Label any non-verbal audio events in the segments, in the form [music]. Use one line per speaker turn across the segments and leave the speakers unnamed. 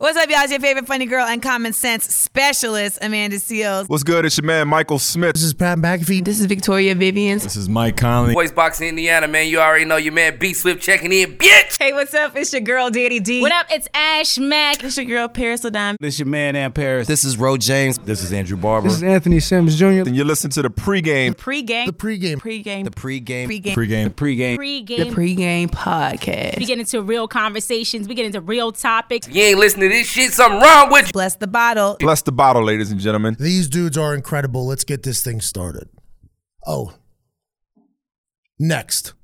What's up, y'all? It's your favorite funny girl and common sense specialist, Amanda Seals.
What's good? It's your man Michael Smith.
This is Pat McAfee.
This is Victoria Vivians.
This is Mike Conley.
Voice Box Indiana, man. You already know your man B Swift checking in, bitch.
Hey, what's up? It's your girl, Daddy D.
What up? It's Ash Mack.
It's your girl, Paris Ladon.
This your man, Ann Paris.
This is Ro James.
This is Andrew Barber.
This is Anthony Sims Jr.
And you're listening to the pregame.
Pre-game.
The pregame.
Pre-game.
The pregame.
Pre-game.
Pre-game.
Pre-game.
Pre-game.
The pregame podcast.
we get into real conversations. We get into real topics.
You ain't listening to this shit, something wrong with you.
Bless the bottle.
Bless the bottle, ladies and gentlemen.
These dudes are incredible. Let's get this thing started. Oh. Next.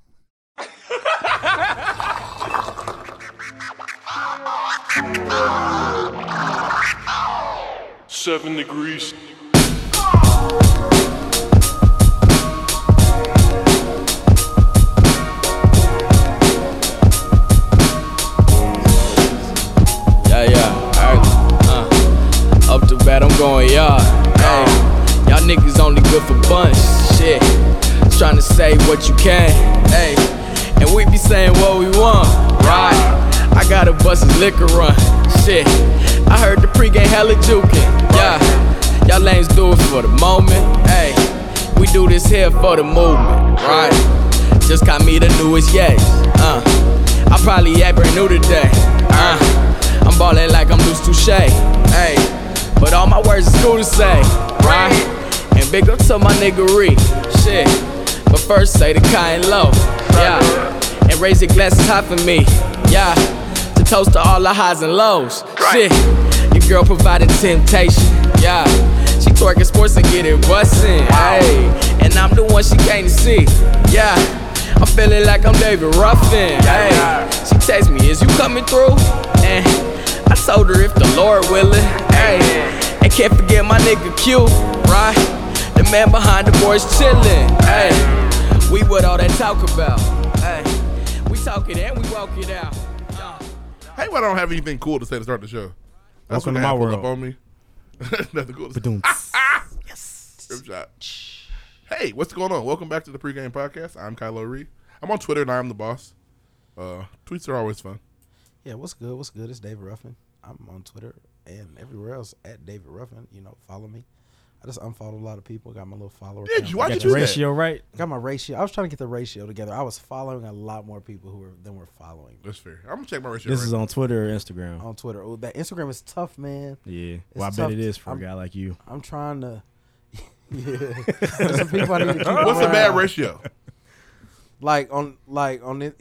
Seven degrees.
Yeah, yeah, alright. Uh, up to bat, I'm going yard. Hey, y'all niggas only good for bunch. Shit, trying to say what you can. Hey, and we be saying what we want. Right, I got a bus's liquor run. Shit, I heard the pregame hella jukin'. Yeah, y'all lanes do it for the moment. Hey, we do this here for the movement. Right, just got me the newest yes. Uh, I probably act brand new today. Uh. I'm ballin' like I'm loose touche. Hey, but all my words is cool to say, right? And big up to my niggery, shit. But first say the kind low, yeah. And raise your glasses high for me, yeah. To toast to all the highs and lows, shit. Your girl providing temptation, yeah. She twerking sports and getting bustin', hey. And I'm the one she came to see, yeah. I'm feeling like I'm David Ruffin, hey. She text me, is you coming through? And I told her if the Lord willing, hey. And can't forget my nigga Q, right? The man behind the boys chillin', hey. We what all that talk about, hey. We talk it and we walk it out. Yeah.
Hey, why I don't have anything cool to say to start the show? That's
Welcome
when
to
I
my
pulled
world.
Up on me. [laughs] Nothing cool to say.
Ba-doom.
Ah,
Rip shot. Hey, what's going on? Welcome back to the pregame podcast. I'm Kylo Ree. I'm on Twitter and I'm the boss. Uh, tweets are always fun.
Yeah, what's good? What's good? It's David Ruffin. I'm on Twitter and everywhere else at David Ruffin. You know, follow me. I just unfollowed a lot of people. Got my little follower.
Did
count.
you?
I
Why
got
did
the
you do that?
ratio.
Ratio right.
Got my ratio. I was trying to get the ratio together. I was following a lot more people who were than were following me
That's fair. I'm gonna check my ratio.
This
right
is on Twitter or Instagram.
on Twitter. Oh, that Instagram is tough, man.
Yeah.
It's
Well, I bet
tough
it is
to-
for a
I'm-
guy like you.
I'm trying to. [laughs]
[laughs]
Yeah. There's some people I need to keep
now. What's a
around.
bad ratio?
like on like on it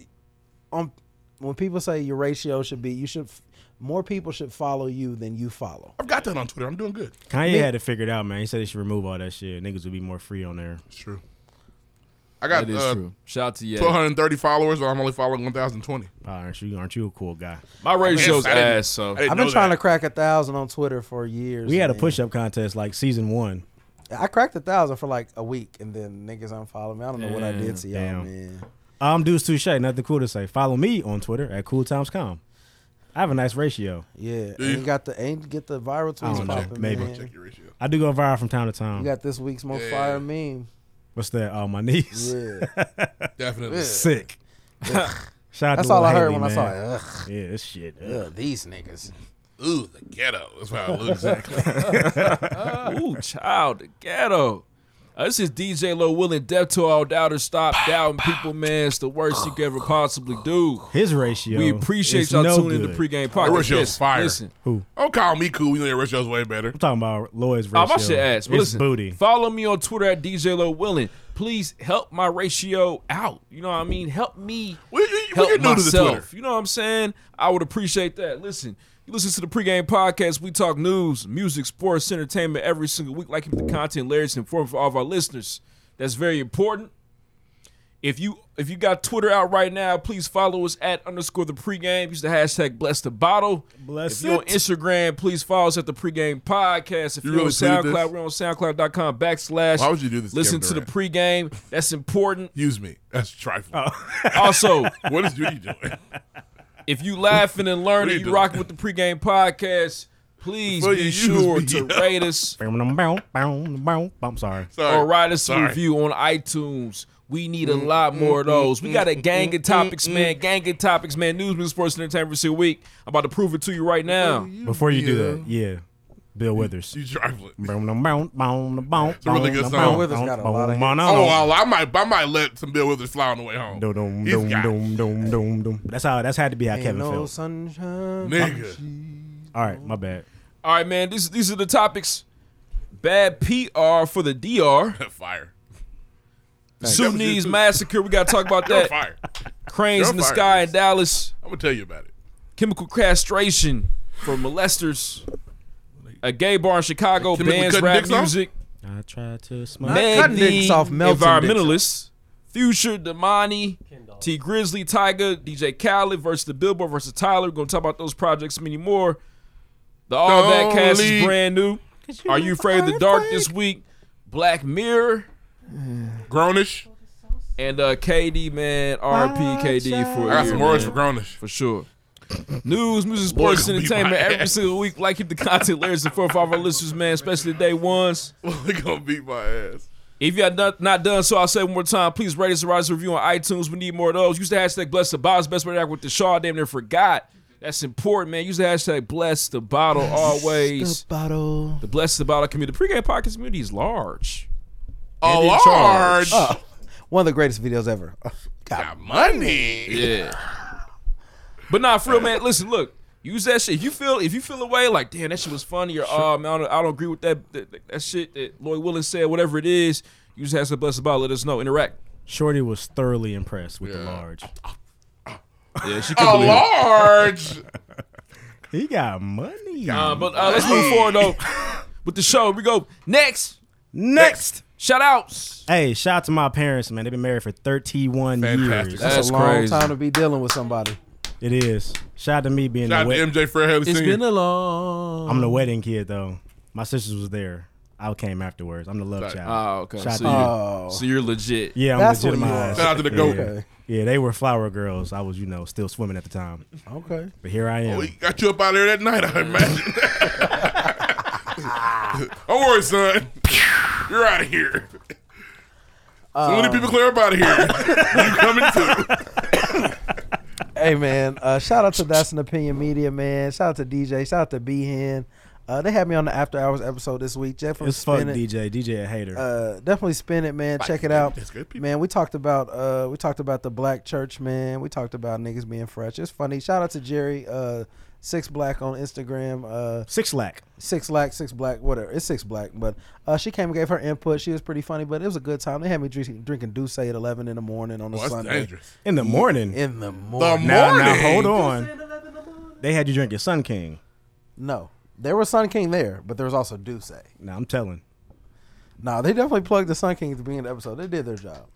on when people say your ratio should be you should f- more people should follow you than you follow
I've got that on Twitter. I'm doing good.
Kanye had it figured out, man. He said they should remove all that shit. Niggas would be more free on there.
It's true. I got
That is
uh,
true. Shout out to you.
1,230 followers, but I'm only following 1,020.
uh, Aren't you? Aren't you a cool guy?
My ratio's
I didn't-
ass, so.
I didn't
i've been
know
trying
that.
to crack a thousand on twitter for years
We had a
man.
push-up contest like season one.
i cracked a thousand for like a week and then niggas unfollowed me i don't know what i did to y'all
Damn.
man
I'm Deuce Touche. Nothing cool to say. Follow me on Twitter at Cool Times Com. I have a nice ratio.
yeah ain't got the ain't get the viral
I
tweets
don't know.
popping
Maybe.
man.
Check your ratio.
I do go viral from time to
you
time.
got this week's most
Yeah.
fire meme
What's that? Oh, my niece. [laughs]
yeah
Definitely.
Sick.
[laughs]
Shout out
that's
to
all
Lil
i heard
Haley,
when
man.
i saw it Ugh,
Yeah, this shit.
ugh, these niggas
Ooh, the ghetto. That's how I look. Exactly.
Ooh, [laughs] child, the ghetto. Uh, this is DJ Low Will and Death to all doubters. Stop doubting people, man. It's the worst you could ever possibly do.
His ratio.
We appreciate
is
y'all
no
tuning in
good.
to pregame podcast.
ratio's
Listen,
fire.
Listen,
Who?
Don't call me cool. You know your ratio's way better.
I'm talking about Lloyd's ratio.
Oh, my shit ass. But
It's
listen,
booty.
Follow me on Twitter at DJ Low Willing. Please help my ratio out. You know what I mean? Help me
We, we,
help
we're new to the Twitter.
myself. You know what I'm saying? I would appreciate that. Listen, you listen to the pregame podcast. We talk news, music, sports, entertainment every single week. Like keep the content hilarious and informative for all of our listeners. That's very important. If you if you got Twitter out right now, please follow us at underscore the pregame. Use the hashtag bless the bottle.
Bless
if you're on
it.
Instagram, please follow us at the pregame podcast. If
You
you're
really
on
tweeted this?
SoundCloud, we're on soundcloud.com backslash.
Why would you do this,
Listen
Kevin
to the pregame. That's important.
Use me. That's trifling.
Oh.
[laughs]
Also,
What is Judy doing? [laughs]
If you laughing and
What are
learning,
you
you
doing?
rocking with the pregame podcast. Please
Well, you
be
use
sure
me.
to rate us
[laughs] I'm sorry.
or write us a review on iTunes. We need
Mm,
a lot more of those. We got a gang of topics, man. Gang of topics, man. Newsman Sports and Entertainment for week. I'm about to prove it to you right now.
Before you do that, yeah. Bill Withers.
You drive it.
It's a
It's a really good song. Bill Withers
got a lot of
Oh, well, I might, I might let some Bill Withers fly on the way home.
Dum, dum,
He's
dum,
got it.
dum, dum, dum, dum. That's how that's had to be how Kevin
no
feels.
sunshine.
Nigga. [laughs]
All right, my bad.
All right, man. These these are the topics. Bad PR for the
[laughs]
DR.
Fire.
Sudanese massacre. We got to talk about that.
Fire.
Cranes
You're
in the
fired.
sky in Dallas.
I'm going to tell you about it.
Chemical castration for molesters. A gay bar in Chicago
Chemical
bans
cutting
rap
dicks off?
music.
I tried to smile.
Meg
cutting
the
dicks off, melting
environmentalists. Future, Damani, T Grizzly, Tiger, DJ Khaled versus the Billboard versus Tyler. We're gonna talk about those projects and many more. The All That cast is
Dolly.
brand new. Are you afraid of the dark this week? Black Mirror
Grownish.
and uh, KD man, RP KD for
I
a
got
year,
some words for
man,
grownish. [laughs]
for sure. News, music, sports,
gonna beat my
entertainment every
ass.
single week. Like keep the content layers and four five our listeners, man, especially the day ones.
They're going to beat my ass.
If you have not, not done so, I'll say it one more time. Please rate us and write us a review on iTunes. We need more of those. Use the hashtag bless the bottle. It's the Best way to act with the Shaw. Damn near forgot. That's important, man. Use the hashtag bless the bottle always.
[laughs]
Bottle.
The bless the bottle community. The pregame podcast community is large.
A
in
large.
One of the greatest videos ever.
Got money.
Yeah. But nah, for real, man. Listen, look. Use that shit. If you feel if you feel away like, damn, that shit was funny, or oh man, I don't, I don't agree with that, that that shit that Lloyd Willis said, whatever it is. Use the hashtag bless the bottle. Let us know. Interact.
Shorty was thoroughly impressed with the large.
Yeah, she
A
couldn't believe it.
large.
He got money.
Uh, but uh, let's move forward though with the show. We go next.
Next.
Shout outs.
Hey, shout out to my parents, man. They've been married for 31
Fantastic.
years.
That's a long time to be dealing with somebody.
It is. Shout out to me being
Shout
the
out to
wed-
MJ Fred Haley
It's
Sr.
been a long.
I'm the wedding kid though. My sisters was there. I came afterwards. I'm the love
Sorry.
child.
Oh, okay. Oh.
Shout
So,
out to-
you, so you're legit.
yeah, I'm
That's what you
legitimized.
Shout out to the goat.
Yeah. Yeah, they were flower girls. I was, you know, still swimming at the time.
Okay.
But here I am.
We Oh, got you up out of there that night, I imagine. [laughs] Don't worry, son. You're out of here. so
Uh,
many people clear up out of
[laughs]
here. you coming too.
hey man, uh, shout out to That's an Opinion Media, man. Shout out to DJ. Shout out to B Hen. Uh, they had me on the After Hours episode this week. Definitely
it's fuck
spin it.
DJ. DJ a hater.
Uh, definitely spin it, man. Check it out,
That's good people.
man. We talked about uh, we talked about the black church, man. We talked about niggas being fresh. It's funny. Shout out to Jerry, uh, six black on Instagram. Uh,
Six lack.
six black, six black, whatever. It's six black, but uh, she came and gave her input. She was pretty funny, but it was a good time. They had me drinking drinking Douce at eleven in the morning on a
Oh, that's
Sunday.
dangerous.
In the morning.
In the morning.
The
now,
morning.
now hold on. They had you drinking Sun King.
No, there was Sun King there, but there was also Douce.
Now I'm telling.
No, they definitely plugged the Sun King at the beginning of the episode. They did their job.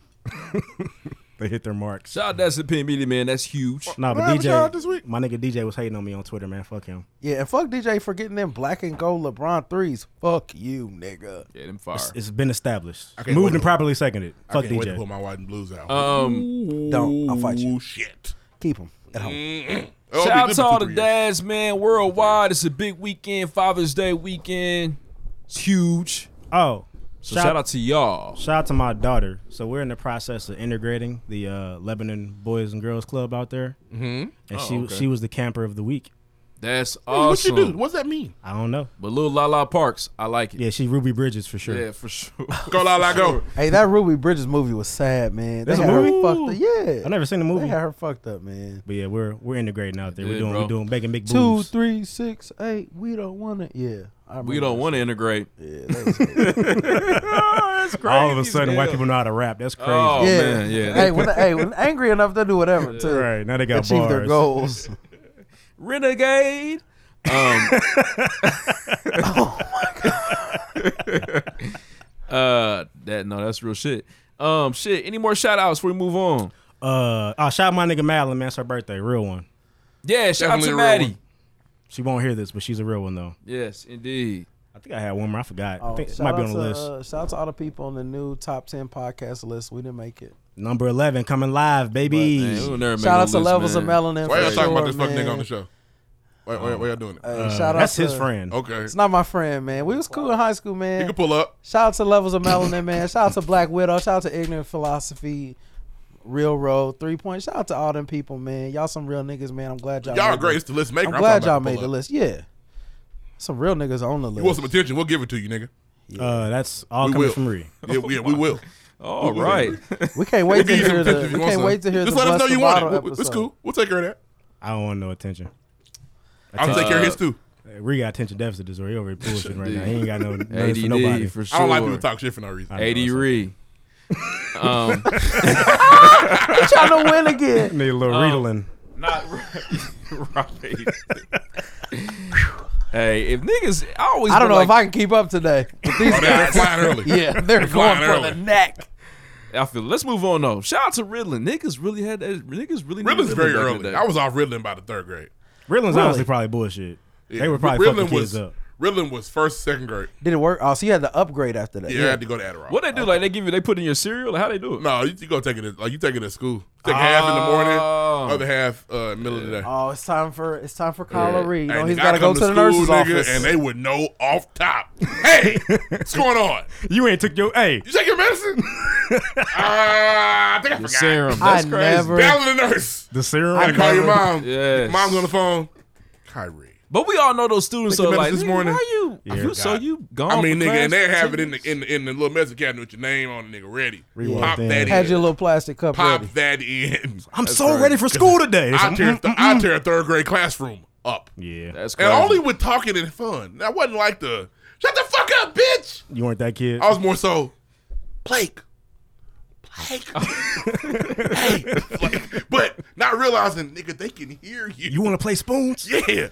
They hit their marks.
Shout out to That's the Pin Media, man. That's huge.
Nah,
What
but
happened, y'all,
DJ,
this week?
my nigga DJ was hating on me on Twitter, man. Fuck him.
Yeah, and fuck DJ for getting them black and gold LeBron threes. Fuck you, nigga.
Yeah, them fire.
It's been established.
can't wait
Moved and
to-
properly seconded. Fuck
I can't wait to
DJ.
pull my white and blues out.
Um,
Don't. I'll fight you.
Ooh, shit.
Keep them at home.
That'll be
shout out
good
to
for
all
two,
the
three years.
dads, man. Worldwide, it's a big weekend. Father's Day weekend. It's huge.
Oh,
So
shout,
shout, out to y'all.
shout out to my daughter. So we're in the process of integrating the uh, Lebanon Boys and Girls Club out there, mm-hmm. and she she was the camper of the week.
Oh, That's
What you
awesome.
do? What's that mean?
I don't know.
But little La La Parks, I like it.
Yeah, she Ruby Bridges for sure.
Yeah, for sure.
Go, la, la, go.
Hey, that Ruby Bridges movie was sad, man. They
There's a
had her
movie?
fucked up. Yeah.
I never seen the
They
movie,
had her fucked up, man.
but yeah, we're we're integrating out there.
Yeah,
we're doing
bro.
we're doing bacon big
Two,
boobs.
three, six, eight. We don't want it. Yeah.
[laughs]
I
We don't want to integrate. [laughs]
All of a
crazy
sudden,
as
white
hell.
people know how to rap. That's crazy.
Oh
Yeah.
man, yeah.
Hey, when, hey, when angry enough, they'll do whatever to
Right now they got
achieve
bars.
their goals.
Renegade. Um, oh my god. [laughs] uh, that no, that's real shit. Um, shit. Any more shout outs before we move on?
Uh, oh, shout out my nigga Madeline, man. It's her birthday, real one.
Yeah, shout
Definitely a
out to
real
Maddie.
one.
She won't hear this, but she's a real one though.
Yes, indeed.
I think I had one more. I forgot. I
Oh,
think it
shout
might be on
out
the
to,
list.
uh, shout out to all the people on the new top ten podcast list. We didn't make it.
Number eleven coming live, baby.
Man, we would never make
Shout
no
out to
list,
Levels
man.
of Melanin.
Why
for
y'all talking about
sure,
this fucking
man.
nigga on the show? Why, why, why y'all doing it?
Hey, shout out to-
Okay.
It's not my friend, man. We was cool in high school, man.
You can pull up.
Shout out to Levels of Melanin, man. Shout out to Black Widow. Shout out to Ignorant Philosophy. Real Road, Three Point. Shout out to all them people, man. Y'all some real niggas, man. I'm glad y'all
Y'all
made
are great. It's the list maker.
I'm,
I'm
glad
talking about
y'all
the
made the
pull-up.
list. Yeah. Some real niggas on the
You
list.
want some attention? We'll give it to you, nigga.
Uh, that's all
we
coming
will.
from Ree.
Yeah, we, yeah, we will.
All
We
[laughs]
will.
right.
We can't wait to
give you some
hear
attention
the
if
we
you want
can't
some.
wait to hear
Just
the
let us know
Bust
you
the
want it. We-
Bottle
we-
episode.
It's cool. We'll take care of that.
I don't want no attention.
I'll take care of his too.
Ree got attention deficit disorder. He over here bullshit right now. He ain't got no
[laughs]
nerves for
ADD
nobody.
for sure.
I don't like people to talk shit for no reason. [laughs]
AD Reed. um,
He trying to win
[laughs]
again.
Need a little
Um,
Ritalin.
not right. hey, if niggas, I always
I don't
been
know
like,
if I can keep up today. But these
Oh, they're flying early.
[laughs] yeah, they're going
flying
for
early.
the neck.
I feel. Let's move on though. Shout out to Riddlin. Niggas really had that. Niggas really. needed
Riddlin's very
back in the
early.
day.
I was off Riddlin by the third grade.
Ritalin. Ritalins
Really?
honestly probably bullshit. They were probably
Ritalin
fucking
was,
kids up.
Ritalin was first, second grade.
Did it work? Oh, so you had to upgrade after that.
Yeah, I had to go to Adderall.
What they do? Like they give you, they put in your cereal. Like, how they do it?
No, you, you go take it. at- Like you take it at school. Take half in the morning,
Oh.
other half uh, middle of the day.
Oh, it's time for it's time for Kyle Reed. Oh, You know,
And
he's
nigga, I
got to go
come
to the nurse's office.
and they would know off top. Hey, what's going on?
You ain't took your. Hey,
You take your
[laughs]
medicine? uh, I think I
Your
forgot.
serum.
I
That's crazy.
never.
Down to the nurse.
the serum.
I call your mom.
Yes.
Mom's on the phone. Kyrie.
But we all know those students
Took
are
the
like,
medicine this
"Nigga,
morning."
Why you?
Yeah.
you so you gone?
I mean,
for
nigga, and
class
they have it
ten-
in the in the, in the little medicine cabinet with your name on it, nigga, ready.
Rewind
Pop
then.
that
Had your
in.
little plastic cup
Pop
ready.
that in.
I'm so ready for school today. It's
I
like,
tear,
mm,
th- I tear a third grade classroom up.
[laughs] yeah,
That's
And
crazy.
only with talking and fun. That wasn't like the shut the fuck up, bitch.
you weren't that kid.
I was more so Blake. Blake. hey, Blake. But not realizing, nigga, they can hear you.
you want to play spoons?
[laughs] yeah.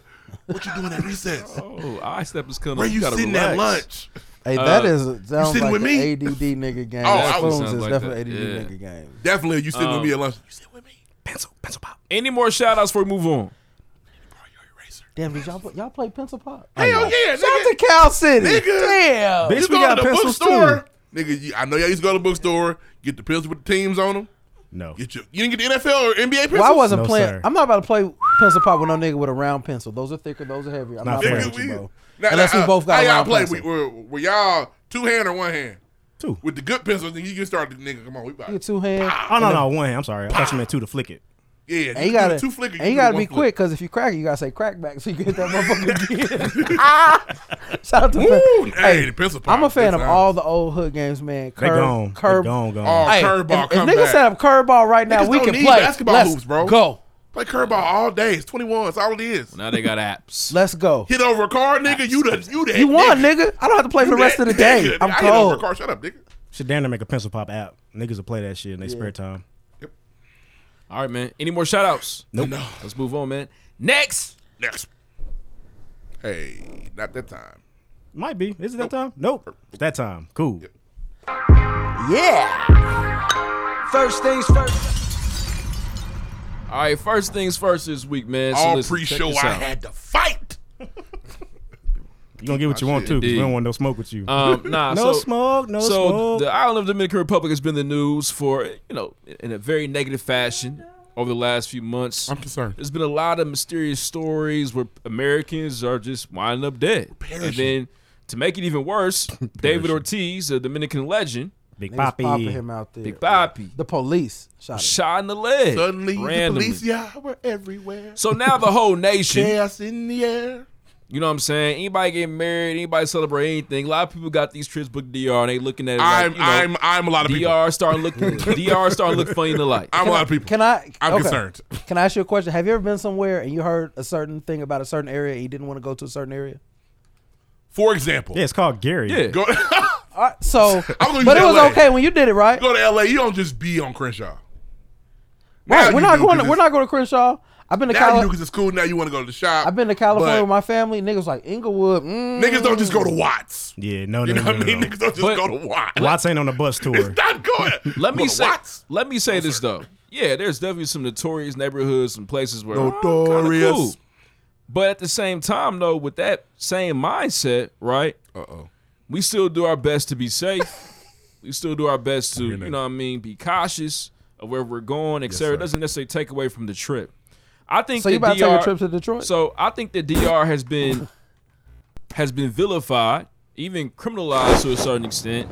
What you doing at recess?
Oh, eye step is coming.
Where you
gotta
sitting
relax.
at lunch?
Hey, that is sounds
Uh, sitting
like
with
the
me? Oh,
ADD
[laughs]
nigga game.
I
that
would
spoons
sound
is
like
definitely
that,
ADD
yeah.
nigga game.
Definitely, you sitting with me at lunch. You sit with me.
Pencil, pencil pop.
Any more shout outs before we move on?
Borrow your eraser.
Damn, did y'all play, y'all play pencil pop?
Hell yeah,
Shout
nigga.
out to Cal City.
Nigga.
[laughs] Damn.
Bitch,
You
we
go
got
to the
pencils
bookstore.
too.
Nigga, you, I know y'all used to go to the bookstore, get the pencils with the teams on them.
No,
Get your, you didn't get the NFL or NBA pencils?
Well, I wasn't
No,
playing.
sir.
I'm not about to play pencil pop with no nigga with a round pencil. Those are thicker. Those are heavier.
Not
I'm not
fair.
playing
Nigga,
with you,
we-
bro.
Now,
Unless
now,
we both got
uh, how
a
y'all
round
play.
pencil.
We, were, were y'all two hand or one hand?
two.
With the good pencils, then you can start the nigga. Come on, we about
You two hand.
Ah,
Oh no, no, one hand. I'm sorry. I thought you meant two to flick it.
Yeah,
And you
can do
gotta,
two flicker.
and you
can do
gotta be
one flick.
quick because if you crack it, you gotta say crack back so you
[laughs]
get that motherfucker again. Ah! [laughs] Shout out to
Woo! Hey, the pencil
I'm a
pop,
fan
that's
of
nice.
all the old hood games, man.
They
Curb,
gone.
curb.
They gone, gone.
Oh,
Hey,
curveball.
if,
come
if niggas
back.
set up curveball right now,
Niggas
we
don't
can
need
play.
basketball
Let's
hoops, bro.
Go.
play curveball all day. It's 21. That's all it is.
Now they got
[laughs]
apps.
Let's go.
Hit over a car, nigga. You the you that
You won,
nigga.
nigga. I don't have to play for the
You
rest
that
of the day.
nigga.
I'm
I hit over a
cold.
car. Shut up, nigga.
Should damn near make a pencil pop app. Niggas will play that shit in their spare time.
All right, man. Any more shout outs?
Nope.
No.
Let's move on, man. Next.
Next. Hey, not that time.
Might be. Is it that time? Nope. It's that time. Cool.
Yeah. First things first.
All right, first things first this week, man. So
all
listen, check
pre-show,
this
I
out.
had to fight.
You gonna get
Ah,
what you want too? 'cause we
Indeed.
don't want no smoke with you.
Um,
[laughs]
nah,
[laughs]
so,
no smoke. No
so
smoke.
the island of Dominican Republic has been in the news for you know in a very negative fashion over the last few months.
I'm concerned.
There's been a lot of mysterious stories where Americans are just winding up dead. And then to make it even
[laughs]
worse, David Ortiz, a Dominican legend,
Big
Poppy. popping
Poppy.
him out there.
Big Papi,
The police shot him.
shot in the leg.
Suddenly, the
randomly.
police, yeah, were everywhere.
So now the whole nation
Chaos in the air.
You know what I'm saying? Anybody getting married, anybody celebrate anything. A lot of people got these trips booked to DR and they looking at it like,
I'm,
you know,
I'm, I'm a lot of people.
DR starting
[laughs]
looking DR starting look funny in the light.
I'm a lot of people.
Can I?
I'm
okay.
concerned. [laughs]
Can I ask you a question? Have you ever been somewhere and you heard a certain thing about a certain area and you didn't want to go to a certain area?
For example,
Yeah,
[laughs]
it's called Gary.
Yeah.
go,
All
[laughs]
right, so,
gonna
but
use
it was
LA.
okay when you did it, right?
go to LA. You don't just be on Crenshaw. Now
right,
you
we're not
do,
going.
'cause
To, we're
it's-
not going to Crenshaw. I've been to
Now you do
Cali-
because it's cool. Now you want to go to the shop.
I've been to California
But
with my family. Niggas like Inglewood. Mm.
Niggas don't just go to Watts.
Yeah. No.
You
No.
know
no,
what
no,
I mean?
no.
Niggas don't just
But-
go to Watts. [laughs]
Watts ain't on the bus tour.
It's not going.
Let me
Go to
say
Watts.
let me say this though. Yeah, there's definitely some notorious neighborhoods and places where oh, kinda
Notorious.
cool. But at the same time though, with that same mindset, right?
Uh oh.
we still do our best to be safe. we still do our best to, you know what I mean, be cautious of where we're going, etc. it doesn't necessarily take away from the trip. I think
So you
that
about to take a
DR
trip to Detroit?
So I think that DR has
[laughs]
been has been vilified, even criminalized to a certain extent.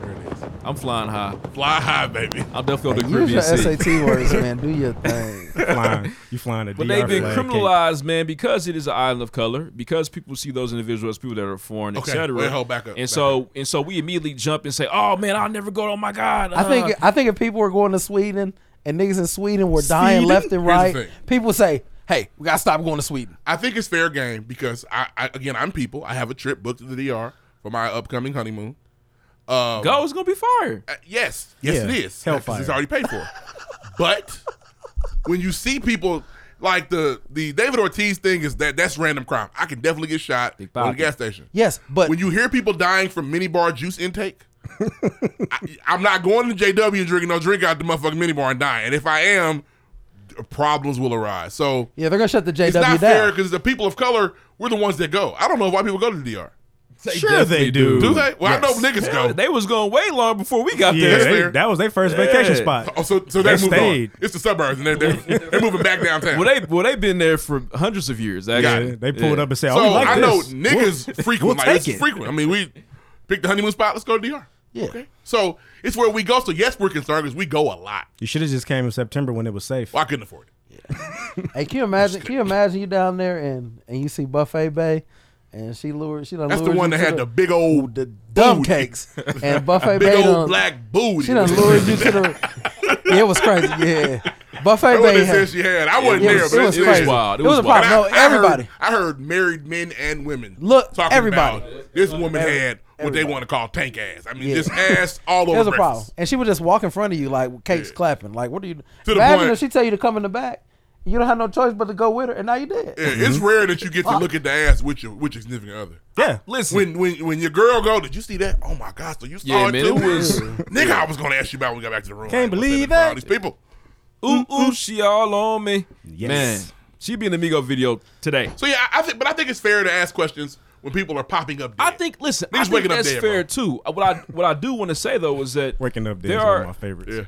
I'm flying high.
Fly high, baby.
I'll definitely go to
Use
Caribbean
your
Sea.
SAT words, man.
[laughs]
Do your thing.
flying, you flying a
But
DR
they've been
flag
criminalized, man, because it is an island of color, because people see those individuals as people that are foreign,
Okay,
etc.
wait, hold, back up,
And
back
so and so we immediately jump and say, Oh man, I'll never go to oh my God.
I think
uh,
I think if people were going to Sweden and niggas in Sweden were dying
Sweden?
left
Here's
and
the
right,
thing.
people would say, "Hey, we gotta stop going to Sweden."
I think it's fair game because I, I again I'm people. I have a trip booked to the DR for my upcoming honeymoon. Um,
Go is gonna be fire.
uh, yes, yes
Yeah,
it is.
hellfire.
'Cause It's already paid for. but when you see people like the the David Ortiz thing is that that's random crime. I can definitely get shot on the
pocket.
gas station.
Yes, but
when you hear people dying from minibar juice intake, I, I'm not going to JW and drinking no drink out the motherfucking minibar and dying. And if I am, problems will arise. So
yeah, they're gonna shut the JW
it's not
down.
fair because the people of color we're the ones that go. I don't know why people go to the DR.
cake. Sure they
definitely
do.
Do they? Well, I know niggas
Hell,
go.
They was going way long before we got
Yeah,
there.
That's
they-
fair.
that was their first
Yeah.
vacation spot.
oh, so so they,
They
moved
stayed.
on. It's the suburbs, and they're
[laughs]
they're, they're moving back downtown.
Well, they well they've been there for hundreds of years. Actually,
Yeah, they pulled
Yeah.
up and said,
so
"Oh, we like
I know
this."
niggas frequent.
we'll
like,
take
it's
it.
frequent. I mean, we pick the honeymoon spot. Let's go to DR.
Yeah.
So it's where we go. So yes, we're concerned because we go a lot.
You should have just came in September when it was safe.
Well, I couldn't afford it.
Hey, can you imagine? Can you imagine you down there and and you see Buffet Bay, and she lured she done
That's the
lured
one
you
that
to
had the big old
the dumb
booty. [laughs]
cakes and Buffet
big
Bay
old
done,
black booty.
she done
[laughs]
lured you to the. Yeah, it was crazy. Yeah, Buffet
That's what
Bay
they
had.
said she had. I wasn't
Yeah,
there,
it was,
but
it
it
was
it was
crazy.
wild. It
It was
was
a
wild.
problem. No,
I heard-
everybody.
I heard, married men and women.
Look,
talking
everybody.
about this woman
Every-
had what they
everybody.
want to call tank ass. I mean,
Yeah.
just
[laughs]
ass all
It
over.
was a
breakfast.
problem, and she would just walk in front of you like with cakes clapping. Like, what are you?
the
imagine
point-
if she tell you to come in the back, you don't have no choice but to go with her, and now you did.
Yeah, It's rare that you get to look at the ass with your with your significant other.
yeah,
Listen,
When when when your girl go, did you see that? Oh my gosh, so you saw
Yeah,
it
man,
too?
it was-
[laughs] nigga. I was gonna ask you about when we got back to the room.
Can't
I ain't gonna say
believe
that for all
it.
These people.
ooh ooh, she all on me.
Yes.
Man, she be in the Migo video today.
So yeah, I, I think, but I think it's fair to ask questions when people are popping up.
I
dead.
think. Listen,
Niggas
I think
waking up
that's
dead,
fair too. Uh, What I what I do want to say though is that
waking up there
There
is one
are
of my favorites.
Yeah.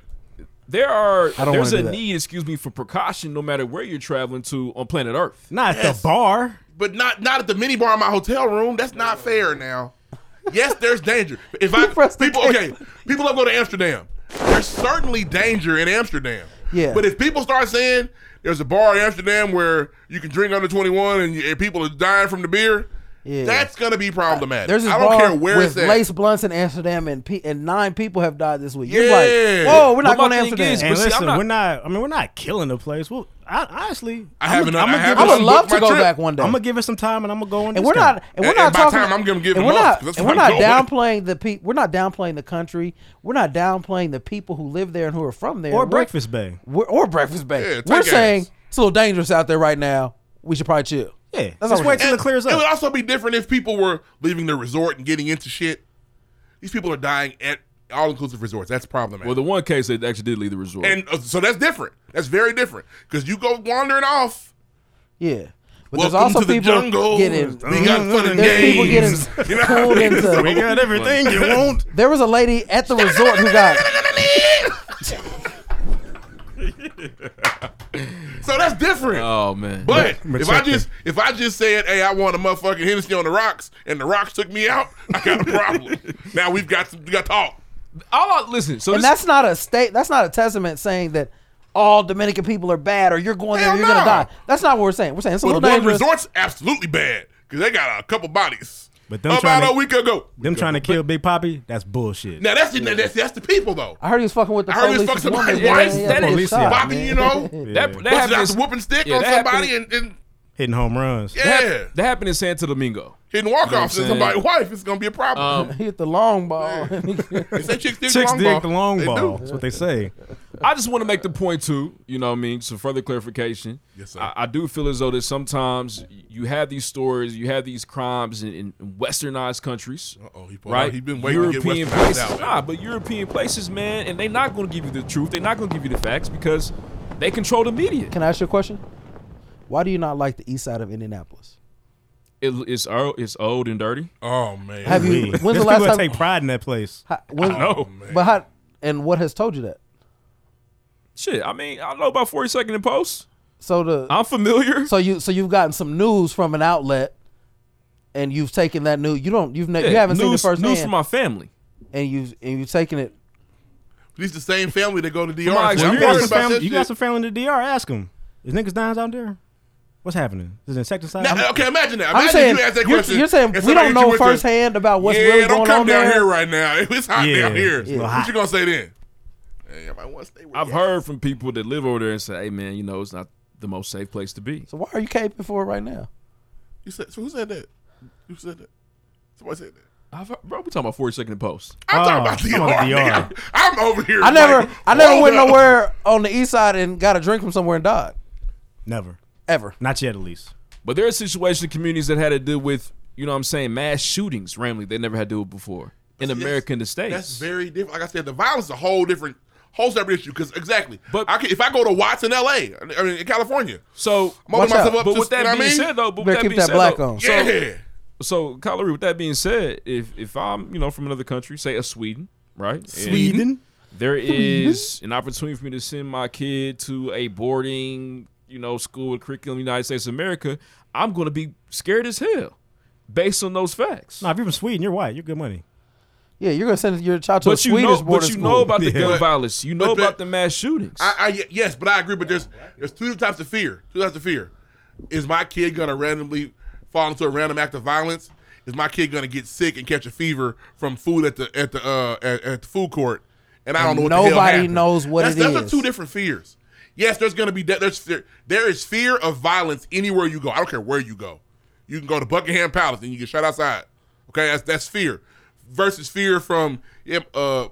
there are
don't
there's
wanna
a
do that.
need, excuse me, for precaution no matter where you're traveling to on planet Earth.
Not at the bar.
but not not at the mini bar in my hotel room. That's not fair now. Yes, there's danger. If
[laughs]
I
pressed the
people okay,
case.
people up go to Amsterdam. There's certainly danger in Amsterdam.
Yeah.
But if people start saying there's a bar in Amsterdam where you can drink under 21 and, you, and people are dying from the beer,
Yeah.
that's gonna be problematic.
There's this
I don't
bar
care where
with
it's at.
lace blunts in Amsterdam, and pe- and nine people have died this week.
Yeah.
You're like, whoa, we're not
But my
going to
thing
Amsterdam.
is-
And
But see, I'm
listen,
not-
we're not. I mean, we're not killing the place. Well, I, honestly,
I haven't.
I'm
I haven't
I would
booked
love
my
to go
trip.
back one day.
I'm gonna give it some time, and I'm gonna go on.
and
this
we're
time.
not, and we're
And-
not
and by
talking.
time, I'm gonna give
and
them
we're
up,
not,
'cause that's
and
where
we're
I'm
not
going.
downplaying the people. We're not downplaying the country. We're not downplaying the people who live there and who are from there.
or
We're-
Breakfast Bay.
we're, or breakfast bay.
Yeah, take
we're
ass.
saying it's a little dangerous out there right now. We should probably chill.
Yeah,
all
just
we're
wait till
And
it clears
It would
up.
also be different if people were leaving the resort and getting into shit. These people are dying at all inclusive resorts. That's problematic.
Well, the one case that actually did leave the resort.
And uh, so that's different. That's very different because you go wandering off.
Yeah,
Welcome
but there's also
to the
people
jungle.
getting.
we got fun and
[laughs] There's people
games.
getting
[laughs] You know what I
pulled
mean?
into-
So-
We
[laughs]
got everything you want.
There was a lady at the resort who got.
So that's different.
Uh,
oh man,
but
But- but
if I
check
just if I just said, "Hey, I want a motherfucking Hennessy on the rocks," and the rocks took me out, I got
[laughs]
a problem. now we've got some, we got talk.
all I, listen. So
And
this,
that's not a state. That's not a testament saying that all Dominican people are bad or you're going
Hell
there, you're gonna
no.
die. That's not what we're saying. We're saying it's a
But
little
one
dangerous.
resort's absolutely bad because they got a couple bodies.
But them
about
trying
a
to-
week ago,
Them trying to kill Big Poppy, that's bullshit.
Now that's the, that's that's the people though.
I heard he was fucking with the
I heard he was
police's
fucking
woman.
somebody's wife.
Yeah,
That
yeah,
is
yeah, shot,
Poppy,
man.
you know,
that
Yeah.
that
busted out
happened.
the
in-
whooping stick
yeah,
on
that happened
somebody
in-
and, and
Hitting home runs.
yeah,
That happened in Santo Domingo.
hitting walk offs
You
and
know what I'm
somebody's wife. It's gonna be a problem.
Um,
He hit the long ball. [laughs]
It's that chicks dig
Chicks
the long
dig
ball.
the long
They
ball.
do.
That's what they say.
I just want to make the point too. You know what I mean? Some further clarification.
Yes, sir.
I, I do feel as though that sometimes you have these stories, you have these crimes in, in westernized countries.
Uh-oh, Oh, he pulled out.
right?
He been waiting to get
European
westernized
places.
out, man.
Nah, but European places, man, and they not going to give you the truth. They're not going to give you the facts because they control the media.
Can I ask you a question? Why do you not like the east side of Indianapolis?
It, it's old, it's old and dirty.
Oh man,
Have you-
When's
When's the last time-
take pride in that place?
How, when,
know.
But how? And what has told you that?
Shit, I mean, I know about forty second and post.
So the
I'm familiar.
So you so you've gotten some news from an outlet, and you've taken that news. You don't you've ne- you haven't seen the
news-
first
news
hand,
from my family.
and you and you've taken it.
These the same family that go to DR.
My
I'm
experience-
worried
You got, some
about
family,
this
you got
shit.
some family in the DR. Ask them. Is niggas dying out there? What's happening? Is it insecticide?
Now,
I'm-
okay, imagine that.
I'm
Imagine
saying
you ask that
you're,
question.
you're saying
and
we
somebody
don't
hit you
know
with the,
firsthand about what's
yeah,
really
don't
going
come
on
down
there.
here right now. [laughs] It's hot
Yeah,
down here.
it's a little
What
hot.
you gonna say then? Hey, I might want to stay with
I've
you.
heard from people that live over there and say, "Hey, man, you know, it's not the most safe place to be."
So why are you caping for it right now?
You said so who said that? Who said that? Somebody said that.
I've heard, bro, we talking about 40 second and post.
I'm
Oh,
talking
come on,
about DR.
DR.
nigga. I'm over here.
I never
like,
I never
hold
went
up.
nowhere on the east side and got a drink from somewhere and died
Never.
ever.
Not yet, at least.
But there are situations in communities that had to deal with, you know, what I'm saying, mass shootings randomly. They never had to do it before in
Yes.
America and the states.
That's very different. Like I said, the violence is a whole different, whole separate issue. Because exactly,
But-
but I can, if I go to Watts in L.A., I mean in California,
so.
I'm opening
Watch out.
myself up.
But
to,
with that
you know
being
what I mean?
said, though, but with
Better
that
keep
being
that
said,
black
though,
on.
So,
yeah,
so Kyler, with that being said, if if I'm, you know, from another country, say a Sweden, right? And
Sweden.
there is an opportunity for me to send my kid to a boarding, you know, school with curriculum in the United States of America. I'm going to be scared as hell based on those facts.
Nah, if you're from Sweden, you're white. You're good money.
Yeah, you're gonna send your child to a
but you
Swedish
know,
border
but you
school.
know about the gun
But-
violence. You know
but-
about the mass shootings.
I, I, ye- yes, but I agree. But there's there's two different types of fear. Two types of fear. Is my kid gonna randomly fall into a random act of violence? Is my kid gonna get sick and catch a fever from food at the at the uh, at, at the food court? And I don't know what the hell
Nobody
happened?
knows what
that's,
it
Those are
is.
two different fears. Yes, there's gonna be de- there's there, there is fear of violence anywhere you go. I don't care where you go. You can go to Buckingham Palace and you get shot outside. Okay, that's that's fear versus fear from yeah, uh,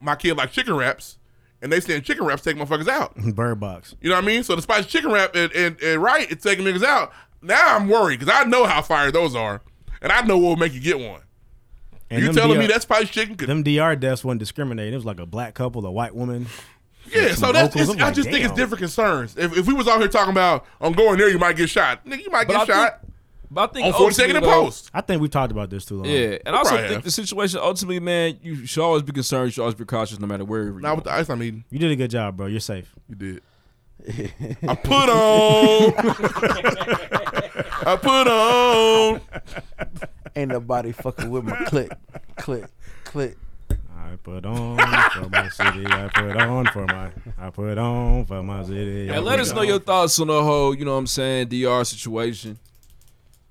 my kid like chicken wraps, and they saying chicken wraps take motherfuckers out.
Bird box.
You know what I mean? So the spicy chicken wrap and, and, and right, it's taking niggas out. Now I'm worried because I know how fire those are, and I know what will make you get one.
And
you
them
telling
DR
me that spicy chicken could?
them DR deaths wasn't discriminating. It was like a black couple, a white woman.
yeah, so
some
that's
locals,
it's,
I'm
I
like,
just think it's
damn.
different concerns. If, if we was out here talking about on going there, you might get shot. Nigga, you might
But I
get shot
think- but I think
on forty second and
ultimately, though,
post.
I think we talked about this too long.
Yeah, and I also
probably
think
have.
the situation ultimately, man, you should always be concerned. You should always be cautious, no matter where. you
Not
go.
with the ice I'm eating.
You did a good job, bro. You're safe.
You
[laughs]
did. I put on. [laughs] I put on.
Ain't nobody fucking with my click, click, click.
I put on for my city. I put on for my. I put on for my city. I
And let
put
us
on.
know your thoughts on the whole, you know what I'm saying, DR situation.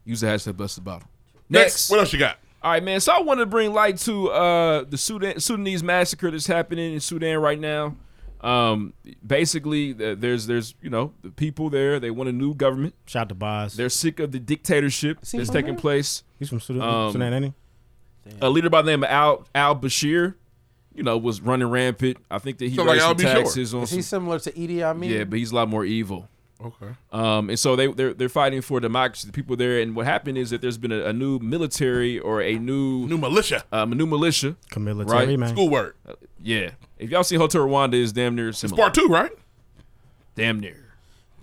Use the hashtag bless the bottle. Next.
what else you got?
All right, man. So I want to bring light to uh, the Sudan- Sudanese massacre that's happening in Sudan right now. Um, basically, th- there's there's you know the people there. They want a new government.
Shout out to Boz.
They're sick of the dictatorship
he
that's
from
taking
there?
place.
He's from Sudan,
Um,
Sudan ain't he?
A leader by the name of Al Al Bashir, you know, was running rampant. I think that he
So, like,
raised
Al
some
B. Shore.
taxes on
Is he
some,
similar to Edie? I mean,
yeah, but he's a lot more evil.
Okay.
Um, and so they they're, they're fighting for democracy. The people there, and what happened is that there's been a, a new military or a new,
New militia.
um, a new militia.
Camilla
right.
Terry, man.
School word.
uh, Yeah, if y'all see Hotel Rwanda is damn near similar.
Part two, right?
Damn near.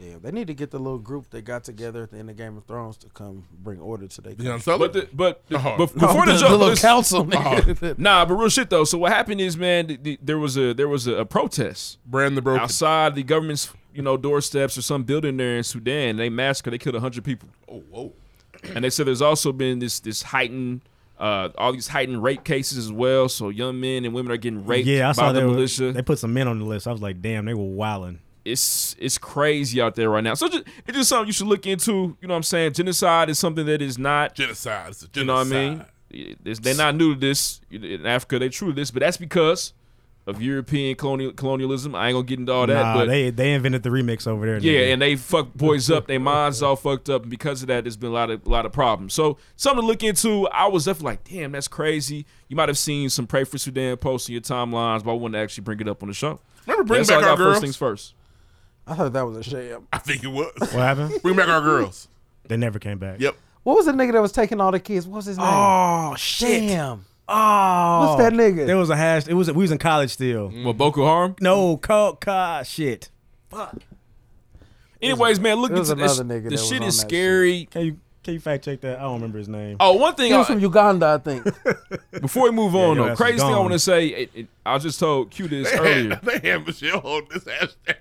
Damn, they need to get the little group that got together at the end of Game of Thrones to come bring order to their [laughs]
Young
country.
Sutherland.
But the, but the-
Uh-huh.
bef- before the,
the, Oh.
joke,
little
listen-
council.
[laughs]
nigga.
nah, but real shit though. So what happened is, man, the, the, there was a there was a, a protest
Brand the broken.
outside the government's you know doorsteps or some building there in Sudan. They massacred. They killed hundred people.
Oh, whoa.
and they said there's also been this this heightened uh, all these heightened rape cases as well. So young men and women are getting raped
Yeah, I
by
saw
the
they, were,
militia.
they put some men on the list. I was like, damn, they were wilding.
it's it's crazy out there right now. So just, it's just something you should look into. You know what I'm saying? Genocide is something that is not.
Genocide. It's a genocide.
You know what I mean? It's- they're not new to this in Africa. They true to this, but that's because of European colonial colonialism. I ain't gonna get into all that.
nah,
but
they they invented the remix over there.
Yeah,
nigga.
and they fuck boys up. Their minds all fucked up, and because of that, there's been a lot of a lot of problems. So something to look into. I was definitely like, damn, that's crazy. You might have seen some pray for Sudan posts in your timelines, but I wanted to actually bring it up on the show.
Remember Bring
that's
Back
all I
Our
got
Girls?
First things first.
I heard that was a sham.
I think it was.
what happened?
Bring back our girls.
They never came back. [laughs]
Yep.
What was the nigga that was taking all the kids? What was his name?
Oh shit.
Damn.
Oh,
What's that nigga?
There was a hash. It was we was in college still.
Well, Boko Haram.
No, co- ca shit.
Anyways, man, look
it was
into this.
another nigga
the
that was
shit
on
is
that
scary.
Can you can you fact check that? I don't remember his name.
Oh, one thing
He was
I,
from Uganda, I think.
before we move on,
your
though,
ass is
crazy thing I
gone.
want to say. It, it, I just told Q this
They
earlier.
had, they had Michelle on this hashtag.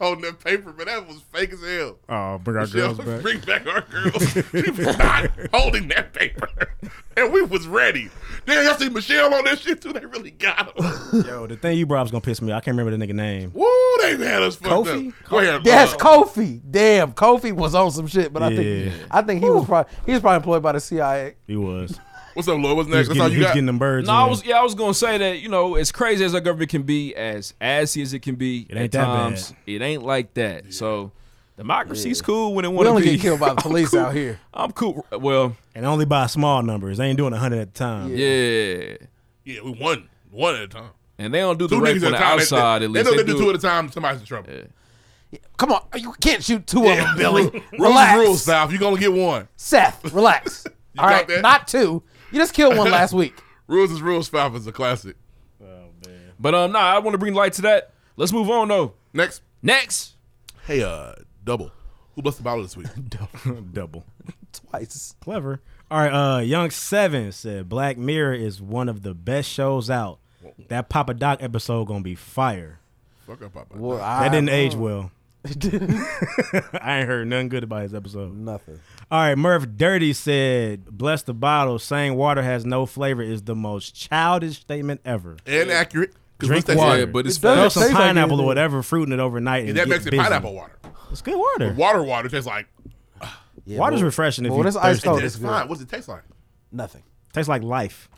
holding that paper, but that was fake as hell.
Oh, bring our
Michelle,
girls back.
[laughs] Bring back our
[laughs]
girls. she was not holding that paper, [laughs] and we was ready. Damn, y'all see Michelle on that shit too? They really got
[laughs]
him.
Yo, the thing you brought up's gonna piss me. off. I can't remember the nigga name.
Woo, they had us fucked
Kofi?
up. Go ahead.
That's
uh,
Kofi. Damn, Kofi was on some shit, but I
Yeah.
think I think he was probably he was probably employed by the CIA.
He [laughs] was.
What's up, Lloyd? What's
He was
next? That's
getting,
all
he
you
was
got.
getting them birds.
No, I
in.
was yeah, I was gonna say that you know as crazy as our government can be, as assy as it can be,
It ain't
at
that
times
bad.
it ain't like that. So democracy's cool when it
We
want to
only
be.
get killed
[laughs]
by the police
cool.
out here.
I'm cool. Well,
and only by small numbers. They ain't doing hundred at the time.
yeah,
Yeah, we won one at a time.
and they don't do
Two
the rape on
niggas at a
the
time. They-
outside.
they,
At least
know they,
do
do two at a time. Somebody's in trouble.
Come on, you can't shoot two of them, Billy.
Relax. [laughs]
relax,
Rules, South. You gonna get one. [laughs]
Seth. Relax. All
got
right,
that?
not two. You just killed one
[laughs]
last week.
Rules is rules. South is a classic.
But um, nah, I want to bring light to that. Let's move on though.
Next,
Next,
hey, uh, double. Who blessed the Bible this week?
Double.
Twice.
Clever. All right, uh, Young Seven said Black Mirror is one of the best shows out. That Papa Doc episode gonna be fire.
Fuck up, Papa.
Well,
That
I
didn't age well. [laughs] I ain't heard nothing good about his episode.
nothing.
All right, Murph Dirty said, "Bless the bottle." Saying water has no flavor is the most childish statement ever.
and accurate. 'Cause
Drink
what's that
water,
shit?
yeah, but it's
It does
Throw
fast.
some
taste like
pineapple
anything.
or whatever fruit in it overnight.
Yeah,
And
that
get
makes it
busy.
pineapple water.
It's good water.
Water water tastes like
Yeah,
Water's
well-
refreshing if
well,
you
it's ice
thirsty.
cold.
it's
it's Oh, good.
fine. What's it taste like?
Nothing.
Tastes like life.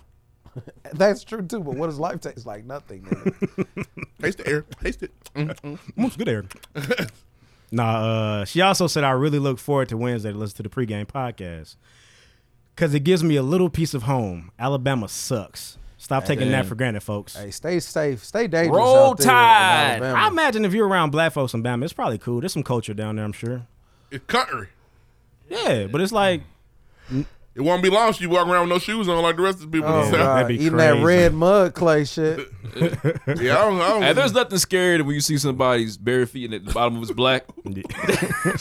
That's true too. But what does life taste like? Nothing. nigga.
Taste the air. Taste it.
Mm, it's good air. nah, uh, she also said I really look forward to Wednesday to listen to the pregame podcast because it gives me a little piece of home. Alabama sucks. Stop taking that for granted, folks.
hey, stay safe. Stay dangerous.
Roll
out there in
Tide.
Alabama.
I imagine if you're around black folks in Bama, it's probably cool. There's some culture down there, I'm sure.
It's country.
Yeah, but it's like
It won't be long. if You walk around with no shoes on like the rest of the people. in [laughs]
[laughs] Oh,
the South.
God.
be
Eating that
crazy.
red mud clay shit.
[laughs] Yeah, I don't. I don't
Hey, there's nothing scarier than when you see somebody's bare feet and at the bottom of it's
[laughs]
black.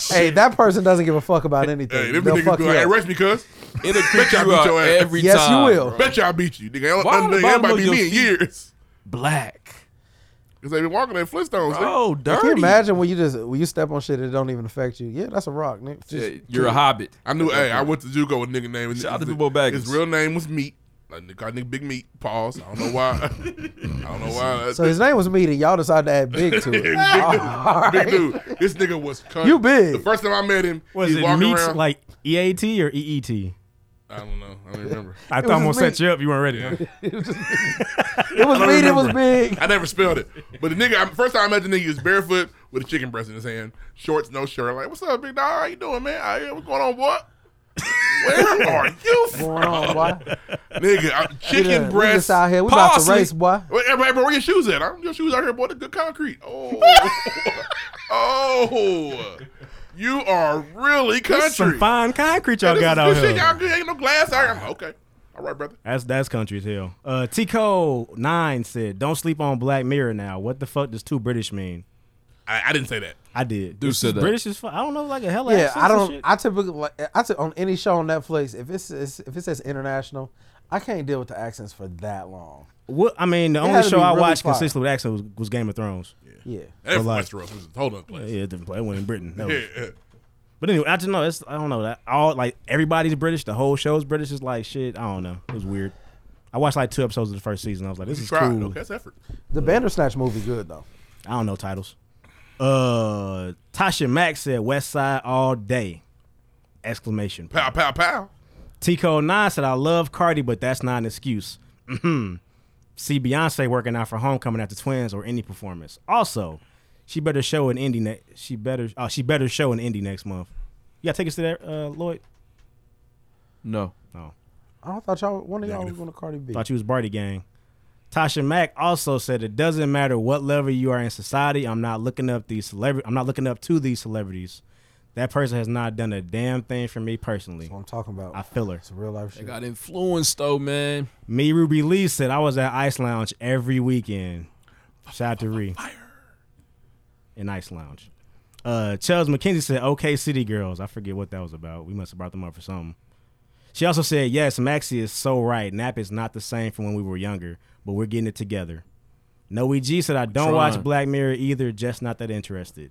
hey, that person doesn't give a fuck about anything.
hey, them
They'll
niggas
fuck
be
you
like, hey,
up.
rush me, cuz.
It'll creep
y'all
you
beat
out
your ass.
every
Yes, you
time.
will.
bro.
Bet y'all beat you, nigga.
Why on the
That
bottom
might
of
be
your
me in
feet?
years. [laughs]
Black.
Cause they been walking in Flintstones. nigga.
Oh, dirty.
Can you imagine when you just when you step on shit it don't even affect you? Yeah, that's a rock, nigga. Just-
Yeah, You're a hobbit.
I knew. Hey, I went to JUCO with a nigga named.
Shout out to
his-
Bilbo Baggins.
His real name was Meat. Like nigga, called nigga Big Meat. Pause. I don't know why. [laughs] I don't know why.
[laughs] So his name was Meat, and y'all decided to add big
[laughs]
to
big,
it.
dude,
All
big
right.
dude. This nigga was cunt.
You big.
The first time I met him,
was
he
it
walked
meats [laughs]
around.
like EAT or EET?
I don't know. I don't remember.
I
was
thought I'm gonna
just
set you up. You weren't ready. [laughs]
[laughs] It was Meat. It was big.
I never spelled it. But the nigga, I- first time I met the nigga, he was barefoot with a chicken breast in his hand, shorts, no shirt. Like, what's up, big dog? How you doing, man? How you- what's going on, boy? [laughs] Where are you from?
Going
[laughs]
on, boy.
nigga, I- chicken
Yeah, we
breast.
just out here. We about to
parsley.
race, boy.
Wait, hey, bro, where your shoes at? I'm your shoes out here, boy. The good concrete. Oh,
[laughs]
oh, you are really country.
Some fine concrete
This
y'all
is
got
good
out
shit.
here.
Y'all good. Ain't no glass out here. I'm like, okay. All right, brother.
That's that's country as hell. Uh, Tico nine said, "Don't sleep on Black Mirror now." What the fuck does two British mean?
I, I didn't say that.
I did.
Dude
It's
said that.
British is fuck. I don't know, like a hell.
Yeah,
accent
I
and
don't.
shit.
I typically like. I t- on any show on Netflix, if it's it's- if it says international, I can't deal with the accents for that long.
What I mean, the
had
only
to
show
be
I
really
watched
fire.
consistently with accent was, was Game of Thrones. Yeah,
Yeah.
That ain't from
like-
Westeros. It was a whole other place.
it didn't play. It went in Britain. That was-
Yeah.
but anyway, I just know. It's I don't know that all like everybody's British. The whole show's British. Is like shit. I don't know. It was weird. I watched like two episodes of the first season. I was like, this is
Tried.
cool.
Okay, that's effort.
The Bandersnatch movie, good though.
I don't know titles. Uh, Tasha Mack said West Side all day. Exclamation.
Pow, pow, pow.
Tico Nine said, I love Cardi, but that's not an excuse. Mm-hmm. See Beyonce working out for homecoming at the twins or any performance. Also, she better show an indie ne- she better oh she better show an indie next month. You gotta take us to that, uh, Lloyd.
No.
I don't thought y'all one of y'all was going to Cardi B.
Thought you was Barty Gang. Tasha Mack also said it doesn't matter what level you are in society, I'm not looking up these celebrity I'm not looking up to these celebrities. That person has not done a damn thing for me personally.
what I'm talking about.
I feel her.
It's real life shit.
Got influenced though, man. Uh,
Me, Ruby Lee said I was at Ice Lounge every weekend. Shout out to Ree. In Ice Lounge. Uh Chels McKenzie said, okay, City Girls. I forget what that was about. We must have brought them up for something. She also said, yes, Maxie is so right. Nap is not the same from when we were younger, but we're getting it together. Noe G said, I don't
Trying.
watch Black Mirror either, just not that interested.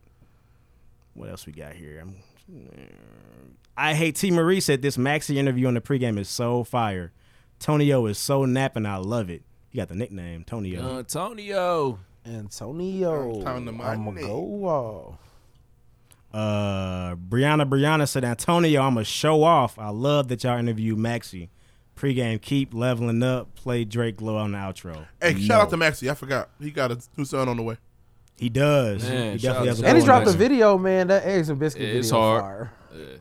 What else we got here? I'm, I hate T. Marie said this Maxi interview on the pregame is so fire. Tonyo is so napping. I love it. He got the nickname Tonyo.
Mm-hmm.
Uh, Antonio.
Antonio.
Time to my
I'm going to
name.
go off.
Uh, Brianna Brianna said, Antonio, I'm going to show off. I love that y'all interviewed Maxi. Pre-game, keep leveling up. Play Drake Low on the outro.
Hey, shout out to Maxie. I forgot he got a new son on the way.
He does.
Man,
he
shout out
definitely has
to
a
him.
And he
good
dropped a
one.
video, man. That eggs and biscuit video
It's
is
hard.
fire.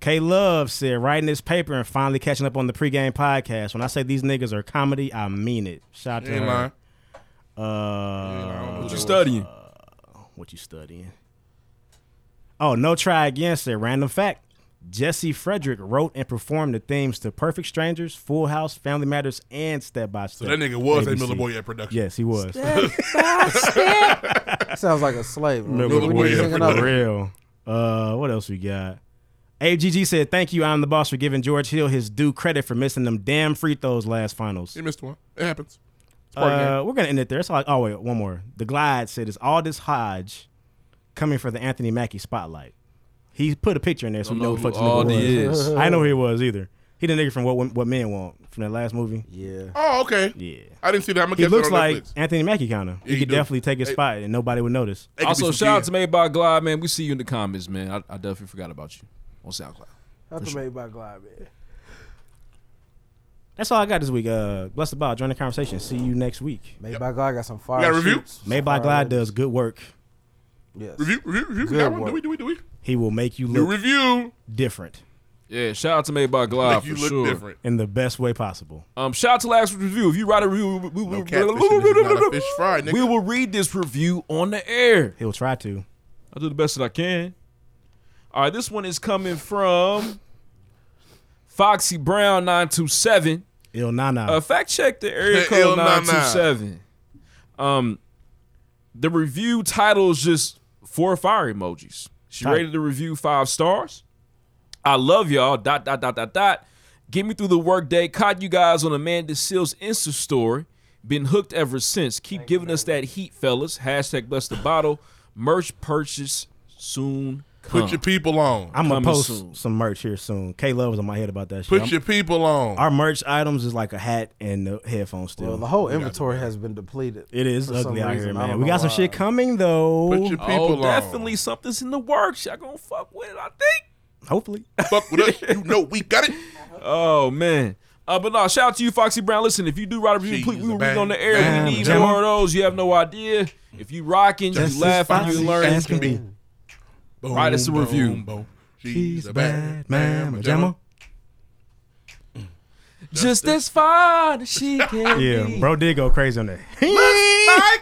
K Love said, writing this paper and finally catching up on the pregame podcast. When I say these niggas are comedy, I mean it. Shout out to
Ain't
her.
lying.
Uh,
What you studying?
what you studying? Oh, no try again. Said random fact. Jesse Frederick wrote and performed the themes to Perfect Strangers, Full House, Family Matters, and Step by Step.
So that nigga was a
ABC.
Miller Boy at production.
Yes, he was.
[laughs] Sounds like a slave.
Miller
What are
Boy,
you
yeah,
singing
for
up?
For real. Uh, what else we got? AGG said, "Thank you, I'm the boss for giving George Hill his due credit for missing them damn free throws last finals."
He missed one. It happens. It's part of the game.
Uh, we're gonna end it there. It's like, oh wait, one more. The Glide said it's Aldis Hodge coming for the Anthony Mackie spotlight. He put a picture in there, so we know who the fuck this nigga
Aldi
was.
is.
[laughs] I didn't know who he was either. He the nigga from what what men want from that last movie.
Yeah.
Oh, okay.
Yeah.
I didn't see that. I'm gonna
He
catch
looks
that on
like
Netflix.
Anthony Mackie kind of.
Yeah,
He
he
could
do.
definitely take his
Hey.
spot and nobody would notice.
They could be
Also,
some
shout out
kids.
to Made by Glide, man. We see you in the comments, man. I, I definitely forgot about you on SoundCloud.
That's made by Glide, man.
That's all I got this week. Uh, bless the ball. Join the conversation. See you next week.
Made by Glide got some fire.
got a review?
shoots, some
Made by
fire
Glide
edits.
does good work.
Yes.
Review, review, review.
Good
That one. Do
work.
we, do we, do we?
He will make you
New
look
review.
different
Yeah, shout out to Made by Glide
Like
for
you look
sure.
different.
in the best way possible.
Um, shout out to last Week's review. If you write a review, we, we,
No
we-
catfishing. This is not a fish
[laughs]
fry, nigga.
we will read this review on the air.
He'll try to.
I'll do the best that I can. All right, this one is coming from Foxy Brown nine two seven.
Il Nana.
Uh, fact check the area
Hey,
code
L nine
nine
nine.
two seven. Um, the review title is just four fire emojis. She
Tight.
rated the review five stars. I love y'all. Dot dot dot dot dot. Get me through the workday. Caught you guys on Amanda Seals Insta story. Been hooked ever since. Keep giving us that heat, fellas. Hashtag bless the bottle. Merch purchase soon.
Put
Come.
your people on.
I'm gonna
Coming
post
soon.
some merch here soon. K Love was on my head about that shit.
Put
I'm-
your people on.
our merch items is like a hat and the headphones still.
Well, the whole inventory has been depleted.
it is
for some
ugly out here,
reason. I
man.
don't
We got
know
some shit
why.
coming though.
Put your people
Oh,
on.
definitely something's in the works. Y'all gonna fuck with it, I think.
Hopefully,
Fuck with us. You know we got it.
Oh man. Uh, but no, shout out to you, Foxy Brown. Listen, if you do write a review,
Jeez,
please, we will read
bang,
on the air.
bang,
we need
bang.
more of those. You have no idea. If you rocking, you
Just as
laughing,
Foxy
you learning.
as can be.
Boom,
Write us a
boom,
review.
boom.
she's a bad man,
Gemma.
pajama.
Just as far as
[laughs]
she can
Yeah,
be.
bro, did go crazy on that.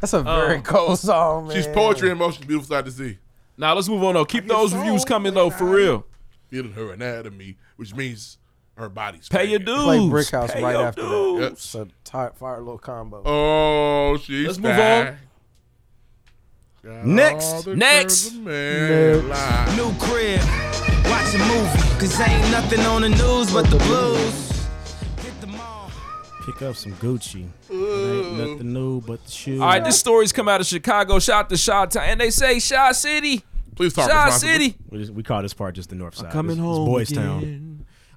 That's a very cold song, man.
She's poetry in motion. Beautiful side to see.
Now let's move on though. Keep those reviews coming though, for real.
Feeling her anatomy, which means her body's.
Pay your
cracked.
dues.
Play Brick House
Pay
right
your
after
dues.
Yep.
It's a tire, fire little combo.
Oh, she's
Let's move
back.
on.
Got
Next.
all the
Next.
curves a man like.
New crib, watch a movie. Cause ain't nothing on the news but the blues. Hit the mall.
[laughs] Pick up some Gucci. It ain't nothing new but the shoes.
All right, this story's come out of Chicago. Shout to Shaw Town, and they say Shaw City,
Please talk
Shaw
responsibly.
City.
we, just, we call this part just the north side.
Coming
It's- it's
home,
Boys
again.
Town.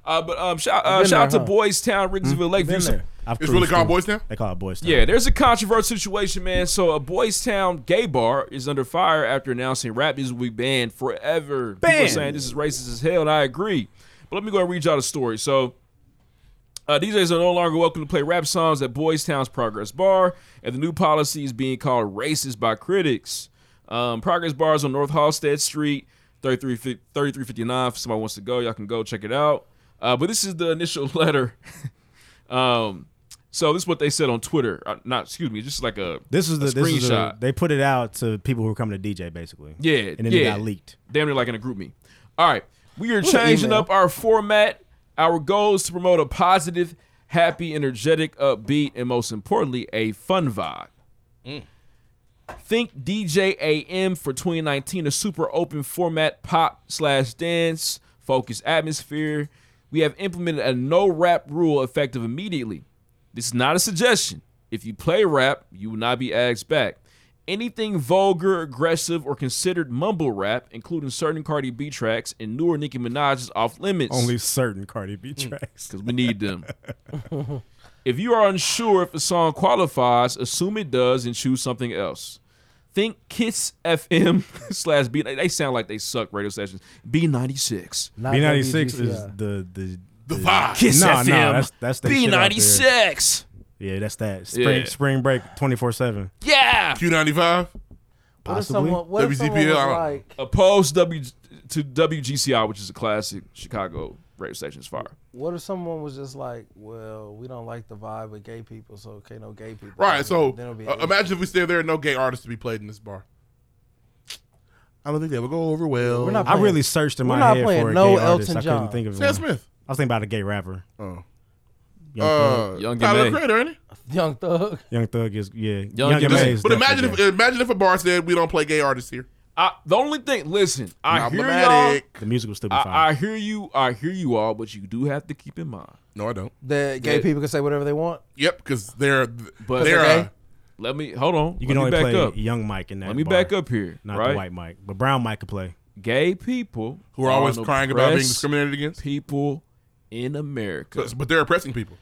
Uh, but um, shout, uh,
Been
shout out to
there, huh? Hmm?
Boys Town, Riggsville, Lakeview.
Been
Some-
there. I've
It's really
cruised
called
through.
Boys Town?
They call it Boys Town.
Yeah, there's a controversial situation, man. So a Boys Town gay bar is under fire after announcing rap music will be banned forever. People are
Banned.
saying this is racist as hell, and I agree. But let me go and read y'all the story. So uh, DJs are no longer welcome to play rap songs at Boys Town's Progress Bar, and the new policy is being called racist by critics. Um, Progress Bar is on North Halstead Street, 33 fi- 3359. If somebody wants to go, y'all can go check it out. Uh, but this is the initial [laughs] letter. um, so this is what they said on Twitter. Uh, not excuse me, just like a
This is
a
the this is the-
screenshot.
they put it out to people who were coming to DJ basically.
Yeah,
and then it
yeah.
got leaked.
Damn near like in a group me. All right, we are
an
changing
email.
up our format. Our goal is to promote a positive, happy, energetic, upbeat, and most importantly, a fun vibe. Think DJ AM for 2019, a super open format pop slash dance focused atmosphere. We have implemented a no rap rule effective immediately. This is not a suggestion. If you play rap, you will not be asked back. Anything vulgar, aggressive, or considered mumble rap, including certain Cardi B tracks and newer Nicki Minaj, is off limits.
Only certain Cardi B [laughs] tracks.
Because we need them. [laughs] if you are unsure if a song qualifies, assume it does and choose something else. Think Kiss FM [laughs] slash B. They sound like they suck radio stations. B96.
B96 is the the
The vibe. Kiss
Ah, Nah, nah,
FM.
that's that's that shit out there.
B96.
Yeah, that's that spring
Yeah.
spring break twenty four seven.
Yeah.
Q95.
Possibly.
opposed W to WGCI, which is a classic Chicago radio station's fire.
What if someone was just like, "Well, we don't like the vibe with gay people, so okay, no gay people."
Right. So
Then it'll be
uh,
an issue.
imagine if we stay there and no gay artists to be played in this bar. I don't think they would go over well.
We're not
I really searched in
we're
my
not
head
playing
for a
no
gay artist.
Elton
I couldn't
John.
think of
Sam
one.
Smith.
I was thinking about a gay rapper.
Oh.
Young
Uh,
Thug.
Young Tyler, the creator, ain't he?
Young Thug.
Young Thug is yeah.
Young
Young,
Thug.
M.A. is
But imagine
definitely
if imagine if a bar said we don't play gay artists here.
I, the only thing, listen, I hear y'all.
Problematic.
gay. the music will still be fine.
I, I hear you. I hear you all, but you do have to keep in mind.
No, I don't.
that gay
Yeah.
people can say whatever they want.
Yep, because they're
But
they're
okay.
uh,
let me hold on.
you can
let me
only
back
play e-
up.
Young Mike in that.
Let me
bar,
back up here.
Not
right?
the white Mike, but Brown Mike could play.
Gay people
who are always
an
crying about being
oppressed
discriminated against.
People in America.
But, but they're oppressing people.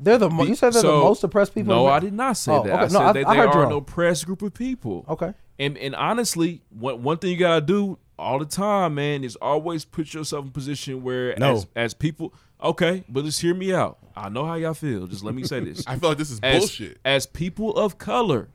They're the mo-
Be-
you said they're
so-
the most oppressed people.
No,
in-
I did not say
Oh,
that. I
okay.
said
no, I,
that
I
they
heard you
are
wrong.
an oppressed group of people.
Okay.
And and honestly, one one thing you gotta do all the time, man, is always put yourself in position where
No.
as, as people okay, but just hear me out. I know how y'all feel. Just let me say
[laughs]
this.
I feel like this is
as,
bullshit.
As people of color,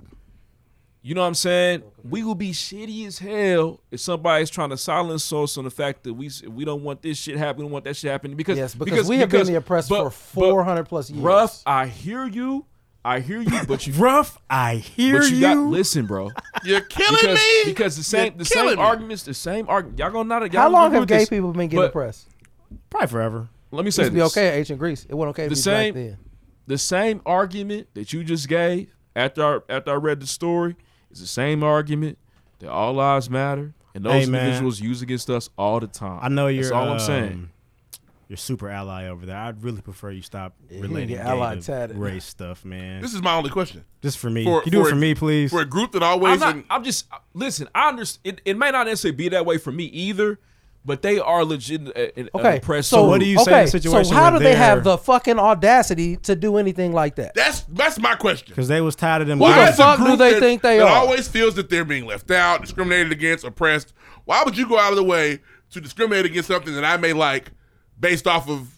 you know what I'm saying? We will be shitty as hell if somebody's trying to silence us on the fact that we s- we don't want this shit happen, we don't want that shit happening because
Yes, because we have been the oppressed
but-
for
but-
400 plus years.
Rough, I hear you. I hear you, but
[laughs]
you
Rough, I hear
but you,
you.
got listen, bro.
You're killing
because,
me.
because the
You're
same the
killing
same
me.
arguments, the same argument. Y'all gonna not y'all
How
gonna
long
agree
have
with
gay
this,
people been getting
but
oppressed?
Probably forever.
Let me
It
say
used to be
this.
okay in ancient Greece. It wasn't okay to
The
be
same-
black then.
The same argument that you just gave after I, after I read the story is the same argument that all lives matter and those
Hey, man.
individuals use against us all the time.
I know you're.
That's all
um,
I'm saying.
You're super ally over there. I'd really prefer you stop
he
relating
get ally
gay to
tatted.
race stuff, man.
This is my only question.
Just for me.
For-
Can you do
for
it for
a-
me, please?
For a group that always
I'm
in-
not. I'm just listen. I understand. It, it may not necessarily be that way for me either, but they are legit. uh, An, an
Okay.
oppressed
So,
group.
what do you
okay,
say in a situation
So how
where
do they have
they're-
the fucking audacity to do anything like that?
that's that's my question.
Because they was tired of them.
Why
the
is a
fuck do
group
they
that-
think they
that
are?
always feels that they're being left out, discriminated against, oppressed. Why would you go out of the way to discriminate against something that I may like based off of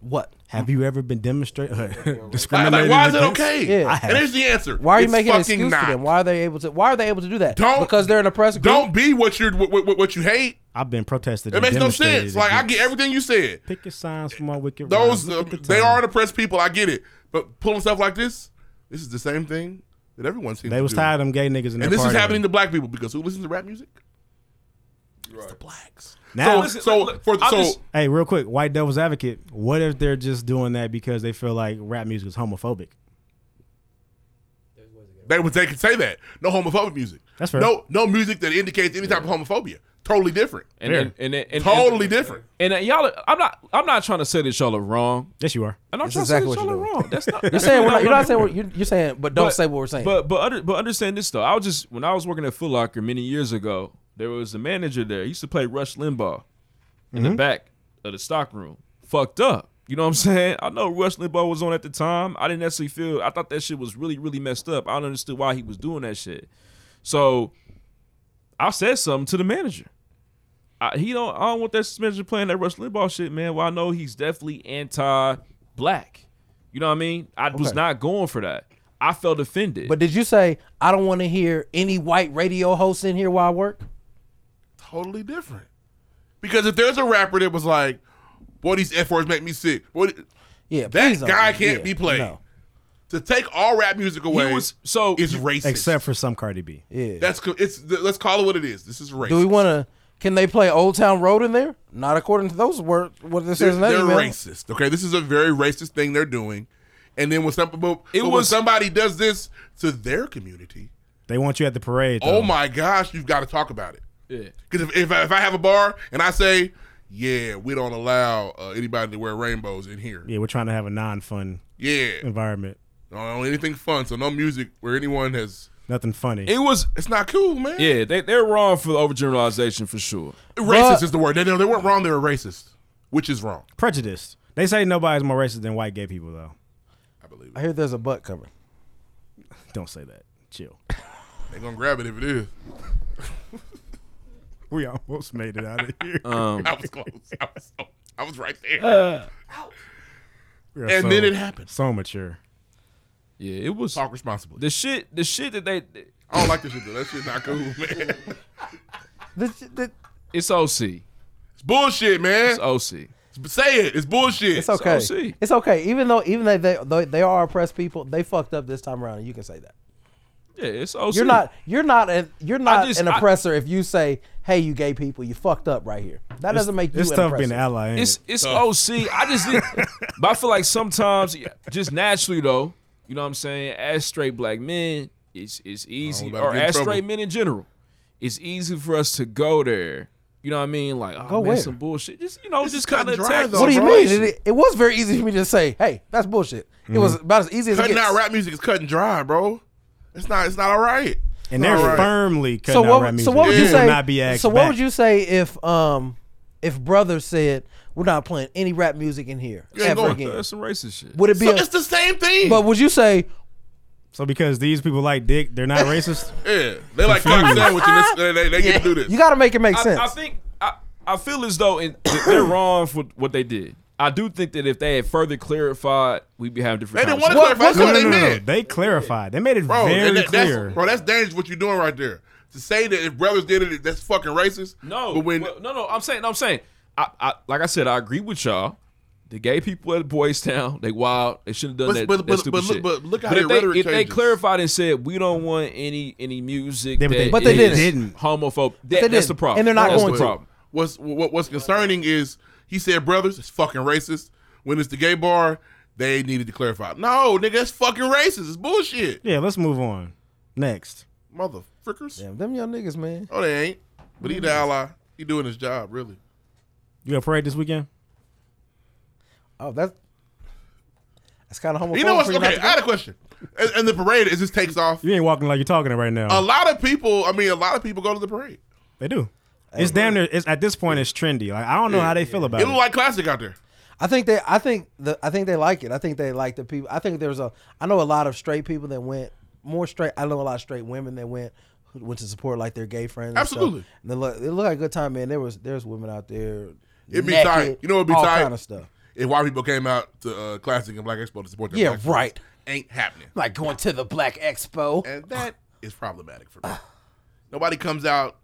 What?
Have you ever been [laughs] demonstrated?
like,
discriminated
like, why is it
against?
okay?
Yeah. I
And here's the answer.
Why are you
It's
making an
fucking
excuse
not.
for them? Why are they able to? Why are they able to do that?
Don't-
because they're an oppressed group.
Don't be what you're what, what, what you hate.
I've been protested.
It
and
makes no
demonstrated
sense. Like I
against.
get everything you said.
Pick your signs from my wicked.
Those
rhymes. Look
uh,
at the
they
time.
are an oppressed people. I get it. But pulling stuff like this, this is the same thing that everyone seems.
They
to
was
do.
tired of them gay niggas
and
in their
this is
party.
happening to black people because who listens to rap music? It's the blacks.
Now-
so
Listen,
so
look,
for
I'll
so
just-
Hey, real quick, white devil's advocate. What if they're just doing that because they feel like rap music is homophobic?
they would they could say that no homophobic music.
That's fair.
No no music that indicates any type of homophobia. Totally different.
and, and, and, and, and
totally different.
And, and y'all, I'm not. I'm not trying to say that y'all are wrong.
Yes, you are.
And I'm
That's
trying
exactly
to say
what
that y'all
you're
are wrong. That's not.
You're saying we're not, you're not saying we're, you're, you're saying, but don't say what we're saying.
But but under, but understand this though. I was just when I was working at Foot Locker many years ago, there was a manager there. He used to play Rush Limbaugh in the back of the stock room. Fucked up. You know what I'm [laughs] saying? I know Rush Limbaugh was on at the time. I didn't necessarily feel. I thought that shit was really really messed up. I don't understood why he was doing that shit. So I said something to the manager. I, he don't. I don't want that manager playing that Rush Limbaugh shit, man. Well, I know he's definitely anti-black. You know what I mean? I was
Okay.
not going for that. I felt offended.
But did you say I don't want to hear any white radio hosts in here while I work?
totally different. Because if there's a rapper that was like, "Boy, these f words make me sick," what
Yeah,
that
please don't.
guy can't
Yeah,
be played.
no.
To take all rap music away
was- so-
is racist.
Except for some Cardi B.
Yeah.
that's co- it's th- let's call it what it is. This is racist.
Do we want to? Can they play Old Town Road in there? Not according to those words. What this
they're,
says in that
they're
email.
racist. Okay, this is a very racist thing they're doing. And then when some but,
It
but when
was-
somebody does this to their community,
They want you at the parade.
oh
Though.
my gosh, you've got to talk about it.
Yeah.
Because if, if, I- if I have a bar and I say, yeah, we don't allow uh, anybody to wear rainbows in here.
Yeah, we're trying to have a non-fun
Yeah.
environment.
Don't know anything fun, so no music where anyone has
Nothing funny.
It was.
It's not cool, man.
Yeah, they they're wrong for the overgeneralization for sure.
Racist is the word. They, they weren't wrong. They were racist, which is wrong.
Prejudiced. They say nobody's more racist than white gay people, though.
I hear there's a butt coming.
Don't say that. Chill.
They're gonna grab it if it is.
[laughs] We almost made it out of here.
Um,
[laughs] I was close. I was, so- I was right there.
Uh, We are
and
so-
then it happened.
So mature.
Yeah, it was
talk responsibly.
The shit, the shit that they.
I don't like this shit though. That shit not cool, man.
It's OC.
It's bullshit, man. It's
OC.
Say it. It's bullshit.
It's okay. It's okay. Even though even though they, they they are oppressed people, they fucked up this time around. And you can say that.
Yeah, it's OC.
You're not you're not an you're not
just-
an
I-
oppressor if you say, "Hey, you gay people, you fucked up right here." That doesn't make you.
It's
an
tough
oppressor.
being an ally. ain't
It's
it?
it's OC. I just, think, but I feel like sometimes, yeah, just naturally though, you know what I'm saying. As straight black men, it's it's easy,
Oh, about
or
getting in
as straight
trouble.
men in general, it's easy for us to go there. You know what I mean? Like, oh
Go
man,
where?
some bullshit. Just you know,
This is
just
cut and
kind of
dry,
attack.
though,
What do you
bro.
mean? It, it was very easy for me to say, "Hey, that's bullshit." It was about as easy as it
Cutting
gets.
out rap music is cut and dry, bro. It's not. It's not all right.
and they're
All right.
firmly
so
cutting out
what?
rap music.
So what would you
People
say?
Not be asked
so what
back.
would you say if um if brother said we're not playing any rap music in here
You ain't
ever
going
again?
That's some racist shit.
Would it be?
So
a-
it's the same thing.
but would you say
So because these people like dick, they're not racist.
yeah, they like cock sandwich and this, they, they, they get to do this.
you got to make it make
I,
sense?
I think I, I feel as though in, th-
[coughs]
they're wrong for what they did. I do think that if they had further clarified, we'd be having
they
different.
didn't want to
conversations.
clarify. That's
No,
what
no,
they
no, no.
meant,
They clarified. They made it
bro.
very
and that- that's-
clear.
Bro, that's dangerous. What you're doing right there. To say that if brothers did it, that's fucking racist.
No,
but when
well, no, no, I'm saying, I'm saying, I, I, like I said, I agree with y'all. The gay people at Boys Town, they wild. They shouldn't have done
But-
that. that
but- but-
stupid
but look-
shit.
but look how
if
their
they,
rhetoric
if they
changes.
clarified and said we don't want any any music,
They- but they-
that
but they
is
didn't.
homophobic. That,
they
that's
didn't.
the problem,
And they're not
that's
going
the
to.
problem.
What's what, what's concerning is he said brothers, it's fucking racist. When it's the gay bar, they needed to clarify. No, nigga, that's fucking racist. It's bullshit.
yeah, let's move on. Next.
Mother frickers.
Damn, them young niggas, man.
Oh, they ain't. But he the ally. He doing his job, really.
You gonna parade this weekend?
Oh, that's that's kind of homophobic.
You know what's
for you not
okay?
to
I
go.
had a question. And, and the parade is just takes off.
You ain't walking like you're talking it right now.
A lot of people, I mean, a lot of people go to the parade.
they do. It's damn near. It's at this point. It's trendy. Like I don't know how they feel about
It
it.
look like classic out there.
I think they. I think the. I think they like it. I think they like the people. I think there's a. I know a lot of straight people that went more straight. I know a lot of straight women that went who went to support like their gay friends. and stuff.
Absolutely.
And they look. It looked like a good time, man. There was. There's women out there.
It'd be
naked,
tight. You know, it'd be
all
tight.
kind of stuff.
If white people came out to uh, classic and Black Expo to support their
Yeah,
black
right.
friends. Ain't happening.
Like going to the Black Expo.
and that is problematic for me. Nobody comes out.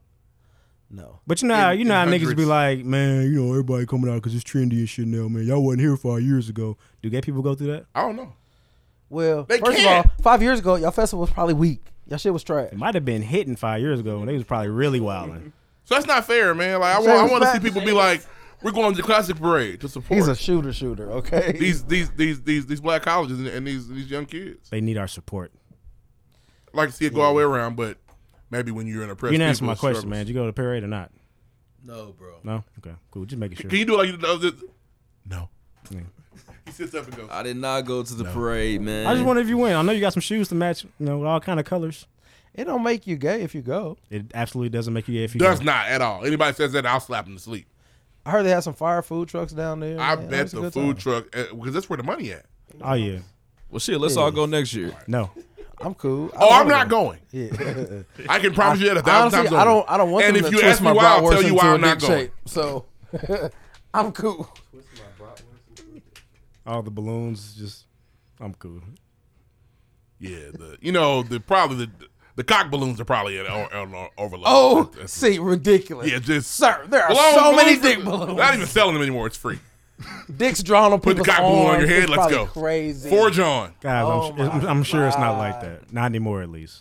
No.
But you know, how,
in-
you know how
in
niggas be
hundreds.
like, man, you know, everybody coming out because it's trendy and shit now, man. Y'all wasn't here five years ago. Do gay people go through that?
I don't know.
Well,
They
1st
can't.
of all, five years ago, y'all festival was probably weak. Y'all shit was trash.
It might have been hitting five years ago when they was probably really
Mm-hmm.
wilding.
So that's not fair, man. Like I
Say
want, I
it's
want to see
back.
people be like, we're going to classic parade to support
He's a shooter, shooter. Okay.
these these these these these black colleges and, and these these young kids.
They need our support.
I'd like to see it go all the way around, but maybe when you're in a press,
You didn't answer my question, man. Did you go to the parade or not?
no, bro.
No. Okay. Cool. Just making sure.
Can you do it like you did the other? No.
Yeah.
He sits up and goes.
I did not go to the parade, man.
I just wonder if you win. I know you got some shoes to match. You know, with all kind of colors.
It don't make you gay if you go.
It absolutely doesn't make you gay if you
Does
go.
not at all. Anybody says that, I'll slap him to sleep.
I heard they had some fire food trucks down there.
I
man. That
bet
was a
the
good
food
time.
truck because that's where the money at.
Oh yeah.
Well, shit, let's all go next year.
No.
I'm cool. I
Oh, I'm
wanna
not
go.
going.
Yeah.
[laughs] I can promise you that a thousand
Honestly,
times.
I
over.
don't. I don't want.
And
them
if
to
you
twist
ask
my
me why, I'll
bratwurst
tell you why
into a
I'm not
dick
going.
shape. So [laughs] I'm cool.
All the balloons. Just. I'm cool.
Yeah, the you know the probably the the cock balloons are probably at o- on, on overload.
[laughs] Oh,
That's- that's-
see, ridiculous.
[laughs] yeah, just
sir, there are
Balloon-
so many
balloons-
dick balloons.
Not even selling them anymore. It's free.
Dicks drawn on
Put the
people's
cock balloon on
arms.
your head.
It's
Let's
probably
go.
Crazy.
For John.
Guys,
Oh
I'm, I'm, I'm sure it's not like that. Not anymore, at least.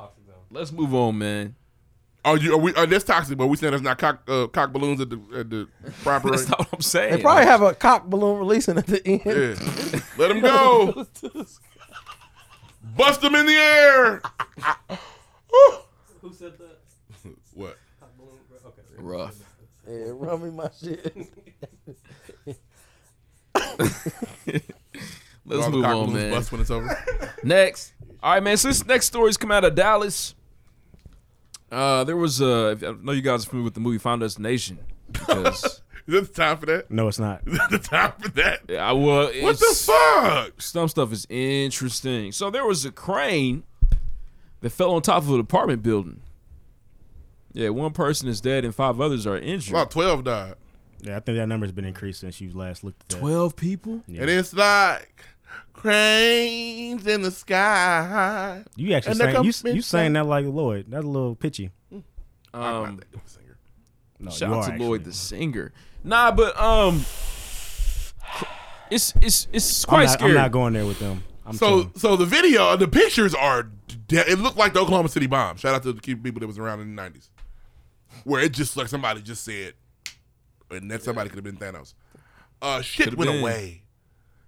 Let's move on, man. [laughs]
Are you? Are we? Are this toxic? But we saying that's not cock uh, cock balloons at the at
[laughs]
the proper.
That's not what I'm saying.
They probably have a cock balloon releasing at the end.
yeah. Let them go. Bust them in the air.
Who said that?
What?
rough.
Yeah, run me my
[laughs]
shit.
Let's
All the
move
cock
on,
balloons
man.
Bust when it's over.
Next. All right, man. So this next story's come out of Dallas. Uh, there was uh, if- I know you guys are familiar with the movie Final Destination.
[laughs]
Because [laughs]
Is it the time for that? [laughs]
No, it's not.
Is it the time for that?
Yeah, I will.
What the fuck?
Some stuff is interesting. So there was a crane that fell on top of an apartment building. Yeah, one person is dead and five others are injured.
About 12 died.
Yeah, I think that number's been increased since you last looked at that.
12 people?
Yeah.
And it's like cranes in the sky.
You actually
And they
sang,
come
you, you sang
inside.
that like Lloyd. That's a little pitchy.
Um,
No,
shout
you
out
are
to
actually.
Lloyd the singer. Nah, but um, [sighs] it's it's it's
I'm
quite
not- I'm
scary.
not going there with them. I'm
so
chilling.
so the video, the pictures are. De- it looked like the Oklahoma City bomb. Shout out to the key- people that was around in the nineties, where it just like somebody just said, and that somebody could have been Thanos. Uh, shit
Could've
went
been.
away.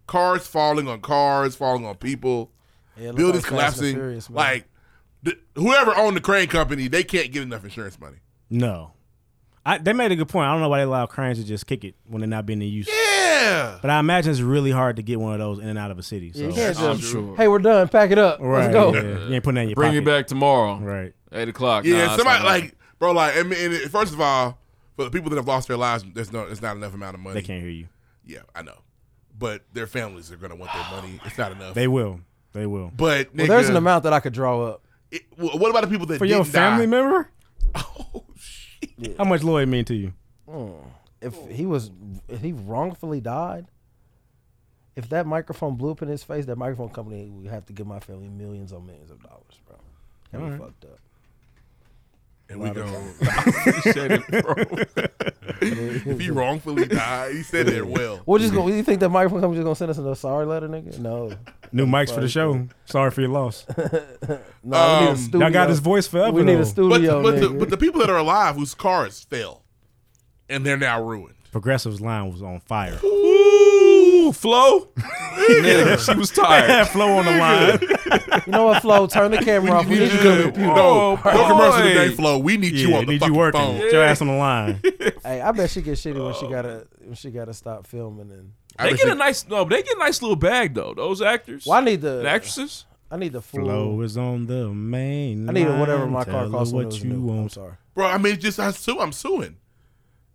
Cars falling on cars, falling on people,
Yeah, it looked
buildings
like Fast and
collapsing.
Furious, man.
like th- whoever owned the crane company, they can't get enough insurance money.
No. I, they made a good point. I don't know why they allow cranes to just kick it when they're not being in use.
Yeah.
But I imagine it's really hard to get one of those in and out of a city. So. Uh,
Yeah, you can't
I'm
just,
sure.
hey, we're done. Pack it up.
Right,
Let's go.
yeah. You ain't putting that in your
Bring me
pocket.
back tomorrow,
Right.
eight o'clock.
Yeah,
Nah, it's
somebody
not
like bro, like and, and it- first of all, for the people that have lost their lives, there's no, it's not enough amount of money.
They can't hear you.
Yeah, I know, but their families are gonna want their
Oh
money. It's not enough.
They will. They will.
But
Well, there's
nigga,
an amount that I could draw up.
it- wh- what about the people that
For your
didn't
family
die? [laughs] Oh,
member? How much Lloyd mean to you?
If he was, if he wrongfully died, if that microphone blew up in his face, that microphone company would have to give my family millions on millions of dollars, bro. That would fucked up.
And we go.
Said it, bro.
[laughs]
[laughs]
if he wrongfully died, he said it
[laughs]
well.
We're just gonna. You think that microphone company just gonna send us a sorry letter, nigga? No,
New mics for the show. Sorry for your loss.
no. we need
Um,
a studio.
Y'all got his voice forever.
We need
though.
a
But
studio,
but the,
nigga.
but the people that are alive whose cars fell, and they're now ruined.
Progressive's line was on fire.
Ooh, Flo.
[laughs]
Nigga, she was
[laughs]
tired.
[laughs] Flow on the line.
you know what, Flo? Turn the camera off. We need you to the computer.
No,
Oh,
no commercial
boy.
today, Flo. We need you
Yeah,
on the
need you
fucking
working.
phone.
Get your ass on the line.
Hey, I bet she gets shitty when she gotta when she gotta stop filming. And
I
They
bet
get
you-
a nice no, but they get a nice little bag though. Those actors,
well, I need the
and actresses.
I need the full.
Flow is on the main.
I need
line.
whatever my car
Tell
costs.
her
when it
What
was
you
new. I'm
want?
sorry.
bro. I mean, it's just I sue. I'm suing.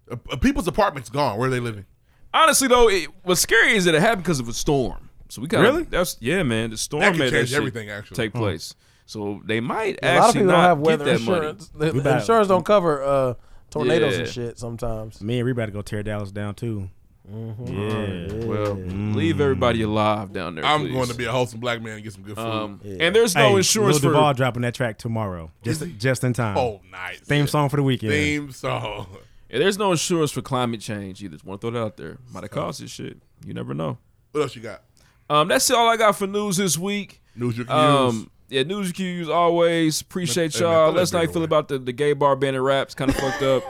Uh, uh, people's apartments gone. Where are they living?
Honestly though, it, what's scary is that it happened because of a storm. So we got
Really?
That's yeah, man. The storm
That could
made that
change
shit
everything, actually.
take place. So they might
Hmm. A lot of
actually
people don't
not
have
get
weather
that money.
insurance. The, the
better-
insurance don't cover uh, tornadoes and
Yeah.
shit sometimes.
Me and we about to go tear Dallas down too.
Mm-hmm. Oh,
Yeah.
Well, leave everybody alive down there.
I'm
please.
going to be a wholesome black man and get some good food.
Um, And there's no
hey,
insurance
Lil
for.
Duval dropping that track tomorrow. Just just in time.
oh, nice
Theme song for the weekend.
Theme song.
yeah, there's no insurance for climate change either. Just want to throw that out there. Might have caused this shit. You never know.
What else you got?
Um, that's all I got for news this week.
News you can use.
Um, yeah, news you can use always. Appreciate
Let-
y'all.
let-
Let us know how you
let-
feel about the, the gay bar band and raps, kind of fucked up.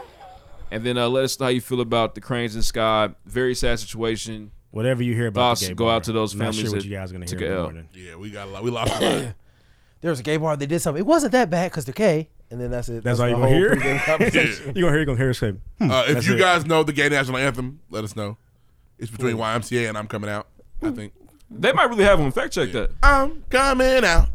And then uh, let us know how you feel about the cranes in the sky. Very sad situation.
Whatever you hear about.
Thoughts
The gay
go
bar.
out to those
I'm Not
families
sure what
that
you guys are gonna
took
hear in
a
the
L.
morning.
Yeah, we got a lot. We lost. A
[coughs]
lot.
There was a gay bar. They did something. It wasn't that bad because they're gay. And then that's it.
That's all you
my
gonna
whole
hear? [laughs]
pregame conversation.
You gonna hear? You gonna hear us say? hmm,
Uh, if
that's
you
it.
guys know the gay national anthem, let us know. It's between YMCA and I'm coming out. I think
They might really have them. Fact check that.
I'm coming out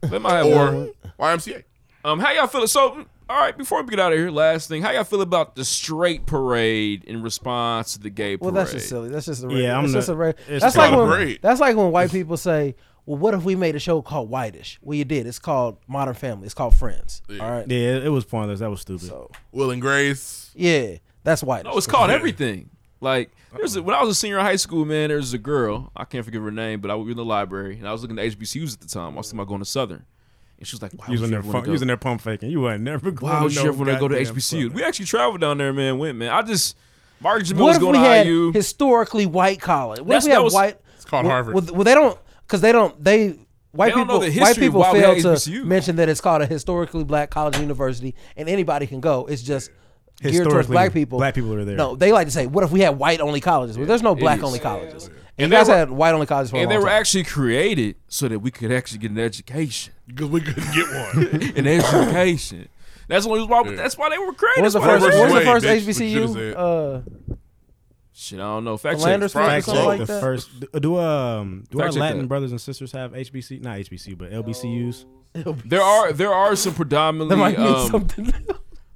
They might have one.
or YMCA.
Um, how y'all feel? So, all right, before we get out of here, last thing, how y'all feel about the straight parade in response to the gay
Well,
parade?
that's just silly. That's just a regular.
Yeah, I'm
that's just
not-
a regular.
it's
That's like
not
when
great.
that's like when white people say, "Well, what if we made a show called Whitish?" Well, you did. It's called Modern Family. It's called Friends. All right.
Yeah, it- it was pointless. That was stupid.
So
Will and Grace.
yeah, that's white.
No, Oh, it's called everything. Like, there's a, when I was a senior in high school, man, there was a girl. I can't forget her name, but I was in the library and I was looking at HBCUs at the time. I was thinking about going to Southern, and she was like, "Why would you
using their
ever want
pump,
to go?
using their pump faking. You wasn't never going.
Why would
to
you
no
ever want to go to
goddamn
HBCU?"
Southern.
We actually traveled down there, man. Went, man. I just Margaret Jamil
What
was
if
going
we
to
had
IU.
historically white college? What
That's-
if we
that
had
was-
white?
It's called
well,
Harvard.
Well, well, they don't because they don't they. White
They don't know
people,
the
white
history of
people
why we
fail
had
to
HBCU.
mention that it's called a historically black college and university, and anybody can go. It's just geared towards
Historically,
black people.
black people are there.
No, they like to say, "What if we had white only colleges?" Well, there's no black only colleges, and,
they
you guys
were-
had white only colleges for a
And they
long
were
time.
actually created so that we could actually get an education.
Because we couldn't get
[laughs]
[laughs]
one.
An education. That's why. That's why they were created.
What was the
That's why
first?
they
Wait,
What
were
was the
bitch,
first
what you
HBCU?
just said.
Uh,
Shit, I don't know. Fact check.
Philander's
Friday.
Fact check the first. do- Do um do
Fact
our
check
Latin
that.
brothers and sisters have HBC? Not HBC, but LBCUs.
There are there are some predominantly
That might mean
um,
something.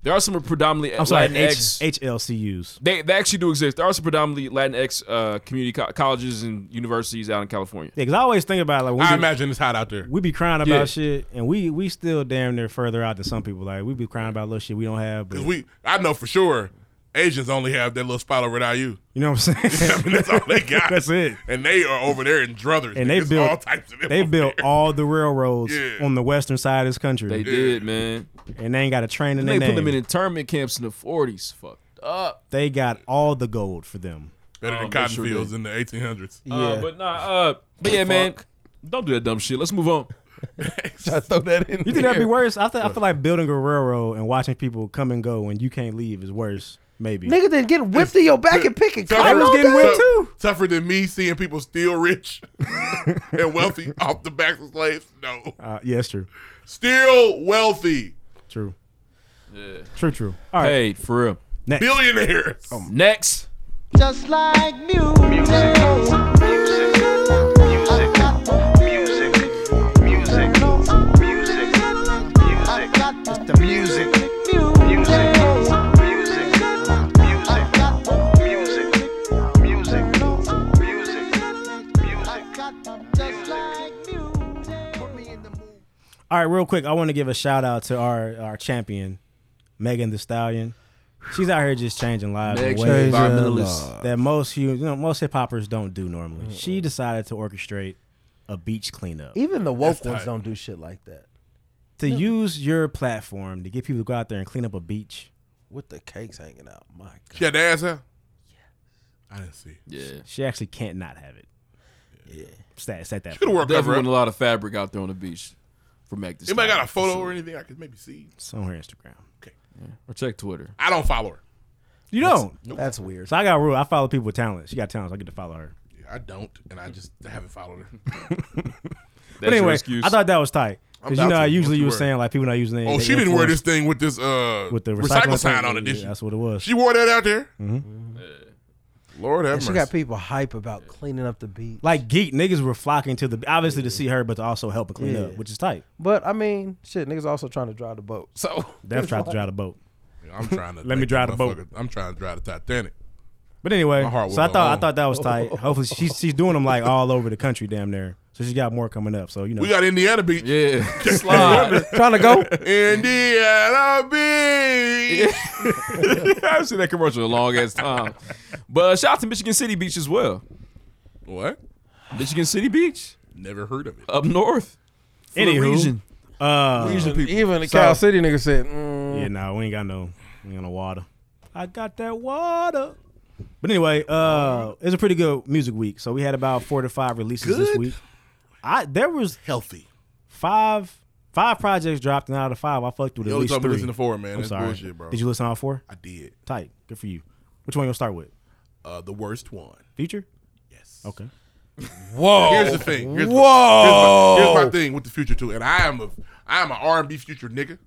There are some predominantly
I'm sorry,
Latinx.
H- HLCUs.
they they actually do exist. There are some predominantly Latinx uh, community co- colleges and universities out in California.
Yeah, because I always think about like when
I
we-
imagine
it's hot out there.
We be crying about
Yeah.
shit, and we we still damn near further out than some people. Like we be crying about little shit we don't have. But,
Because we, I know for sure, Asians only have that little spot over at IU.
you know what
[laughs]
I'm saying?
I mean, that's all they got.
[laughs] That's it.
And they are over there in druthers.
and they
It's
built
all types of them
they
over
built all the railroads
Yeah.
on the western side of this country.
They did, man.
and they ain't got a train in
And
their
they put them in
name.
internment camps in the forties. Fuck. Up.
They got all the gold for them.
Better than
Oh, they
cotton
sure
fields
did.
in the 1800s.
Uh, but nah. Uh, but yeah, man. Don't do that dumb shit. Let's move on.
I throw that in.
You
[laughs]
think that'd be worse? I, th- I feel like building a railroad and watching people come and go and you can't leave is worse. Maybe.
Nigga then get whipped in your back and pick it.
Tougher-
I was getting whipped too.
Tougher than me seeing people still rich [laughs] and wealthy off the backs of slaves. No,
Uh, yeah, it's true.
still wealthy
True. True. True. All right.
Hey, for real.
Next.
billionaires.
Next.
Just like music. Music. Music. Music. Music. Music. Music. Music. It's the music. Music. Music. Music. Music. Music. Music. Music. Just like music. Put me in the mood.
All right. Real quick, I want to give a shout out to our our champion, Megan the Stallion. She's out here just changing lives. in
Meg,
ways
she's an environmentalist.
That most hu- you know, most hip hoppers don't do normally. She decided to orchestrate a beach cleanup.
Even the woke
That's
ones
tight.
don't do shit like that.
To use your platform to get people to go out there and clean up a beach.
With the cakes hanging out, my God.
She had the ass out. I didn't see.
Yeah.
She actually can't not have it. Yeah. Stat, stat that.
Could've worked
Definitely
cover up.
wasn't a lot of fabric out there on the beach for Meg. this
Anybody
time.
got a photo or anything I could maybe see?
It's on her Instagram.
Or check Twitter.
I don't follow her.
You don't.
That's weird.
So I got a rule. I follow people with talent. She got talent. So I get to follow her.
I don't, and I just haven't followed her.
but anyway, I thought that was tight.
I'm
Because you know,
doubtful.
how
What
usually
you
you were
wear?
saying like people not using. their-
Oh,
their
she didn't wear
influence.
this thing with this uh
With the
recycle,
recycling
sign
thing.
on it, did
Yeah,
she?
that's what it was.
She wore that out there.
Mhm.
Mm-hmm. Lord have
And she
mercy.
got people hype about cleaning up the beach.
Like geek niggas were flocking to the obviously to see her, but to also help and clean
Yeah.
up, which is tight.
But I mean, shit, niggas also trying to drive the boat.
So
Def tried to drive the boat.
[laughs] I'm trying to.
Let me
think
drive the boat.
motherfucker- I'm trying to drive the Titanic.
But anyway,
My heart will
so I
go
thought I
home.
thought that was tight. Hopefully, she's she's doing them like all over the country, damn near. So she got more coming up. So you know,
We got Indiana Beach.
Yeah.
[laughs]
Slide.
[laughs] trying to [laughs] go.
Indiana
[laughs]
Beach.
[laughs] I've seen that commercial a long ass time. But uh, shout out to Michigan City Beach as well.
What?
Michigan City Beach
Never heard of it.
up north. For the
Anywho,
region.
uh,
Region people.
Even the
So-
Cal City nigga said, mm,
yeah, no, we ain't got no, we ain't got no water. I got that water. But anyway, uh, it was a pretty good music week. So we had about four to five releases this
Good.
week. I there was
Healthy.
five five projects dropped, and out of five, I fucked with
You
at
always
least
told me
three.
to listen to four, man.
I'm
That's
sorry.
bullshit, bro.
Did you listen to all four?
I did.
Tight. Good for you. Which one you gonna start with?
Uh, the worst one.
Future.
Yes.
Okay.
Whoa. Here's the thing. Here's
Whoa.
The, here's, my, here's my thing with the future too, and I am a I am an R and B future nigga.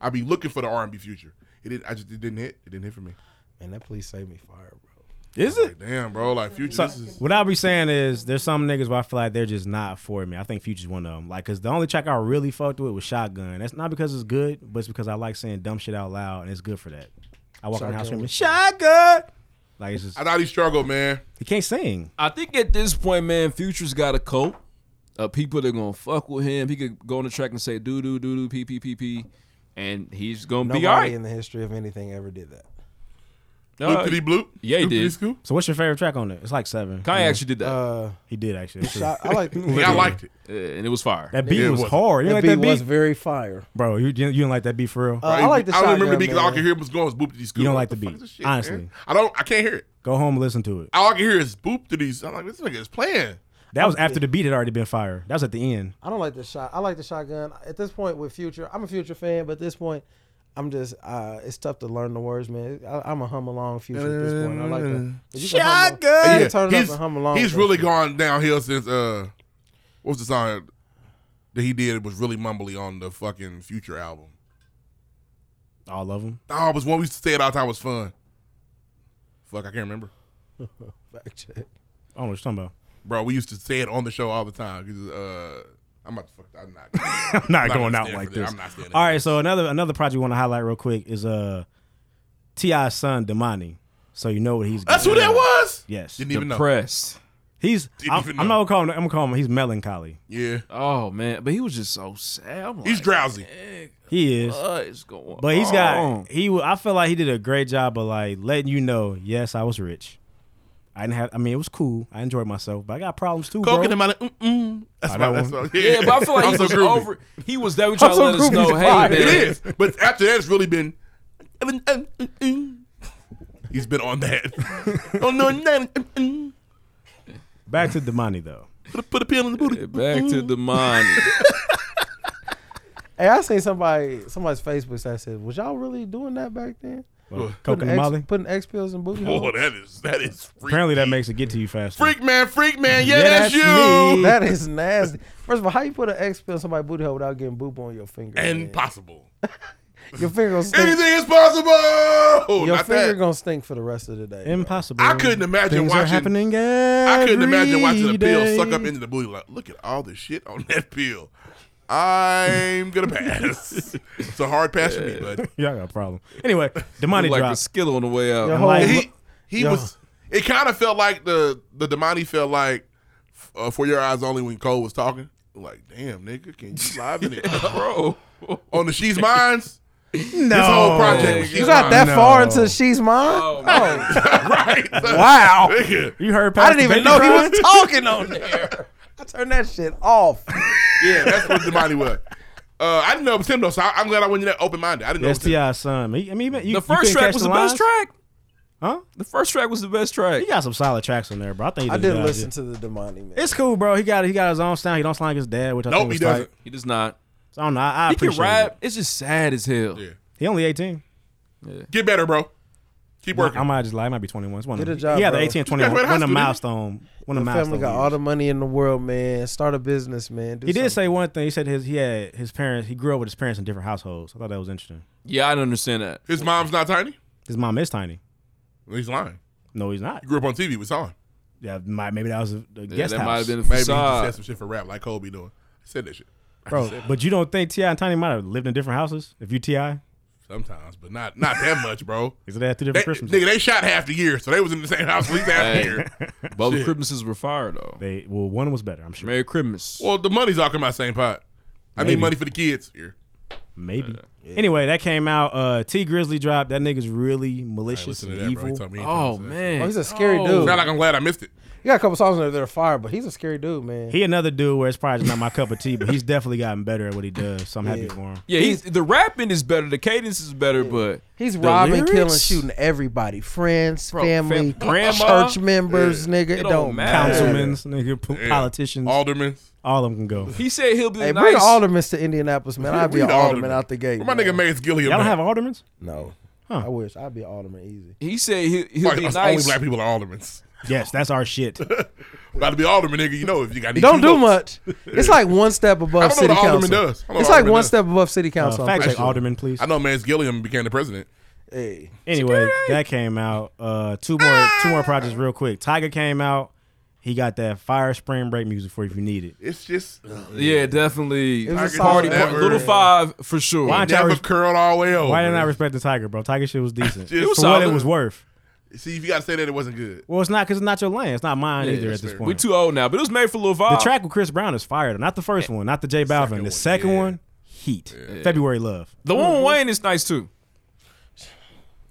I be looking for the R and B future. It didn't. I just it didn't hit. It didn't hit for me.
man, that police saved me fire, bro.
Is
Like,
it?
damn, bro. Like future.
So
this is
what I'll be saying is there's some niggas where I feel like they're just not for me. I think Future's one of them. Like, cause the only track I really fucked with was Shotgun. That's not because it's good, but it's because I like saying dumb shit out loud, and it's good for that. I walk in the
Shotgun
house screaming
was-
Shotgun. Like it's just
I thought he struggled, man.
he can't sing.
I think at this point, man, Future's got a cult of people that gonna fuck with him. He could go on the track and say doo doo doo doo pee pee pee pee, and he's gonna
Nobody
be all right.
in the history of anything ever did that.
Uh,
Bloop diddy bloop.
yeah, he
Bloop diddy
did.
scoop.
So what's your favorite track on it? It's like seven.
Kanye actually did that,
Uh,
He did actually. That's true.
I,
[laughs]
I like
Yeah, I liked it.
Uh, and it was fire.
That beat
it
was
wasn't.
hard. You
that
didn't
beat,
like
was
that beat,
very fire.
bro. You, you didn't like that beat for real.
Uh, I like the
I don't remember
Shotgun,
the beat because all I
man.
can hear was going was boop diddy scoop.
You don't
What
like the
fuck
beat,
is this shit, man?
honestly.
I don't. I can't hear it.
Go home and listen to it.
All I can hear is boop diddy. I'm like, this nigga is playing.
That was after the beat had already been fired. That was at the end.
I don't like the shot. I like the shotgun. At this point, with Future, I'm a Future fan, but at this point, I'm just uh, it's tough to learn the words, man. I, I'm a hum along Future at this point. I like that. If you can hum-
Shotgun.
if you
Yeah,
can turn it up
he's,
and hum along.
he's
with
really
that
gone downhill since uh, what was the song that he did? It was really mumbly on the fucking Future album.
All of them.
Oh, it was one we used to say it all the time was fun. Fuck, I can't remember.
shit. Fact check.
I don't know what you're talking about.
Bro, we used to say it on the show all the time. 'cause, Uh, I'm about to fuck. I'm not.
[laughs]
[laughs] I'm not going
gonna
out
stand
like
for that.
this.
I'm not standing.
All right, so another another project we want to highlight real quick is uh Ti's son Damani. So you know what he's.
That's
getting
who that
at.
was?
Yes.
Didn't even know. Depressed.
He's.
Didn't
I'm,
even
I'm not gonna call him. I'm gonna call him. He's melancholy.
Yeah.
Oh man, but he was just so sad. I'm like,
He's drowsy. Uh,
He is.
What is going
But he's
on?
oh.
got. He. wa- I feel like he did a great job of like letting you know. Yes, I was rich. I didn't have. I mean, it was cool. I enjoyed myself, but I got problems too.
Coke
bro.
in the mouth, like, mm-mm. That's
I
my-
got
that's [laughs]
one.
my-
Yeah, but I feel like
I'm
he
so
was
groovy.
over. He was that was trying to let us know, hey, man.
It is. But after that, it's really been. uh, He's been on that. [laughs] oh no, no.
Back to
[laughs]
Damani though.
Put a pin on the booty.
Back to the mind.
Hey, I seen somebody somebody's Facebook that said, "Was y'all really doing that back then?"
Well, Coke
putting
and
X,
Molly?
putting X pills in booty.
Oh,
holes?
that is that is
Apparently, that makes it get to you faster.
freak man, freak man. Yeah,
Yeah,
that's,
that's
you.
[laughs]
me.
That
[laughs]
is nasty. First of all, how you put an X pill in somebody's booty hole without getting boop on your finger? man?
Impossible.
your finger gonna stink.
Anything is possible.
your
Not
finger
that.
gonna stink for the rest of the day. bro.
Impossible.
I couldn't imagine
Things
watching-
Are happening
I couldn't imagine watching a
every
pill suck
day.
up into the booty. Like, look at all the shit on that pill. I'm gonna pass. it's a hard pass for me, bud.
Y'all got a problem. Anyway, Damani
like
dropped.
the skill on the way out.
Your whole-
And he he
Yo.
was. It kind of felt like the the Damani felt like uh, for your eyes only when Cole was talking. Like, damn nigga, can you liven it,
[laughs]
up, bro? on the she's mines.
no.
This whole
Oh,
project.
You got that far into she's mine? Oh,
[laughs]
right?
Wow.
Nigga.
[laughs] You heard
I
past
didn't
the
even
baby
know he
crying?
was talking on there. I turned that shit off.
Yeah, that's what Damani was. Uh, I didn't know it was him though, so I, I'm glad I went in there open minded. I didn't know. It
That's
was him.
T.I.'s son. He- I mean, you,
the
you
first
couldn't
track
catch
was
the
the best
lines?
track.
Huh?
The first track was the best track.
He got some solid tracks on there, bro. I think he
I
did a
didn't
good
listen
idea.
to the Damani man.
It's cool, bro. He got he got his own sound. He don't sound like his dad, which I
Nope,
think
he
was
doesn't.
like,
He does not.
I don't know. I, I
He can
appreciate
rap.
it.
It's just sad as hell.
Yeah.
He only eighteen.
Get better, bro. Keep working.
I might just lie. He might be twenty one. It's one
Get
of
a
them.
job,
Yeah, the
bro.
eighteen and twenty
You
one.
graduated high
One of
school,
the
didn't you?
milestone. One of the
Your family
milestone.
got all the money in the world, man. Start a business, man. Do
He did
something.
say one thing. He said his he had his parents. He grew up with his parents in different households. I thought that was interesting.
Yeah, I don't understand that.
His mom's not tiny.
His mom is tiny.
He's lying.
No, he's not.
He grew up on TV. We saw him.
Yeah, might, maybe that was a, a guest
that
house.
might have been a
Maybe he just
facade.
said some shit for rap like Kobe doing. He said that shit. [laughs]
Bro, but you don't think Ti and Tiny might have lived in different houses? If you Ti,
Sometimes, but not not that much,
[laughs]
bro.
is it they had two
They,
different Christmases?
nigga, they shot half the year, so they was in the same house at least half the
[laughs]
year.
Both
Shit.
Christmases were fire though.
They well, one was better. I'm sure.
Merry Christmas.
Well, the money's all coming out the same pot. I need
Maybe.
money for the kids here.
Maybe. Anyway, that came out. Uh, T Grizzly dropped. That nigga's really malicious
Listen to
and
that, bro. He
evil.
told me
oh
anything.
man,
Oh, he's a scary
It's
dude.
not like I'm glad I missed it.
He got a couple songs in there that are fire, but he's a scary dude, man.
He another dude where it's probably not my cup of tea, but he's definitely gotten better at what he does. So I'm happy for him.
Yeah, he's, the rapping is better. The cadence is better, but
He's
the
robbing, killing,
lyrics?
shooting everybody. Friends,
Bro,
family,
fam- grandma?
church members, nigga. It,
It
don't,
don't
matter.
matter.
Councilmen's, nigga, po- politicians, all,
Alderman.
of them can go.
He said he'll be
Hey,
nice.
bring aldermen to Indianapolis, man.
[laughs]
I'd be
We
an
the
alderman
aldermen.
out the gate.
Where my
man.
nigga Mace Gilliam?
Y'all don't
at?
have aldermans?
No.
Huh.
I wish. I'd be an alderman easy.
he said he'll, he'll
Like,
be
us Only
nice.
black people are aldermen.
Yes, that's
[laughs]
our shit.
About to be alderman, nigga. You know if you got.
You don't
two
do
votes.
much. It's like one step
I
above
don't know
city
what alderman
council.
does. I don't know
It's like
what alderman
one
does.
step above city
Uh,
council. I'm
fact
pretty
check
sure.
alderman, please.
I know Mace Gilliam became the president.
Hey,
Anyway, that came out. Uh, two more, two more projects, real quick. Tiger came out. He got that fire spring break music for if you need it.
It's just
yeah, definitely.
It was a
Party,
solid
party,
effort.
little five for sure.
Why didn't I
never
res-
curled all the way over.
Why didn't I respect the Tiger, bro? Tiger shit was decent.
Oh, [laughs] It was
for what
solid.
it was worth.
See, if you got to say that, it wasn't good.
Well, it's not because it's not your lane. It's not mine either at
that's
this
fair.
point.
We too old now, but it was made for Lil
The
Vibe.
track with Chris Brown is fire. though. Not the first one, not the J Balvin. the second
yeah.
one, Heat. February Love. [laughs]
the one with Wayne is nice too.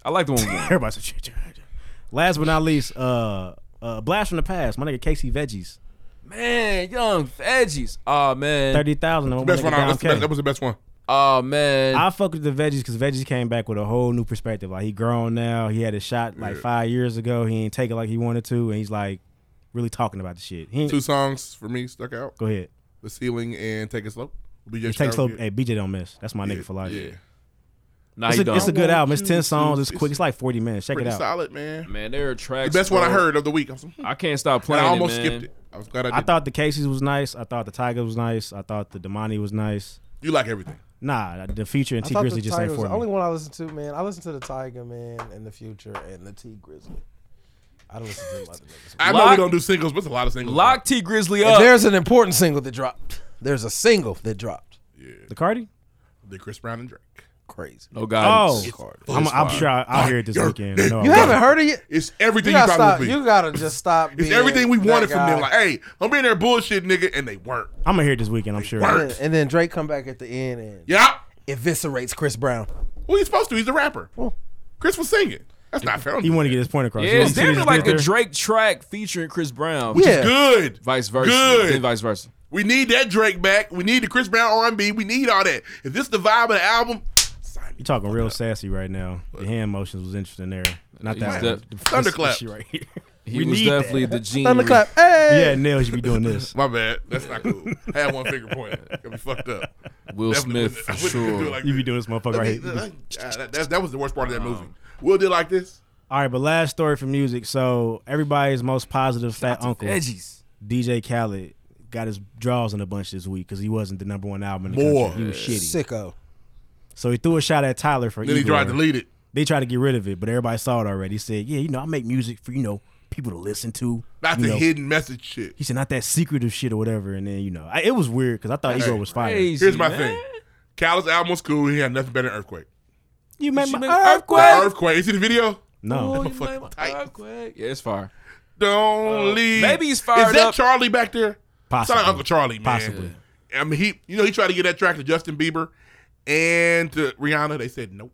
I like the one. with Wayne.
Everybody's like, "Shit, shit, shit." Last but not least, uh, uh, Blast from the Past. My nigga Casey Veggies.
[laughs] Man, young veggies. Oh man.
30,000. of them,
Best
my
one.
nigga
I,
Dom
that's the
K.
best, that was the best one.
Oh man.
I fuck with the veggies because veggies came back with a whole new perspective. Like he grown now. He had a shot like five years ago. He ain't take it like he wanted to, and he's like really talking about the shit. He ain't,
Two songs for me stuck out:
go ahead.
"The Ceiling" and "Take It Slow." BJ
It takes slow.
Chicago.
Hey, BJ don't miss. That's my nigga for life.
Yeah,
nah,
It's
you
a,
don't.
it's a good album. It's ten songs. It's
It's-
quick. It's like forty minutes. Check it
pretty
out.
solid, man.
man, there are tracks.
The best one I
bro.
heard of the week. I, was, hmm.
I can't stop
and
playing.
I almost
man.
skipped it. I was glad I did.
I thought the Casey's was nice. I thought the Tiger was nice. I thought the Damani was nice.
you like everything.
Nah, the feature and
I
T
thought the
Grizzly just
Tiger
ain't
was
for
the only
me.
one I listened to, man. I listened to the Tiger, man, and the Future, and the T Grizzly. I don't listen to them other niggas.
I know we don't do singles, but it's a lot of singles.
Lock T Grizzly
Uh,
If there's an important single that dropped. There's a single that dropped.
Yeah.
The Cardi?
The Chris Brown and Drake.
Crazy.
No
guidance.
It's
Oh,
hard.
I'm,
It's
I'm
hard.
sure I- I'll hear it this
You're-
weekend. I know
You
I will.
haven't heard it yet.
It's everything you,
gotta
thought
stop,
it would be.
You gotta just stop.
it's
being
everything we
that
wanted from
guy.
them. Like, hey, I'm being there bullshit, nigga, and they weren't.
I'm gonna hear it this weekend. I'm sure.
and, then, and then Drake come back at the end and
Yeah.
eviscerates Chris Brown.
Well, he's supposed to. He's a rapper. Chris was singing. That's not fair.
He wanted to get his point across.
Yeah,
You
it's
see what
damn
he
near
just
like
did
a
there?
Drake track featuring Chris Brown.
Which
Yeah.
is good.
Vice versa.
Good.
Then vice versa.
We need that Drake back. We need the Chris Brown R&B. We need all that. If this the vibe of the album,
You talking real sassy right now. The hand motions was interesting there. Not
He's
that [laughs]
de-
one. This-
Thunderclap.
this shit right here. [laughs]
He
We
was
need that.
definitely the genius.
Thunderclap. Hey.
Yeah, Nails, you be doing
[laughs]
this.
my bad. That's not cool. I had one finger point. Got me fucked up.
Will Smith
wouldn't-
for
I wouldn't do it
sure.
like
You be
this.
doing this motherfucker right
Let
here.
me- God, that, that- that was the worst part of that movie. Will did like this.
All right, but last story for music. So everybody's most positive fat uncle,
Veggies.
DJ Khaled, got his draws in a bunch this week because he wasn't the number one album in the
Boy.
country. He was shitty.
Sicko.
So he threw a shot at Tyler for
Then he
Igor.
tried to delete it.
They tried to get rid of it, but everybody saw it already. He said, "Yeah, you know, I make music for you know people to listen to."
Not
you
the
know."
hidden message shit.
He said, "Not that secretive shit or whatever." And then you know, I, it was weird because I thought Igor was fire.
Crazy,
Here's my
man.
thing. Khaled's album was cool. He had nothing better than Earthquake.
You made my
made
earthquake.
Earthquake. You see the video?
No,
Ooh, you
fucking
made my
tight.
heart quake. Yeah, it's fire.
Don't leave.
Uh, maybe he's fired
Is that
up.
Charlie back there?
[laughs] Possibly.
Sound like Uncle Charlie, man.
Possibly.
I mean, he. You know, he tried to get that track to Justin Bieber and to Rihanna. They said nope.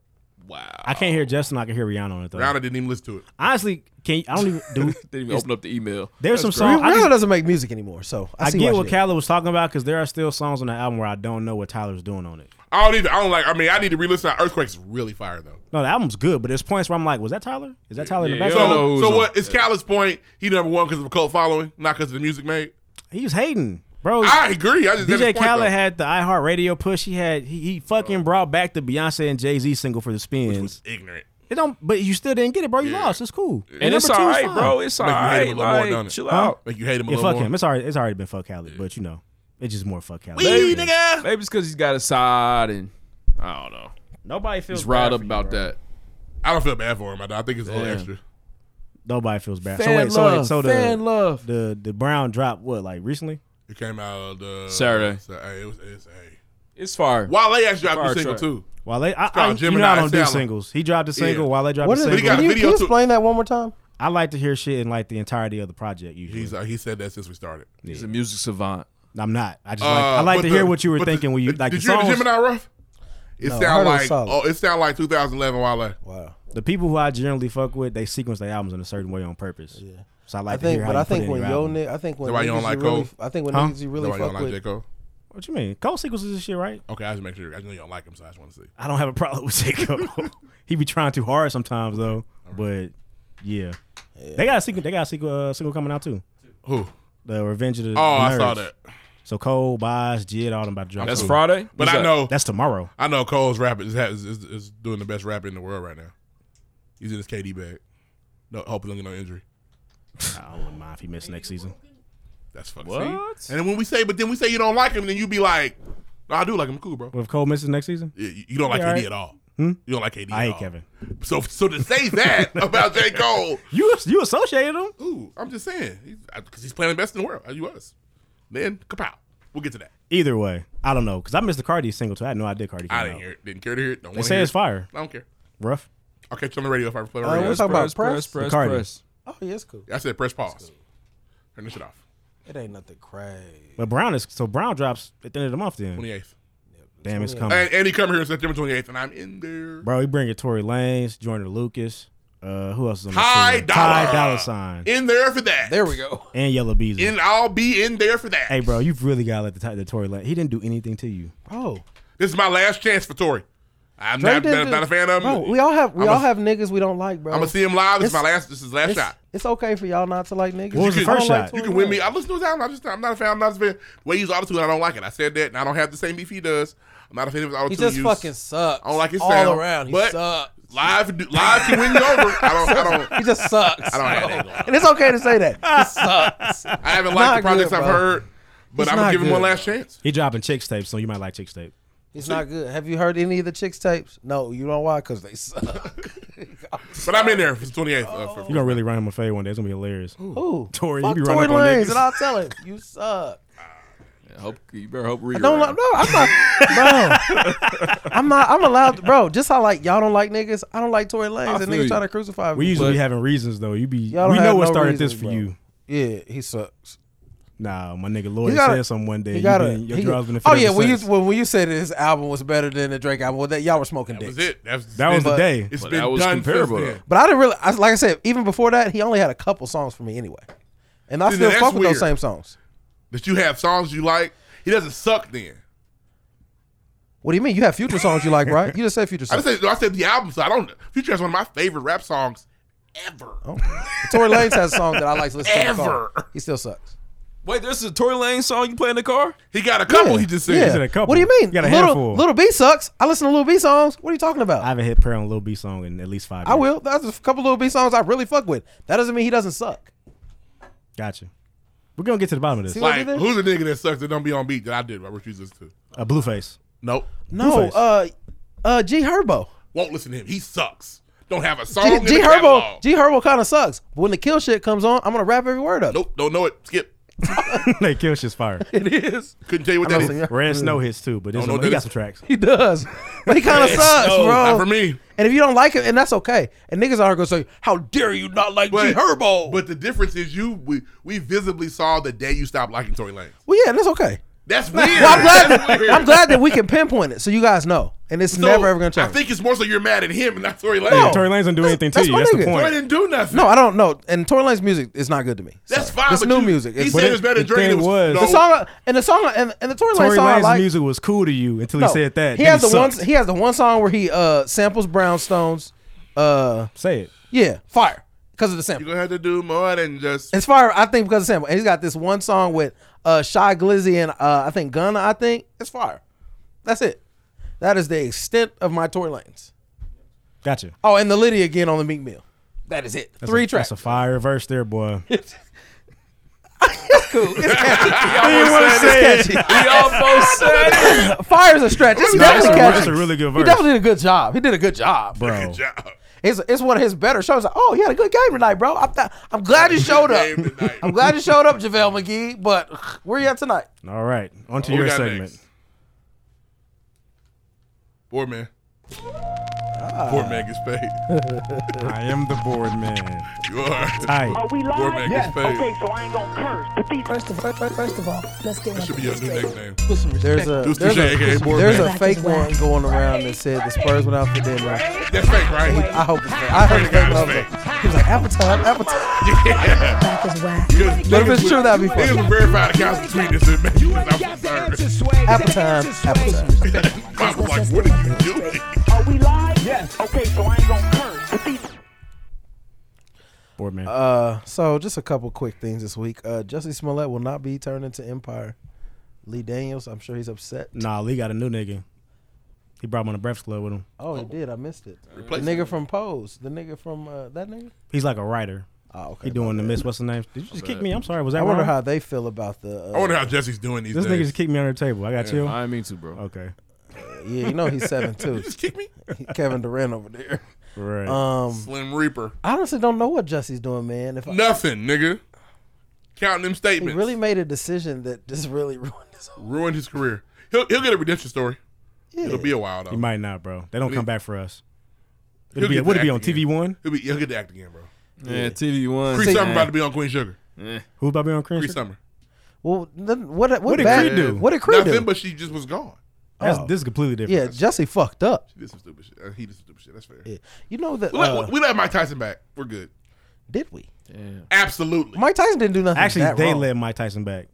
Wow.
I can't hear Justin. I can hear Rihanna on it though.
Rihanna didn't even listen to it.
Honestly, can I don't even
[laughs]
do.
Didn't even open up the email.
There's some
That's
songs. I,
Rihanna
just,
doesn't make music anymore, so I,
I
see
get
why
what
she-
Khaled was talking about because there are still songs on the album where I don't know what Tyler's doing on it.
I don't even. I don't like. I mean, I need to re-listen. to Earthquake's really fire though.
No, the album's good, but there's points where I'm like, was that Tyler? Is that Tyler in the
yeah,
background?
I don't know who's
So, so
on-
what? It's Khaled's point. He number one because of a cult following, not because of the music made.
He was hating, bro.
I agree. I just that's his
DJ
point,
Khaled
though.
had the iHeartRadio push. He had he, he fucking brought back the Beyonce and Jay Z single for the Spins.
ignorant.
It don't, but you still didn't get it, bro. You lost. It's cool.
And it's all right, bro. It's all
Make you
right.
hate him a little more,
Like,
don't it?
chill out.
Like you hate him a
yeah,
little
fuck
more.
him. It's already it's already been fuck Khaled, but you know, it's just more fuck Khaled.
Wee,
Yeah.
nigga.
Maybe it's because he's got a side and I don't know.
Nobody feels
He's riled
bad
up
for you,
about
bro.
that.
I don't feel bad for him. I, I think it's a little
Damn.
extra.
Nobody feels bad. so
Fan
wait, so wait,
love,
so the
fan love.
the the Brown dropped what like recently?
It came out uh,
Saturday.
So, hey, it was, it's, hey.
It's fire.
Wale actually dropped
Fire
a single
track.
too.
While I, I,
called
you know
Gemini
I don't do
Salad.
singles. He dropped a single.
Yeah.
While Wale dropped
What
a
is it?
single.
But he got
Can
a
you,
video
can you
too.
explain that one more time?
I like to hear shit in like the entirety of the project. Usually,
He's uh, he said that since we started.
He's a music savant.
I'm not. I just
Uh,
like, I like
but
to
the-
hear what you were
but the-
thinking when you
did-
like
Did
the
you hear the
songs.
Gemini Rough? It
No, I
sound
heard it was
like
solid.
oh, it sound like 2011 Wale.
Wow.
the people who I generally fuck with, they sequence their albums in a certain way on purpose. Yeah. So I
I
like to
think,
hear
but
how
I
you put it
think
in
when
your
yo
album.
nigga, I think when
That's why you
niggas
don't like
you really,
Cole?
I think when
Huh?
niggas you really
Really you
fuck
don't like J
with.
Cole?
What you mean? Cole sequences this shit, right?
Okay, I just make sure. I just know you don't like him, so I just want to see.
I don't have a problem with J. Cole. [laughs] he be trying too hard sometimes though. But yeah. They got a sequel. They got a sequel, uh, single coming out too.
Who?
The Revenge of the.
Oh, I
Nerds.
saw that.
So Cole, Boz, Jid, all them about to drop.
That's
something.
Friday.
But
Who's
I
that?
know
That's tomorrow.
I know Cole's rap is, is, is, is doing the best rap in the world right now. He's in his KD bag. No, hope he don't get no injury.
I wouldn't mind if he missed next season.
That's fucking.
What?
see? And then when we say, but then we say you don't like him, then you be like, no, I do like him, cool, bro.
Well, if Cole misses next season,
Yeah, You you don't like
Yeah,
KD
alright.
at all.
Hmm?
You don't like KD.
I
at
hate
all.
Kevin.
So, so to say that [laughs] about J Cole,
You you associated him?
ooh, I'm just saying, because he's playing the best in the world. As you was. Then kapow. We'll get to that.
Either way, I don't know because I missed the Cardi single too. I had no idea Cardi. Came
I didn't
out.
hear it. Didn't care to hear it. Don't
They
want to
say
hear
it's
it.
fire.
I don't care.
Rough.
I'll catch you on the radio if I ever play on the
Uh,
radio.
we're talking about
press,
press.
press,
Cardi.
press.
Oh, yeah, it's cool.
I said press pause. Turn this shit off.
It ain't nothing crazy.
But Brown is so Brown drops at the end of the month. Then
28th.
damn, it's coming,
And, and he come here September 28th, and I'm in there.
bro. You bring it Tory Lanez, Jordan Lucas. Uh, who else is on the
Ty
team? Ty
Dolla.
Dollar Sign
In there for that.
There we go.
and Yellow Beezy.
And I'll be in there for that.
hey, bro, you've really got to let the, Ty- the Tory Lanez. He didn't do anything to you.
Oh,
This is my last chance for Tory. I'm
Dre
not,
didn't
not,
do-
not a fan of him.
Bro, we all have we
I'm
all
a-
have niggas we don't like, bro.
I'm gonna see him live. This is my
It's-
last. This is his last
It's,
shot.
it's okay for y'all not to like niggas.
What was the
You
first
can-
shot?
You can win me. I listen to his album. I just, I'm not a fan. I'm not a fan. The way he's autotune, I don't like it. I said that, and I don't have the same beef he does. I'm not a fan of his autotune.
He just
use.
fucking sucks.
I don't like his
all
sound.
around. He
but
sucks.
Live, live can win you over. I don't. I don't.
[laughs] He just sucks.
I don't have that
bro.
going on.
And it's okay to say that. He sucks.
I haven't
Not
liked the projects
good,
I've
bro.
heard, but
It's
I'm gonna
not
give him one
good,
last chance.
He dropping chicks tape, so you might like chicks tape.
He's not good. Have you heard any of the chicks tapes? No, you know why? Because they suck.
but I'm in there for the 28th. Uh, for,
You gonna really run him a fade one day? It's gonna be hilarious.
Ooh,
Tori, you
fuck
be
Tory
running up on
Lanez,
niggas.
and I'll tell him you suck.
I hope you better hope Riri.
I don't like, no,
[laughs]
I'm not, bro. I'm not, I'm allowed, to, bro. Just how like y'all don't like niggas, I don't like Tory Lanez, and
feel
niggas
you.
trying to crucify me.
We usually
But
be having reasons though. You be we
Y'all don't
know
have
what
no
started this
reasons,
for
bro.
you.
Yeah, he sucks.
Nah, my nigga
you
Lloyd
gotta-
said something one day.
you
You
gotta-
been, your
he-
drugs been a
oh
fit
yeah,
ever
when you
since.
when, when you said his album was better than the Drake album, well, that y'all were smoking dicks.
was it. That was,
That was the
been-
day.
It's
But
been
that was
done
comparable,
since
though.
then.
But I didn't really, I, like I said, even before that, he only had a couple songs for me anyway, and I
See,
still
that's
fuck with those
weird.
same songs.
But you have songs you like. He doesn't suck then.
What do you mean? You have future songs you like, right? You just said future
[laughs] I
songs.
just said, no, I said the album, so I don't. Future has one of my favorite rap songs ever.
Oh. Tory Lanez has a song that I like to listen to. in the car.
Ever.
He still sucks.
Wait, there's a Tory Lane song you play in the car?
He got a couple.
Yeah,
He just said.
yeah.
He said a couple.
What do you mean?
He got a
little,
handful.
Little B sucks. I listen to Little B songs. What are you talking about?
I
I,
haven't hit prayer on Lil B song in at least five. Years.
will. That's a couple Little B songs I really fuck with. That doesn't mean he doesn't suck.
Gotcha. We're gonna get to the bottom of
See
this.
what I
Like,
did there?
who's a nigga that sucks that don't be on beat that I did? I refuse this to.
Uh, Blueface.
Nope.
No,
Blueface.
uh, uh, G Herbo.
Won't listen to him. He sucks. Don't have a song.
G,
in
G
the
Herbo.
catalog.
G Herbo kind of sucks. But when the kill shit comes on, I'm gonna rap every word up.
Nope. Don't know it. Skip.
[laughs] they kill shit's fire.
It is.
Couldn't tell you what
I
that
know,
is.
yeah.
Red Snow hits too, but
Oh,
there's
Don't know
some, he
that
got
it's-
some tracks.
[laughs] He does, but he
[laughs]
kind of sucks,
No,
bro.
Not for me.
And if you don't like it, and that's okay. And niggas are gonna say, "How dare you not like G
But-
Herbo?"
But the difference is you. We we visibly saw the day you stopped liking Tory Lanez.
well, yeah, that's okay.
That's weird.
Well, I'm glad.
That's weird.
I'm glad that we can pinpoint it, so you guys know, and it's
So,
never ever gonna change.
I think it's more so you're mad at him and not Tory Lanez.
Yeah, Tory Lanez don't do anything to
that's
you.
my
That's the
nigga.
Tory
point.
didn't do nothing.
No, I don't know. And Tory Lane's music is not good to me.
That's
Sorry.
fine.
This
but
new
you-
music.
He
It's,
said
it-
it was better than
the
Drake. and
thing
it was,
was-
no,
the song and the song and, and the Tory Lane
Tory
song I
Lane's
like.
music was cool to you until he
no,
said that.
He
Then
has the
sucked.
one. He has the one song where he uh samples Brownstones. Uh,
Say it.
yeah, fire because of the sample.
You're gonna have to do more than just. [laughs]
It's fire, I think, because of the sample. And he's got this one song with uh Shy Glizzy and uh I think Gunna. I think it's fire. That's it. That is the extent of my Tory Lanes.
Gotcha.
Oh, and the Liddy again on the Meek Mill. That is it.
That's
Three
a,
tracks.
That's a fire verse there,
[laughs]
boy. He [laughs]
cool. It's catchy.
didn't want to
it's catchy.
He almost said it.
[laughs] Fire's a stretch. It's
That's a,
definitely catchy.
that's a really good
He
verse,
definitely did a good job. He did a good job.
bro.
job.
It's, it's one of his better shows. Like, oh, you had a good game tonight, bro. I'm, th- I'm glad you showed
Game
up.
tonight.
I'm glad you showed up, JaVale McGee. But ugh, where you at tonight?
All right, on to
What we
your
got
segment.
next? Board man.
Ah.
Board man gets paid.
I am the board man.
You
[laughs]
are.
Hi.
we
Board man gets paid.
so I ain't gonna curse. But these
First of, first, first of all, let's get
That should be your new nickname.
There's a
Deuce
there's
Touche, aka
a,
Board
there's a
Man.
fake one going around that said the Spurs went out for dinner.
That's fake, right?
[laughs]
I hope it's fake. I heard it's fake. but I was like- He was like, appetite, appetite.
Yeah.
back
[laughs]
as well.
But if it's true, that'd be funny.
Niggas verify the counts between this and making this. I'm concerned. [laughs]
Appetite, appetite.
I was like, what are you doing?
are we live? Yes. Okay, so I ain't gonna curse. But these
Board man.
Uh, so just a couple quick things this week. Uh, Jesse Smollett will not be turned into Empire. Lee Daniels, I'm sure he's upset.
nah, Lee got a new nigga. He brought him on the Breakfast Club with him.
Oh, he did. I missed it.
Replace
the
him.
nigga from Pose. The nigga from uh, that nigga.
He's like a writer.
Oh, okay.
He doing the miss. What's the name? Did you just kick me? I'm sorry. Was that
I wonder
wrong?
how they feel about the. Uh,
I wonder how Jesse's doing these
this nigga
days.
just kicked me under the table. I got you.
I ain't mean to, bro.
Okay.
uh, yeah, you know
[laughs]
he's seven two.
Just kick me?
Kevin Durant over there.
Right.
Um,
Slim Reaper.
I honestly don't know what Jesse's doing, man. If I,
Nothing, nigga. Counting them
he
statements.
really made a decision that just really [laughs] ruined his whole.
Ruined his career. He'll, he'll get a redemption story. It'll be a while, though.
he might not, bro. They don't come back for us.
He'll
It'll be,
get
would it
back
be on
again.
TV One?
He'll, be, he'll get to act again, bro.
Yeah, TV one.
Cree Summer about to be on Queen Sugar.
Who about to be on Crimson?
Cree Summer.
Well, then what? What,
did
bad,
Creed do?
What did Creed
Nothing,
do?
but she just was gone.
That's,
Oh.
This is completely different.
yeah, Jesse fucked up.
She did some stupid shit. Uh, he did some stupid shit. That's fair.
Yeah. You know that?
We, let,
uh,
we let Mike Tyson back. We're good.
did we?
Absolutely. Mike,
Mike Tyson didn't do nothing.
Actually,
that
they
wrong.
led Mike Tyson back.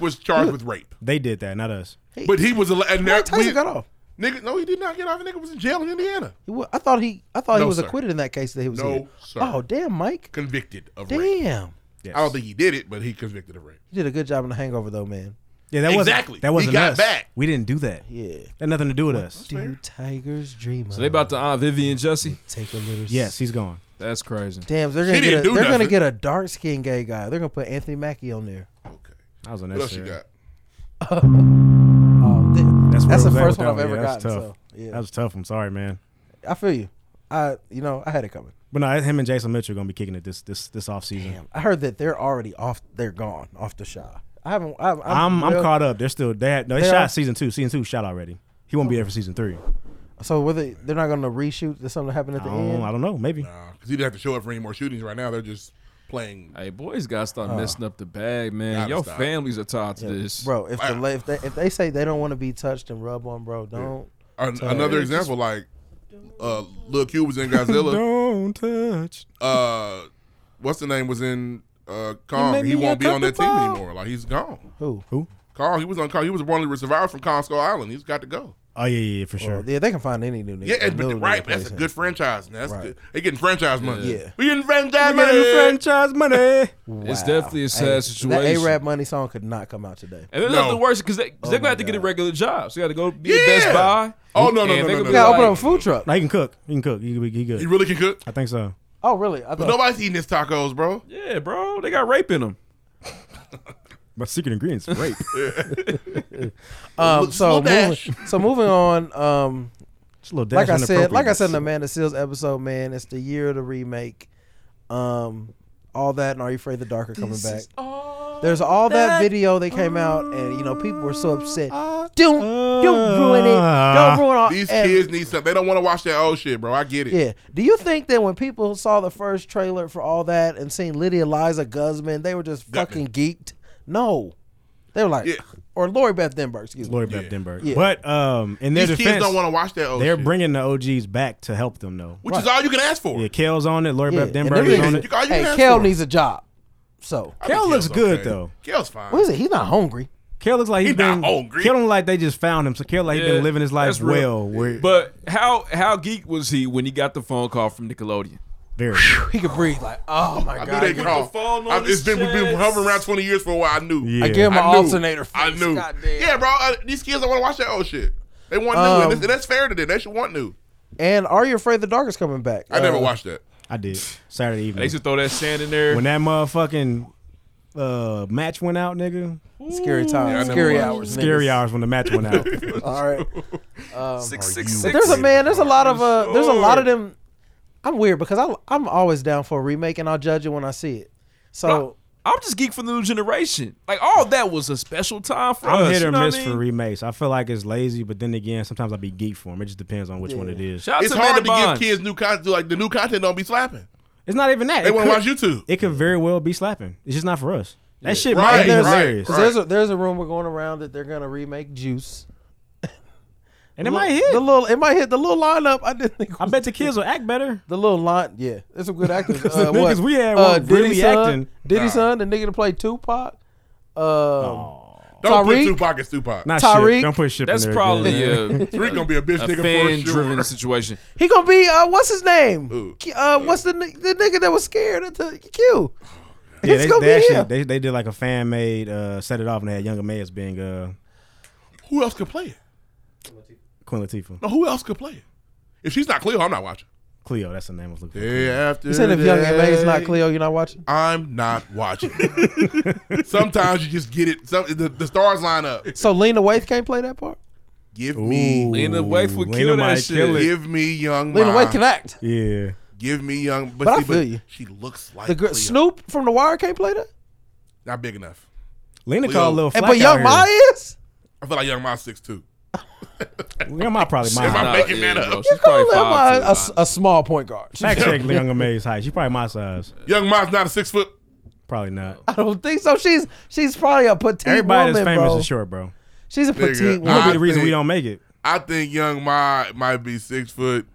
was charged with rape.
They did that, not us.
But he was. al- And
Mike
that- we-
Tyson got off.
Nigga, no, he did not get off. The nigga was in jail in Indiana.
He wa- I thought he. I thought he
No,
was
sir.
acquitted in that case that he was
No,
in.
sir.
Oh damn, Mike.
Convicted of rape.
Damn.
Yes.
I don't think he did it, but he convicted of rape.
You did a good job in the Hangover though, man.
Yeah, that
Exactly.
wasn't that wasn't
He got
us.
back.
We didn't do that.
Yeah.
Had nothing to do with us.
Do tigers dream?
So they about to uh, Vivian Jesse.
take a little.
Yes, he's gone.
That's crazy.
Damn, they're gonna
She
get
didn't
a,
do
they're gonna
nothing.
get a dark skinned gay guy. They're gonna put Anthony Mackie on there.
Okay.
I was on
What
that
else you
shit.
got?
Oh, th-
That's,
that's
where
the
I was at
first
with
one I've
that
ever
Yeah, that's
gotten.
tough.
So yeah,
That was tough. I'm sorry, man.
I feel you. I you know I had it coming.
But no, him and Jason Mitchell gonna be kicking it this this this off season.
I heard that they're already off. They're gone off the shot. I haven't. I, I'm
I'm I'm
real-
caught up. They're still they had no they,
They
shot
are-
season two. Season two shot already. He won't be there for season three.
So whether they're not gonna reshoot, there's something that happened at the
I don't-
end.
I don't know. Maybe.
Because he didn't have to show up for any more shootings right now. They're just playing.
Hey, boys gotta start
Uh.
messing up the bag, man.
Gotta
Your
stop.
families are tied to
Yeah,
this.
bro. If the la- if they if they say they don't want to be touched and rub on, bro, don't.
An-
touch.
another example, like uh, Lil Q was
[laughs]
in Godzilla.
Don't touch.
uh, what's the name was in uh, Kong.
made
He
me
won't be on that team
uncomfortable.
anymore. Like he's gone.
Who?
Who?
Kong. He was on Kong. He was one of the survivors from Kong Skull Island. He's got to go.
Oh yeah, yeah, yeah for sure.
Yeah, they can find any new nigga.
Yeah, and-
new
but
nigga
right.
place
That's a
in.
good franchise. Man. That's
Right.
good. They getting franchise money.
Yeah.
we getting franchise money.
franchise money.
It's definitely a sad
That
situation.
A-Rap Money song could not come out today.
And then that's the worst because they, cause
Oh
they're gonna have to get a regular job. So you got to go be at Best
Yeah.
Buy.
Oh, no, no,
And
no,
they
no,
could be
no, no.
Yeah, open
like-
up a food truck.
No, he can cook. He can cook. He, he, he good.
He really can cook.
I think so.
Oh, really? I
But
thought
nobody's eating his tacos, bro.
Yeah, bro, they got rape in them.
My secret ingredients is rape.
Um, so
Slow
moving,
dash.
so moving on. Um,
[laughs] Just a little
like
dash
I said, like I
inappropriateness.
said in the Amanda Seals episode, man, it's the year of the remake. Um, all that and Are You Afraid the Dark are coming back. There's all that, video that came out, and you know people were so upset. Don't don't ruin it. Don't ruin all.
These
and-
kids need something. They don't want to watch that old shit, bro. I get it.
Yeah. Do you think that when people saw the first trailer for all that and seen Lydia Liza Guzman, they were just fucking geeked? No, they were like,
Yeah.
or Lori Beth Denberg. Excuse me.
Lori Beth Denberg.
Yeah.
But um, in their
These kids
defense,
don't wanna watch that old
They're
shit.
bringing the OGs back to help them though.
Which is all you can ask for.
Yeah, Kale's on it. Lori
Yeah,
Beth
and
Denberg is
them
on
niggas-
it.
all you
hey,
can ask
Kel
for.
needs a job. So
Kale looks good though.
Kale's fine.
what is it? He's not hungry.
Kale looks like he's
He not
been.
hungry.
Kale don't like they just found him. So Kale like he's
Yeah,
been living his life
that's real.
well. Where
But how how geek was he when he got the phone call from Nickelodeon?
very.
He could breathe. Like, oh my
I
god.
knew they
Put
call.
the phone on
I- it's
his
been we've been
chest.
hovering around twenty years for a while. I knew.
Yeah.
I give him an
I knew.
alternator. Face.
I knew.
Goddamn.
Yeah, bro. I- these kids don't want to watch that old shit. They want new,
Um,
and, that's, and that's fair to them. They should want new.
And Are You Afraid the Dark is coming back?
I never
Uh,
watched that. [laughs]
I did Saturday
They
evening
used to throw that sand in there.
when that motherfucking uh, match went out, nigga.
Scary Time.
Yeah, I never
scary
watched
Hours.
Scary
niggas.
hours when the match went [laughs] out.
All
[laughs]
right.
six six six.
But there's a man. There's a lot of uh. There's a lot of them. I'm weird because I I'm always down for a remake and I'll judge it when I see it. So
I'm just geek for the new generation. Like all that was a special time for us.
I'm hit
you
or
know what
miss
I mean?
for remakes. I feel like it's lazy, but then again, sometimes I be geek for them. It just depends on which one it is.
Shout out
It's
to
hard
Amanda
to
Bonds.
give kids new content. Like the new content don't be slapping.
It's not even that.
They
It
want
could-
to watch YouTube.
It could very well be slapping. It's just not for us. That shit
Right,
might be
right,
hilarious,
'cause there's a there's a rumor going around that they're gonna remake Juice.
and it might hit.
The little it might hit the little lineup. I didn't think.
I bet the kids will act better.
The little line, yeah, there's some good
[laughs]
actors.
'Cause the
Uh, what?
niggas we had
uh,
weren't really
Diddy son,
acting.
Diddy son, the nigga to play Tupac. Um, Tyreek?
Don't put Tupac as Tupac.
Not
Tyreek?
shit. Don't put shit. in
That's
there,
probably
dude.
a,
[laughs] Three gonna be a bitch
a
nigga
fan
for sure.
driven situation.
He gonna be uh, what's his name?
Who?
Uh, what's the ni- the nigga that was scared of the Q?
Yeah,
it's
they,
gonna
they
be
actually
him.
they, they did like a fan made uh, set it off and they had younger Mayors being uh,
Who else could play it?
Queen Latifah,
No, who else could play it? If she's not Cleo, I'm not watching.
Cleo. That's the name I was looking for.
Day after
You said if Young and May is not
day.
Cleo, you're not watching.
I'm not
[laughs]
watching. Sometimes you just get it. Some the, the stars line up.
So Lena Waithe can't play that part.
Give
Ooh,
me,
Lena Waithe would
Lena
kill that
might
shit.
kill it.
give me young.
Lena
Ma.
Waithe can act.
Yeah,
Give me young. But,
But I
see,
feel you.
She looks like
The gr-
Cleo.
Snoop from The Wire can't play that.
Not big enough.
Lena
Cleo.
called Lil Flack
And, but Young Ma
out
is.
I feel like young Ma's six two.
here. Young Ma probably
Nah, [laughs]
I'm
my
making
yeah,
that up.
bro, she's
Call
probably
Lil Ma
five.
a, s- a small point guard.
fact check Young and May's height. She probably my size.
Young Ma's not a six foot.
Probably not.
[laughs] I don't think so. She's she's probably a petite
Everybody that's
woman,
famous
bro.
is short, bro.
She's a petite
Nigga,
woman. [laughs]
That'd be
I
the reason we
think-
don't make it.
I think young Ma might be six foot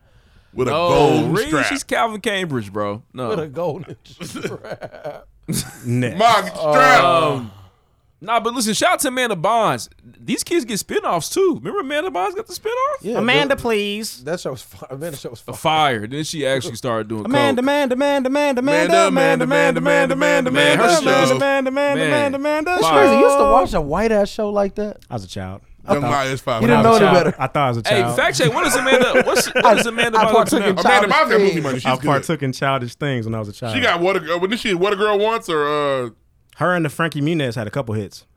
with a
Oh,
golden
really?
strap.
She's Calvin Cambridge, bro. No,
With a golden strap.
Next.
Ma, get your strap.
Oh. Nah, but listen, shout out to Amanda Bonds. These kids get spinoffs too. Remember Amanda Bonds got the spinoff?
Yeah,
Amanda,
that-
please.
That show was fire. Amanda show was fire.
Fire. Then she actually started doing
Amanda,
coke.
Amanda, Amanda, Amanda,
Amanda,
Amanda, Amanda, Amanda, Amanda, Amanda,
Man,
Amanda,
her
Amanda,
show.
Amanda, Amanda,
Man.
Amanda, Amanda.
That's
It's crazy. You used to watch a white ass show like that.
I was a child.
Young Ma is five.
You didn't
I
foot.
know
was a
any
child.
better.
I thought I was a
Hey,
child.
fact check. What is
[laughs]
Amanda? What's what is Amanda
I
Bonds
partook
up
in
to now?
childish
Amanda Miles got movie
things.
money. She's
I
good.
partook in childish things when I was a child.
She got what a girl. Wasn't she what a girl wants or uh?
her and the Frankie Muniz had a couple hits.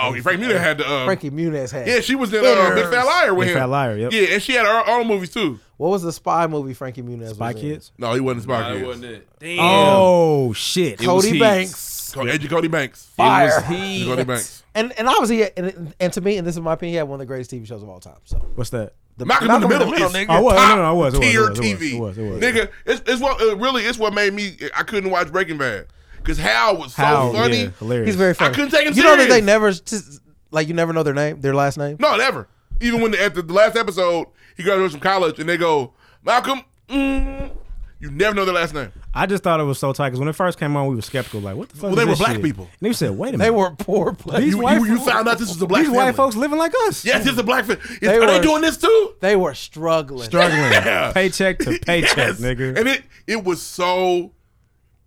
Oh, Frank Muda had the uh,
Frankie Muniz had.
Yeah, she was in uh, Big Fat Liar with
Big
him.
Fat Liar, yep.
Yeah, and she had her own movies too.
What was the spy movie Frankie Muniz?
Spy
was in?
Kids?
No, he wasn't Spy
Nah, it
Kids.
wasn't it.
Damn.
Oh shit!
It was Cody Heat. Banks.
Co- Edgy Cody Banks.
Fire.
Edgy Cody Banks.
And and obviously, and, and to me, and this is my opinion, he had one of the greatest TV shows of all time. So
What's that?
The-
Malcolm, in the Middle, is
Oh, I was,
top
no, no, I was, it was, it
tier
was, it was,
TV.
it was, it was.
Nigga, it's, it's what uh, really it's what made me I couldn't watch Breaking Bad because Hal was so
Hal,
funny.
yeah, hilarious.
he's very funny.
I couldn't take him
You know
serious.
that they never just, like you never know their name, their last name.
No, never. Even when the, after the last episode, he graduated from college, and they go, Malcolm, mm, you never know their last name.
I just thought it was so tight because when it first came on, we were skeptical. Like, what the fuck?
Well,
is
they
this
were black
shit?
people.
And they said, wait a minute.
They were poor players.
These
you,
white
you, you
folks-
found out this was a black
These
family.
white folks living like us.
Yes, this is a black family.
They
Are they
were-
doing this too?
They were struggling.
Struggling.
[laughs] Yeah.
Paycheck to paycheck,
Yes.
nigga.
And it it was so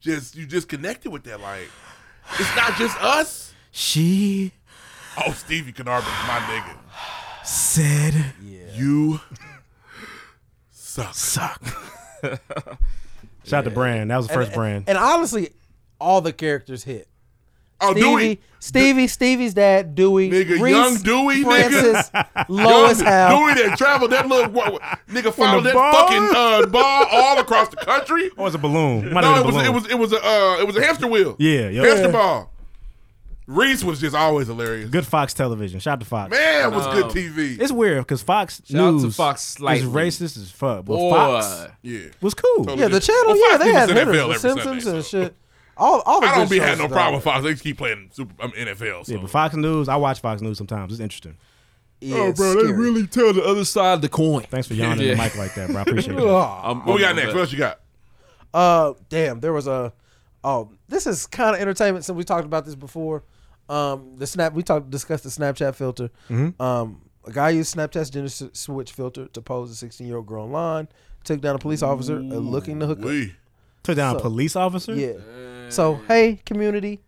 just you just connected with that. Like it's not just us.
She
Oh, Stevie Canarba, my nigga,
said,
you suck.
suck. Shout out to Brand. That was the first
and,
brand.
And honestly, all the characters hit.
Oh,
Stevie,
Dewey.
Stevie, Stevie's dad, Dewey,
Nigga,
Reese,
young Dewey,
Francis,
nigga.
Lois,
[laughs] Young
Hal.
Dewey that traveled that little wa- wa- nigga followed that
bar.
fucking uh, bar all across the country.
oh, it's a balloon. Might
no,
have
it
been a
was
balloon.
it was it was a uh, it was a hamster wheel.
Yeah, yo.
hamster
Yeah.
ball. Reese was just always hilarious.
good Fox television. Shout out to Fox.
Man, it was
No.
good TV.
It's weird because Fox
Shout out to
News
Fox
is
slightly.
racist as fuck, but
Boy.
Fox
Yeah,
was cool.
Totally.
Yeah, the channel,
Well,
yeah,
Fox
they
gives
had
us
hitters,
NFL
the
every Sunday,
Simpsons and
so.
shit. All, all the
I
good
don't be
shows
having no
though.
problem with Fox. They just keep playing Super um, NFL. So.
Yeah, but Fox News, I watch Fox News sometimes. It's interesting.
Yeah,
oh,
it's
bro,
scary.
they really tell the other side of the coin.
Thanks for yawning
Yeah.
at the mic like that, bro. I appreciate it.
[laughs]
Ugh.
[laughs] I'm-
what we got
I'm-
next? What else you got?
Uh, damn, there was a. Oh, this is kind of entertainment. Since we talked about this before, um, the snap we talked discussed the Snapchat filter.
Mm-hmm.
Um, a guy used Snapchat's gender s- switch filter to pose a 16 year old girl online. Took down a police officer uh, looking to hook up.
We
Took down a
So-
police officer.
Yeah. So hey, community,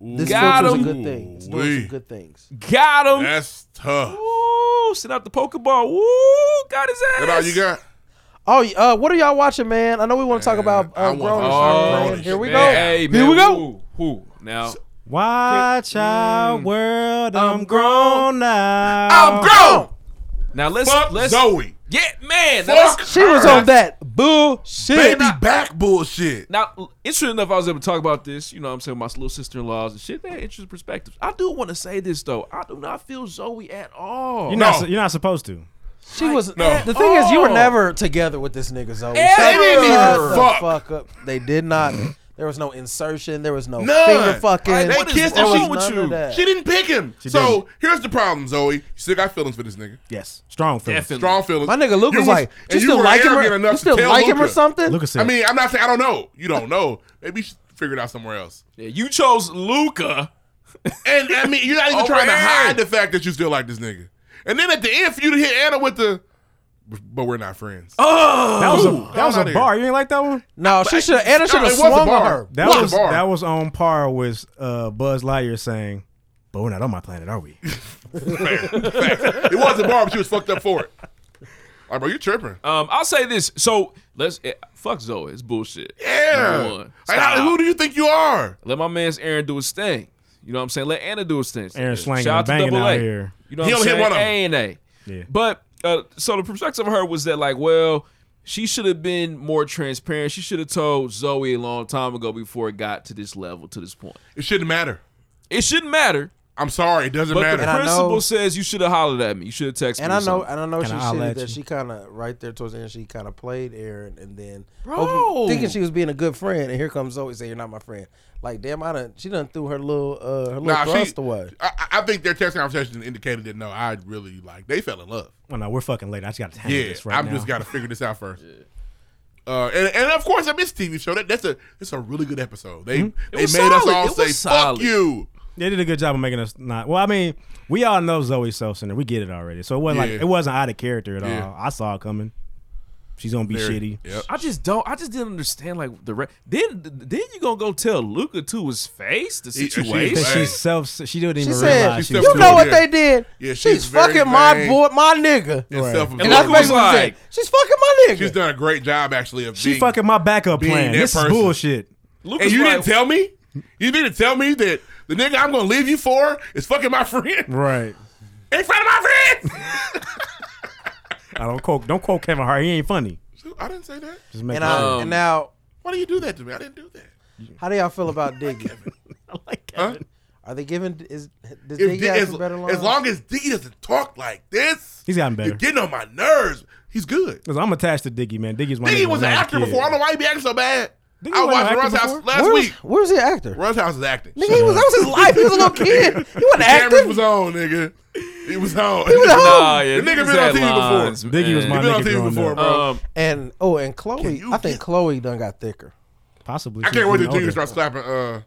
this
Got
filter's a
'em.
good thing. It's doing
Ooh-wee.
some good things.
Got him.
that's tough.
Ooh, send out the Pokeball. Ooh, got his ass.
That all you got?
Oh, y- uh, what are y'all watching, man? I know we want to talk about uh,
I want-
grown
Oh,
man.
grown-ish.
Here we
Man,
go.
Hey,
Here
man,
we go.
Who? who? Now,
Watch out,
Mm.
world. I'm grown now.
Uh,
grown.
now let's
Fuck
let's
Zoe.
yeah, man. Now,
Fuck
let's-
She was
her.
on that bullshit.
baby back bullshit.
now, interesting enough, I was able to talk about this. You know, what I'm saying my little sister in laws and shit. They had interesting perspectives. I do want to say this though. I do not feel Zoe at all.
You're
No.
not. su- You're not supposed to.
She was.
no.
The thing is, you were
Oh.
never together with this nigga Zoe.
Yeah,
Shut
they didn't
the
even fuck.
up. They did not. There was no insertion. There was no
None.
finger fucking.
Like, they
What is
kissed
There
and
was
she
with
none
you?
of that.
She didn't pick him. so here's the problem, Zoe. You still got feelings for this nigga.
Yes. Strong feelings.
Definitely.
Strong feelings.
My nigga Luke
You
was like,
and
"You still
were
like him or
arrogant enough
you
to
still
tell
like him
Luca.
or something?"
Look at
I mean, I'm not saying I don't know. You don't know. Maybe you should figure it out somewhere else.
Yeah, you chose Luca.
And I mean, you're not even
Over
trying to
Aaron.
hide the fact that you still like this nigga. And then at the end, for you to hit Anna with the, but we're not friends. Oh,
that was a
Hell
that was
outta
a
here.
bar. You ain't like that one.
no, she should. Anna should have
it was a
swung on
bar.
her.
That
What?
was
Bar.
that was on par with uh, Buzz Lightyear saying, "But we're not on my planet,
[laughs]
are we?"
it was a bar, but she was fucked up for it. Like, bro, you tripping?
Um, I'll say this. So let's eh, fuck Zoe. It's bullshit. Number
Yeah.
one.
Like, how-
Stop.
who do you think you are?
Let my man's Aaron do his thing. You know what I'm saying? Let Anna do his thing.
Aaron slanging
Shout
and
out to
banging
Double
out
A.
here.
You know
He
what I'm
only hit
saying?
one of 'em.
A and A.
Yeah.
But uh, so the perspective of her was that like, well, she should have been more transparent. She should have told Zoe a long time ago before it got to this level, to this point.
It shouldn't matter.
It shouldn't matter.
I'm sorry, it doesn't
But
matter.
the
I
principal
know-
says you should have hollered at me. You should have texted
And
me.
I
or
know,
something.
and I know she
Can I holler
shitty
at
that
you?
she kind of right there towards the end. She kind of played Aaron, and then
Bro.
hoping- thinking she was being a good friend. And here comes Zoe saying, "You're not my friend." Like, damn, I done. She done threw her little, uh, her little
Nah, she,
thrust away.
I, I think their text conversation indicated that no, I really like they fell in love.
Well, no, we're fucking late. I just got to handle
Yeah,
this right
I'm
now.
just got to figure this out
[laughs]
first. Uh, and, and of course, I miss TV show. That that's a that's a really good episode. They
Mm-hmm.
they made
was
us
solid.
all
It was
say
solid.
"fuck you."
They did a good job of making us not. Well, I mean, we all know Zoe Self-Center. We get it already. So it wasn't
Yeah.
like it wasn't out of character at
Yeah.
all. I saw it coming. She's gonna be shitty.
Yep.
I just don't. I just didn't understand. Like the re- then, then you gonna go tell Luca to his face the
He- she-
situation.
Because
Hey.
she's self. She didn't
She
even
said,
realize.
She
She
said-
was
"You
cool.
know what
Yeah.
they did?
Yeah, she's
she's
very
fucking my
vain.
boy, my nigga."
And
Right.
self-absorbed.
And
And that's
Luka was
basically what she said.
like-
She's fucking my nigga.
she's done a great job actually of
she
being,
fucking my backup
being
plan.
that
This
person.
is bullshit.
Luca's
And you
like,
didn't tell me. You didn't tell me that the nigga I'm gonna leave you [laughs] for is fucking my friend
Right. [laughs]
in front of my friend.
I don't quote. Don't quote Kevin Hart. He ain't funny.
I didn't say that.
Just make
and,
it
I- [laughs]
Um,
clear.
and now,
why do you do that to me? I didn't do that.
How do y'all feel about Diggy?
I like
Kevin. Are they giving? Is does
If
Diggy
Di-
have
as,
some better lines?
as long as D doesn't talk like this,
He's gotten better.
you're getting on my nerves. He's good.
Cause I'm attached to Diggy, man. Diggy's my.
Diggy
nigga
was
when
an
I a
actor
kid.
before. I don't know why he be acting so bad. I
wasn't an
watched
actor
Run's House
before?
last
Where was-
week.
where was he an actor?
Run's House is acting.
Nigga, he was, that was his life. He was a little kid. He wasn't
the
acting.
[laughs] cameras was on, nigga. He was on. [laughs]
He was on.
Nah, yeah,
the
niggas
nigga been on
had
TV
lines,
before.
Diggy was
He
my
been on
nigga
TV
growing
before,
up.
bro.
Um,
and oh, and Chloe. I think Chloe done got thicker.
Possibly.
I can't wait till
Older.
Junior starts clapping. Uh,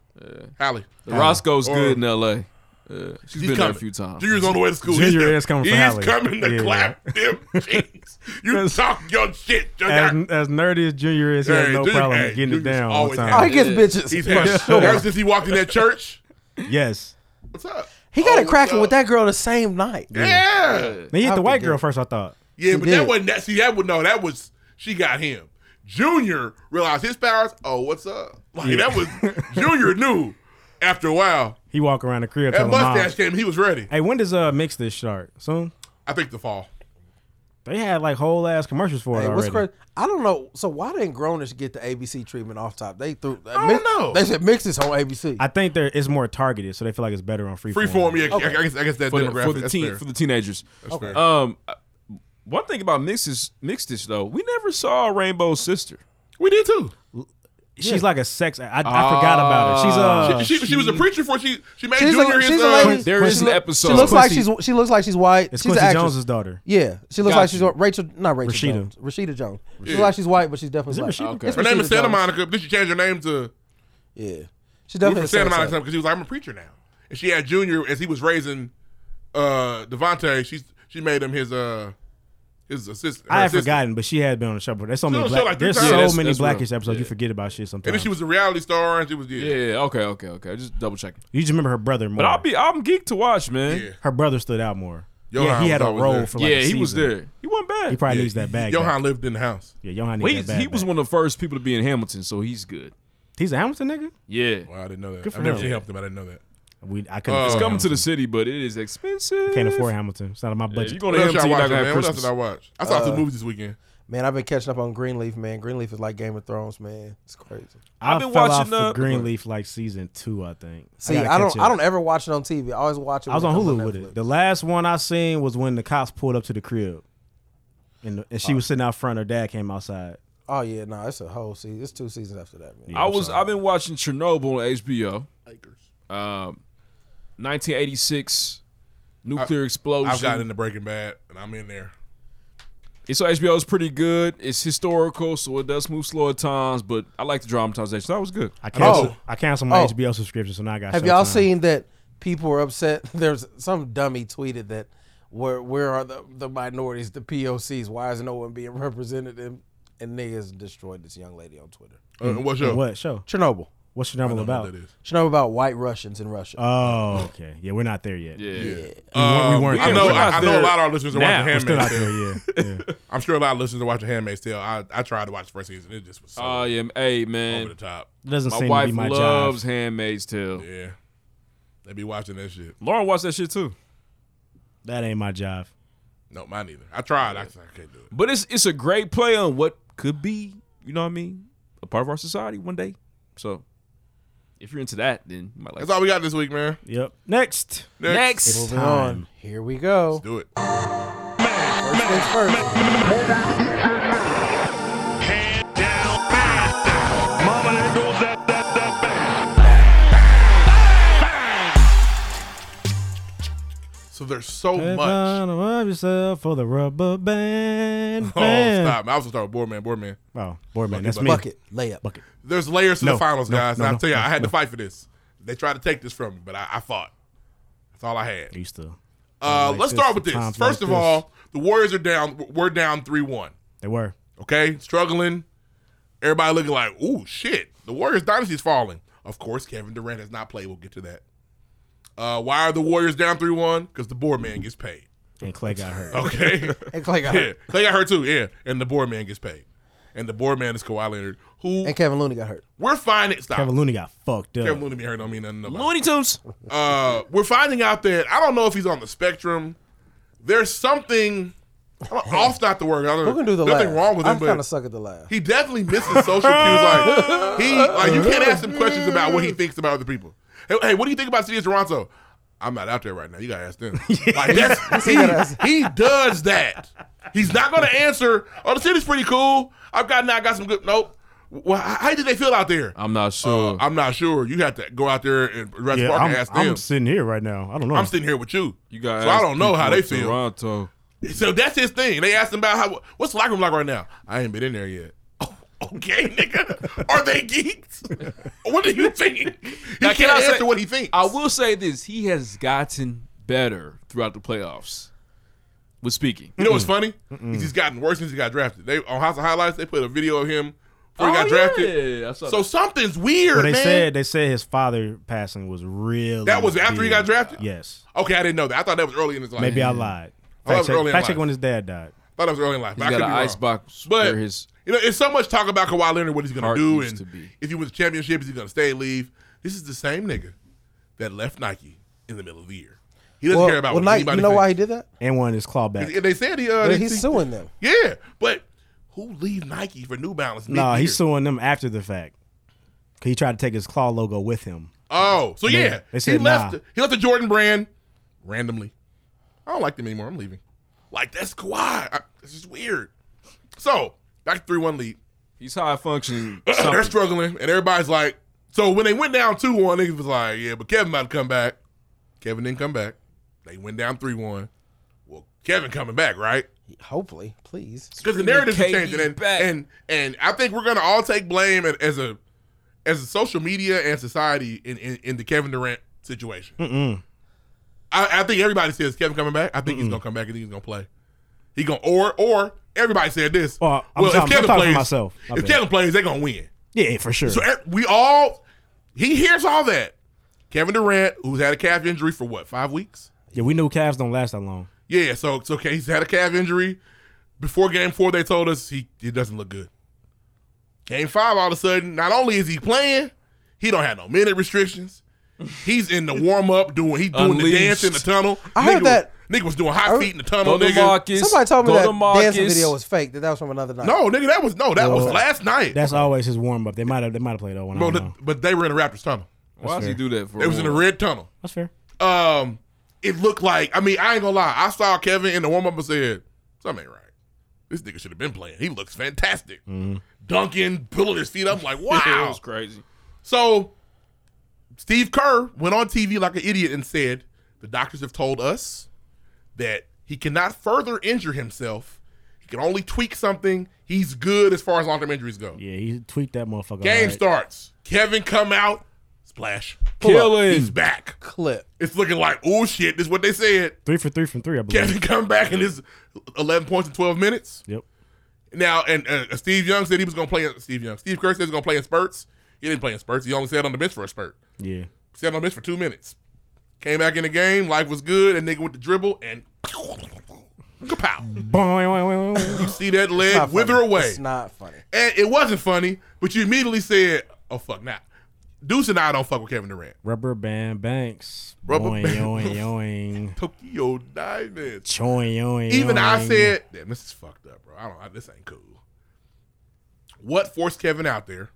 Hallie.
The Roscoe's
Uh, Or-
good in L.A. Uh, she's been
He's
there a
coming.
few times.
Junior's on the way to school.
Junior
He's-
is coming for
He's
Hallie.
coming to
Yeah.
clap
[laughs]
them cheeks. You talk your shit. Your
As, as nerdy as Junior is, he has
Hey,
no
Junior-
problem
hey,
getting it
Junior's
down. all the
always
time.
had
Oh, he gets
it.
bitches, [laughs]
He's
for
had
sure.
Ever since he walked in that church,
Yes.
what's up?
He got
Oh,
it
what's
cracking
up?
with that girl the same night.
Yeah.
Then he hit
I
the white
forget.
girl first. I thought.
Yeah,
He
but that
did.
wasn't that. See, that was no. That was she got him. Junior realized his powers. Oh, what's up? Like
Yeah.
that was Junior knew. After a while,
He walk around the crib
that
telling mom,
mustache came. He was ready.
"Hey, when does uh mix this start? Soon."
I think the fall.
They had like whole ass commercials for it
Hey, what's
already.
crazy? I don't know. So why didn't grownish get the ABC treatment off top? They threw. I
don't know.
They said mix this on ABC.
I think there it's more targeted, so they feel like it's better on freeform.
Freeform. Yeah,
Okay.
I, guess I guess that
for the,
demographic.
for the
that's
teen
fair.
for the teenagers.
That's Okay. fair.
Um, uh, one thing about mixes mixedish though, we never saw Rainbow's sister.
we did too.
She's like a sex. I, I forgot about her. She's uh,
Ah. she, she, she was a preacher before she she made
She's a-
Junior his.
she's a
uh,
lady.
There is
She
an
look-
episode.
She looks like
Quincy-
she's. She looks like she's white.
it's
she's
Quincy
an actress.
Jones's daughter.
Yeah, she looks
Got
like she's
you.
Rachel. Not Rachel.
Rashida.
Jones. Rashida Jones. She
Yeah.
looks like she's white, but she's
Is it
definitely black. Oh,
Rashida?
It's
her name is
Rashida
Santa
Jones.
Monica. Then she changed her name to
Yeah, she
we were
definitely
from
is
Santa
Southside.
Monica because she was like, I'm a preacher now. And she had Junior as he was raising uh Devontae. She she made him his uh his assistant. her
I had
assistant.
forgotten, but she had been on the show. before. There's so
She on
many.
the
Black,
show like three
there's
times.
so
Yeah, that's-
many
that's
blackish
real.
episodes. You
Yeah.
forget about shit
And
sometimes.
then she was a reality star, and she was yeah.
Yeah. Okay. Okay. Okay. Just double checking.
you just remember her brother more.
But I'll be. I'm geeked to watch, man.
Yeah.
her brother stood out more.
Johan
yeah, he had
was
a
always
role
there.
for
Yeah.
like a
he was
season.
there. He wasn't bad.
He probably
Yeah,
needs that bag.
Johan
back.
lived in the house.
Yeah, Johan
Well,
needs
he's-
that bag.
he was
back.
one of the first people to be in Hamilton, so he's good.
He's a Hamilton nigga.
Yeah.
Wow, I didn't know that.
Good for
I never
him.
she helped him. I didn't know that.
We I couldn't.
Uh,
afford
It's coming to
Hamilton.
the city, but it is expensive.
Can't afford Hamilton. It's not on my
Yeah, you
budget.
going
What
to
else
Hamilton?
y'all
You're not
watching,
gonna
man?
have
What else
Christmas.
did I watch? I saw two movies this weekend.
Man, I've been catching up on Greenleaf. Man, Greenleaf is like Game of Thrones. Man, it's crazy.
I
I've been
fell
watching,
off
uh,
of Greenleaf like season two, I think.
See,
gotta
I, don't.
catch
I
up.
don't ever watch it on TV. I always watch it.
I was
when
on
it comes
Hulu with
Netflix.
it. The last one I seen was when the cops pulled up to the crib, and, the, and she was sitting out front. Her dad came outside.
Oh yeah, no, it's a whole season. It's two seasons after that, man.
I was. I've been watching Chernobyl on HBO. Um, 1986 nuclear explosion.
I've gotten into Breaking Bad, and I'm in there.
It's on HBO. It's pretty good. It's historical, so it does move slow at times. But I like the dramatization. That was good.
I canceled.
Oh.
I canceled my
Oh.
HBO subscription, so now I got.
Have y'all
Showtime.
seen that? People were upset. [laughs] There's some dummy tweeted that where where are the, the minorities, the POCs? Why is no one being [laughs] represented? And, and niggas destroyed this young lady on Twitter.
Uh, and what's your
what show?
Chernobyl.
What's your novel about?
that is?
She know about white Russians in Russia.
Oh, okay. Yeah, we're not there yet.
Yeah. Uh,
weren't- we
Um,
weren't
I
there.
know.
We're
I,
not
I know
there
a lot of our listeners are
now.
watching
We're still
Handmaid's
not
Tale.
there yet. Yeah.
[laughs]
I'm sure a lot of listeners are watching Handmaid's Tale. I, I tried to watch the first season. It just was so
Oh yeah. Hey
over the
man.
top.
It doesn't
My
seem
wife
to be my
loves
job.
Handmaid's Tale.
Yeah, they be watching that shit.
Lauren watched that shit too.
That ain't my job.
No, mine either. I tried. I, I can't do it.
But it's it's a great play on what could be. You know what I mean? A part of our society one day. So if you're into that, then you might like.
That's all we got this week, man.
Yep. Next.
Next.
It's
Moving on.
time.
Here we go.
Do it.
First things first.
So there's so
If I
much.
don't love yourself for the rubber
[laughs]
band.
Oh,
band.
stop. I was gonna start with Boardman. Boardman.
Oh, boy,
Bucket,
man, that's me.
Bucket layup.
Bucket.
There's layers to
No,
the finals,
no,
guys.
no,
and
no,
I tell you,
no,
I had
no.
to fight for this. They tried to take this from me, but I, I fought. That's all I had.
You still.
Uh,
like
let's
this,
start with this.
sometimes
First of
like this.
all, the Warriors are down. We're down three one.
They were.
Okay, struggling. Everybody looking like, ooh, shit. The Warriors dynasty is falling. Of course, Kevin Durant has not played. We'll get to that. Uh, why are the Warriors down three one? Because the board man gets paid.
And Clay got hurt. [laughs]
Okay.
And Clay got
yeah.
hurt.
Clay got hurt too. Yeah. And the board man gets paid. And the board man is Kawhi Leonard, who
And Kevin Looney got hurt.
we're finding. Stop.
Kevin Looney got fucked up.
Kevin Looney be hurt. Don't mean nothing. About.
Looney Tunes.
Uh, we're finding out that I don't know if he's on the spectrum. There's something I'm like, off's not the word. I don't-
Who can do the
nothing
laugh?
wrong with him,
I'm
but
kinda suck at the laugh.
He definitely misses social cues. Like he, like you can't ask him questions about what he thinks about other people. Hey, hey, what do you think about City of Toronto? I'm not out there right now. You gotta ask them. Like that's, he, he does that. He's not gonna answer. Oh, the city's pretty cool. I've got I got some good. Nope. Well, how how did they feel out there? Uh,
I'm not sure.
I'm not sure. You have to go out there and rest
Yeah,
park and
I'm,
ask them.
I'm sitting here right now. I don't know.
I'm sitting here with you.
You got.
So I don't know how they feel.
Toronto.
So that's his thing. They asked him about how what's the locker room like right now. I ain't been in there yet. [laughs] Oh,
[laughs]
okay, nigga, are they geeks? what do you think? He
Now,
can't
I say-
answer what he thinks.
I will say this: he has gotten better throughout the playoffs with speaking.
You know what's funny? He's just gotten worse since he got drafted. They on House of Highlights they put a video of him before he
Oh,
got drafted.
yeah, I saw
so
that.
something's weird,
Well, they
man.
said they said his father passing was really
that was after he got
big.
drafted.
Yes.
Okay, I didn't know that. I thought that was early in his life.
Maybe I lied.
I thought it
Fact
was
check,
early in
fact check
life.
when his dad died.
Thought that was early in life.
He's
but I
got
could
an
be wrong.
icebox
But
where his
you know, it's so much talk about Kawhi Leonard, what he's gonna
Heart
do,
used
and
to be.
if he wins the championship, is he gonna stay, leave? This is the same nigga that left Nike in the middle of the year. He doesn't
Well-
care about
well,
what
Nike-
anybody
you know why he
thinks.
did that?
And wanted his claw back.
They said he. Uh,
But
they-
he's suing them.
Yeah, but who leave Nike for New Balance?
No,
mid-year?
he's suing them after the fact. 'Cause He tried to take his claw logo with him.
Oh, so
They-
yeah,
they
he
said,
left.
nah.
He left the Jordan brand randomly. I don't like them anymore. I'm leaving. Like that's Kawhi. I, this is weird. So back to three one lead.
He's high
[laughs]
functioning.
They're struggling, and everybody's like, so when they went down two one, niggas was like, yeah, but Kevin about to come back. Kevin didn't come back. They went down three one. Well, Kevin coming back, right?
Hopefully, please.
Because the narrative is changing, and, and and I think we're gonna all take blame and- as a as a social media and society in in, in the Kevin Durant situation.
Mm-mm.
I, I think everybody says Kevin coming back. I think he's gonna come back. I think he's gonna play. He gonna or or everybody said this.
Oh, I'm talking- I'm talking for myself. My
if
bad.
Kevin plays, they're gonna win.
Yeah, for sure.
So e- we all he hears all that. Kevin Durant, who's had a calf injury for what five weeks?
yeah, we knew Cavs don't last that long.
Yeah, so it's okay. He's had a calf injury. Before game four, they told us he it doesn't look good. Game five, all of a sudden, not only is he playing, he don't have no minute restrictions. He's in the warm up doing. He doing the
Unleashed.
dance in the tunnel.
I heard
Nigga
that-
Was, nigga was doing high feet in the tunnel.
Go to
Nigga,
Marcus.
Somebody told me
Go
that
to Marcus.
dancing video was fake. That that was from another night.
no, nigga, that was no, that was last night.
That's always his warm up. They might have they might have played that one. I
Bro,
don't
the-
know.
but they were in the Raptors tunnel.
Why does he do that for?
It was in the red tunnel.
That's fair.
Um, it looked like I mean I ain't gonna lie. I saw Kevin in the warm up and said something ain't right. This nigga should have been playing. He looks fantastic. Dunking, pulling his feet up. I'm like,
Mm-hmm. [laughs] it
wow.
was crazy.
so Steve Kerr went on TV like an idiot and said, the doctors have told us that he cannot further injure himself. He can only tweak something. He's good as far as long term injuries go.
Yeah, he tweaked that motherfucker.
Game
alright.
starts. Kevin come out. Splash.
Pull up. Killing.
He's back.
Clip.
It's looking like, oh shit, this is what they said. [laughs]
Three for three from three, I believe.
Kevin come back in his 11 points in 12 minutes.
Yep.
Now, and uh, Steve Young said he was going to play in, Steve Young. Steve Kerr said he was going to play in spurts. He didn't play in spurts. He only sat on the bench for a spurt. [laughs]
Yeah.
Sat on the bench for two minutes. Came back in the game. Life was good. And nigga with the dribble and [laughs] kapow. You see that
It's not
leg
funny.
wither away.
It's not funny.
And it wasn't funny, but you immediately said, oh, fuck, nah. Deuce and I don't fuck with Kevin Durant.
Rubber band banks.
Rubber
Boing,
band-
yoing, yoing.
Tokyo Diamond.
Choing, yoing,
Even I
yoing.
said, damn, this is fucked up, bro. I don't, I, this ain't cool. What forced Kevin out there?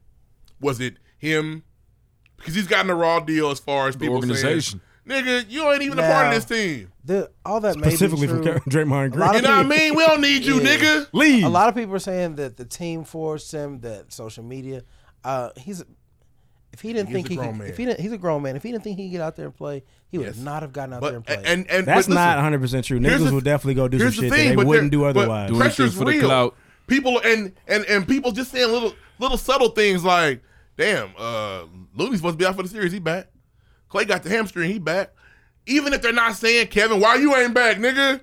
Was it him? Because he's gotten a raw deal as far as people
organization.
saying, nigga, you ain't even a part of
Now,
this team.
The, all that may be
Specifically from
true.
Ke- Draymond
A lot
Green.
of
You know what I
people-
mean? We don't need
[laughs]
you,
Yeah.
nigga.
Leave.
A lot of people are saying that the team forced him, that social media. Uh, he's if he didn't
He's
think
a
he
grown
could,
man.
if he didn't, he's a grown man. If he didn't think he could get out there and play, he would
Yes.
not have gotten out there and
But
played.
and, and
That's
but listen,
not 100 percent true.
here's
Niggas
the-
will definitely go do some
here's the
shit
thing,
that they
but
wouldn't
there-
do
but
otherwise.
Do anything
pressure's
for the
real.
clout.
People and and and people just saying little little subtle things like, "Damn, uh, Looney's supposed to be out for the series. He back. Clay got the hamstring. He back. Even if they're not saying Kevin, why you ain't back,
[laughs]
nigga?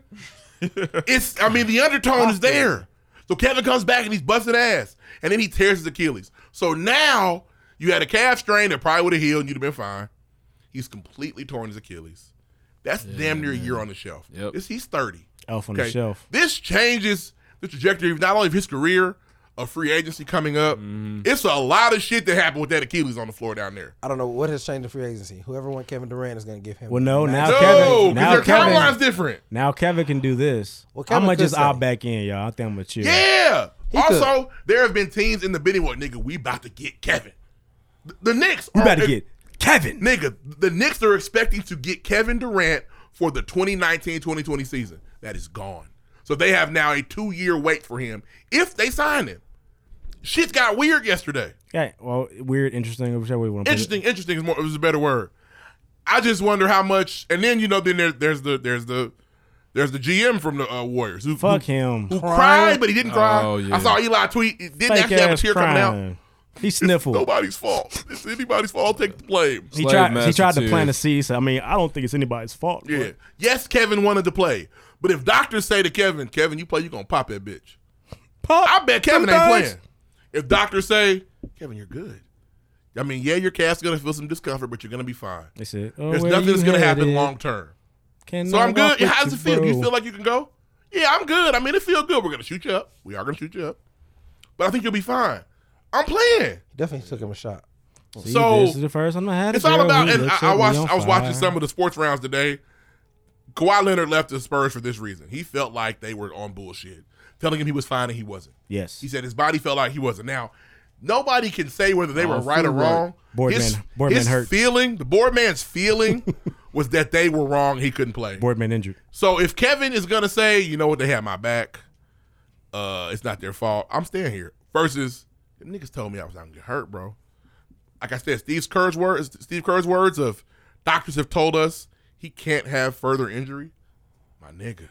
it's I mean the undertone is there. So Kevin comes back and he's busting ass, and then he tears his Achilles. So now you had a calf strain that probably would have healed and you'd have been fine. He's completely torn his Achilles. That's damn near a year on the shelf.
Yep.
This- he's thirty.
Elf on the shelf.
This changes the trajectory of not only of his career, a free agency coming up.
Mm-hmm.
It's a lot of shit that happened with that Achilles on the floor down there.
I don't know what has changed the free agency. Whoever went Kevin Durant is going to give him.
Well, no, now
No,
Kevin.
Oh, 'cause
Now
your
Kevin.
timeline's different.
Now Kevin can do this.
Well,
I'm
Kevin
gonna
could
just opt
say-
back in, y'all. I think I'm gonna chill.
Yeah.
He
also, there have been teams in the bidding war, nigga. We about to get Kevin. The, the Knicks. We
about to get Kevin,
nigga. The Knicks are expecting to get Kevin Durant for the 2019-2020 season. That is gone. So they have now a two-year wait for him if they sign him. Shit got weird yesterday.
Yeah. Well, weird, interesting, whichever way you want to put it.
Interesting. Interesting is more is a better word. I just wonder how much. And then you know, then there, there's the there's the there's the GM from the uh, Warriors who
Fuck
who,
him.
who cried but he didn't cry.
Oh, yeah.
I saw Eli tweet. It didn't
Fake
actually have a
ass
tear coming out.
crying. He sniffled.
Nobody's fault. It's anybody's fault. I'll take the blame.
He tried. He tried to plant a seed. So I mean, I don't think it's anybody's fault. but-
Yeah. Yes, Kevin wanted to play, but if doctors say to Kevin, Kevin, you play, you gonna pop that bitch.
Pop.
I bet Kevin
them
ain't
thugs.
playing. If doctors say, Kevin, you're good. I mean, yeah, your calf's gonna feel some discomfort, but you're gonna be fine.
They said, "Oh,
There's
where
nothing
you
that's gonna happen
headed?
long term.
Can
So
I
I'm
walk
good.
with
How does
you,
it feel? Do you
bro?
feel like you can go? Yeah, I'm good. I mean, it feel good. We're gonna shoot you up. We are gonna shoot you up, but I think you'll be fine. I'm playing.
Definitely took him a shot.
See,
So,
this is the first time I had. a
It's all
girl
about.
who
And
looks
I, I
at me
watched.
on
I was watching
fire.
some of the sports rounds today. Kawhi Leonard left the Spurs for this reason. He felt like they were on bullshit, telling him he was fine and he wasn't.
Yes.
He said his body felt like he wasn't. Now, nobody can say whether they
Oh,
were right or
food right.
wrong.
Board
his
man- board
his
man hurt.
feeling, the board man's
[laughs]
feeling was that they were wrong. He couldn't play.
Boardman injured.
So if Kevin is gonna say, you know what, they had my back, uh, it's not their fault. I'm staying here. Versus them niggas told me I was not gonna get hurt, bro. Like I said, Steve's Kerr's words Steve Kerr's words of doctors have told us he can't have further injury. My nigga.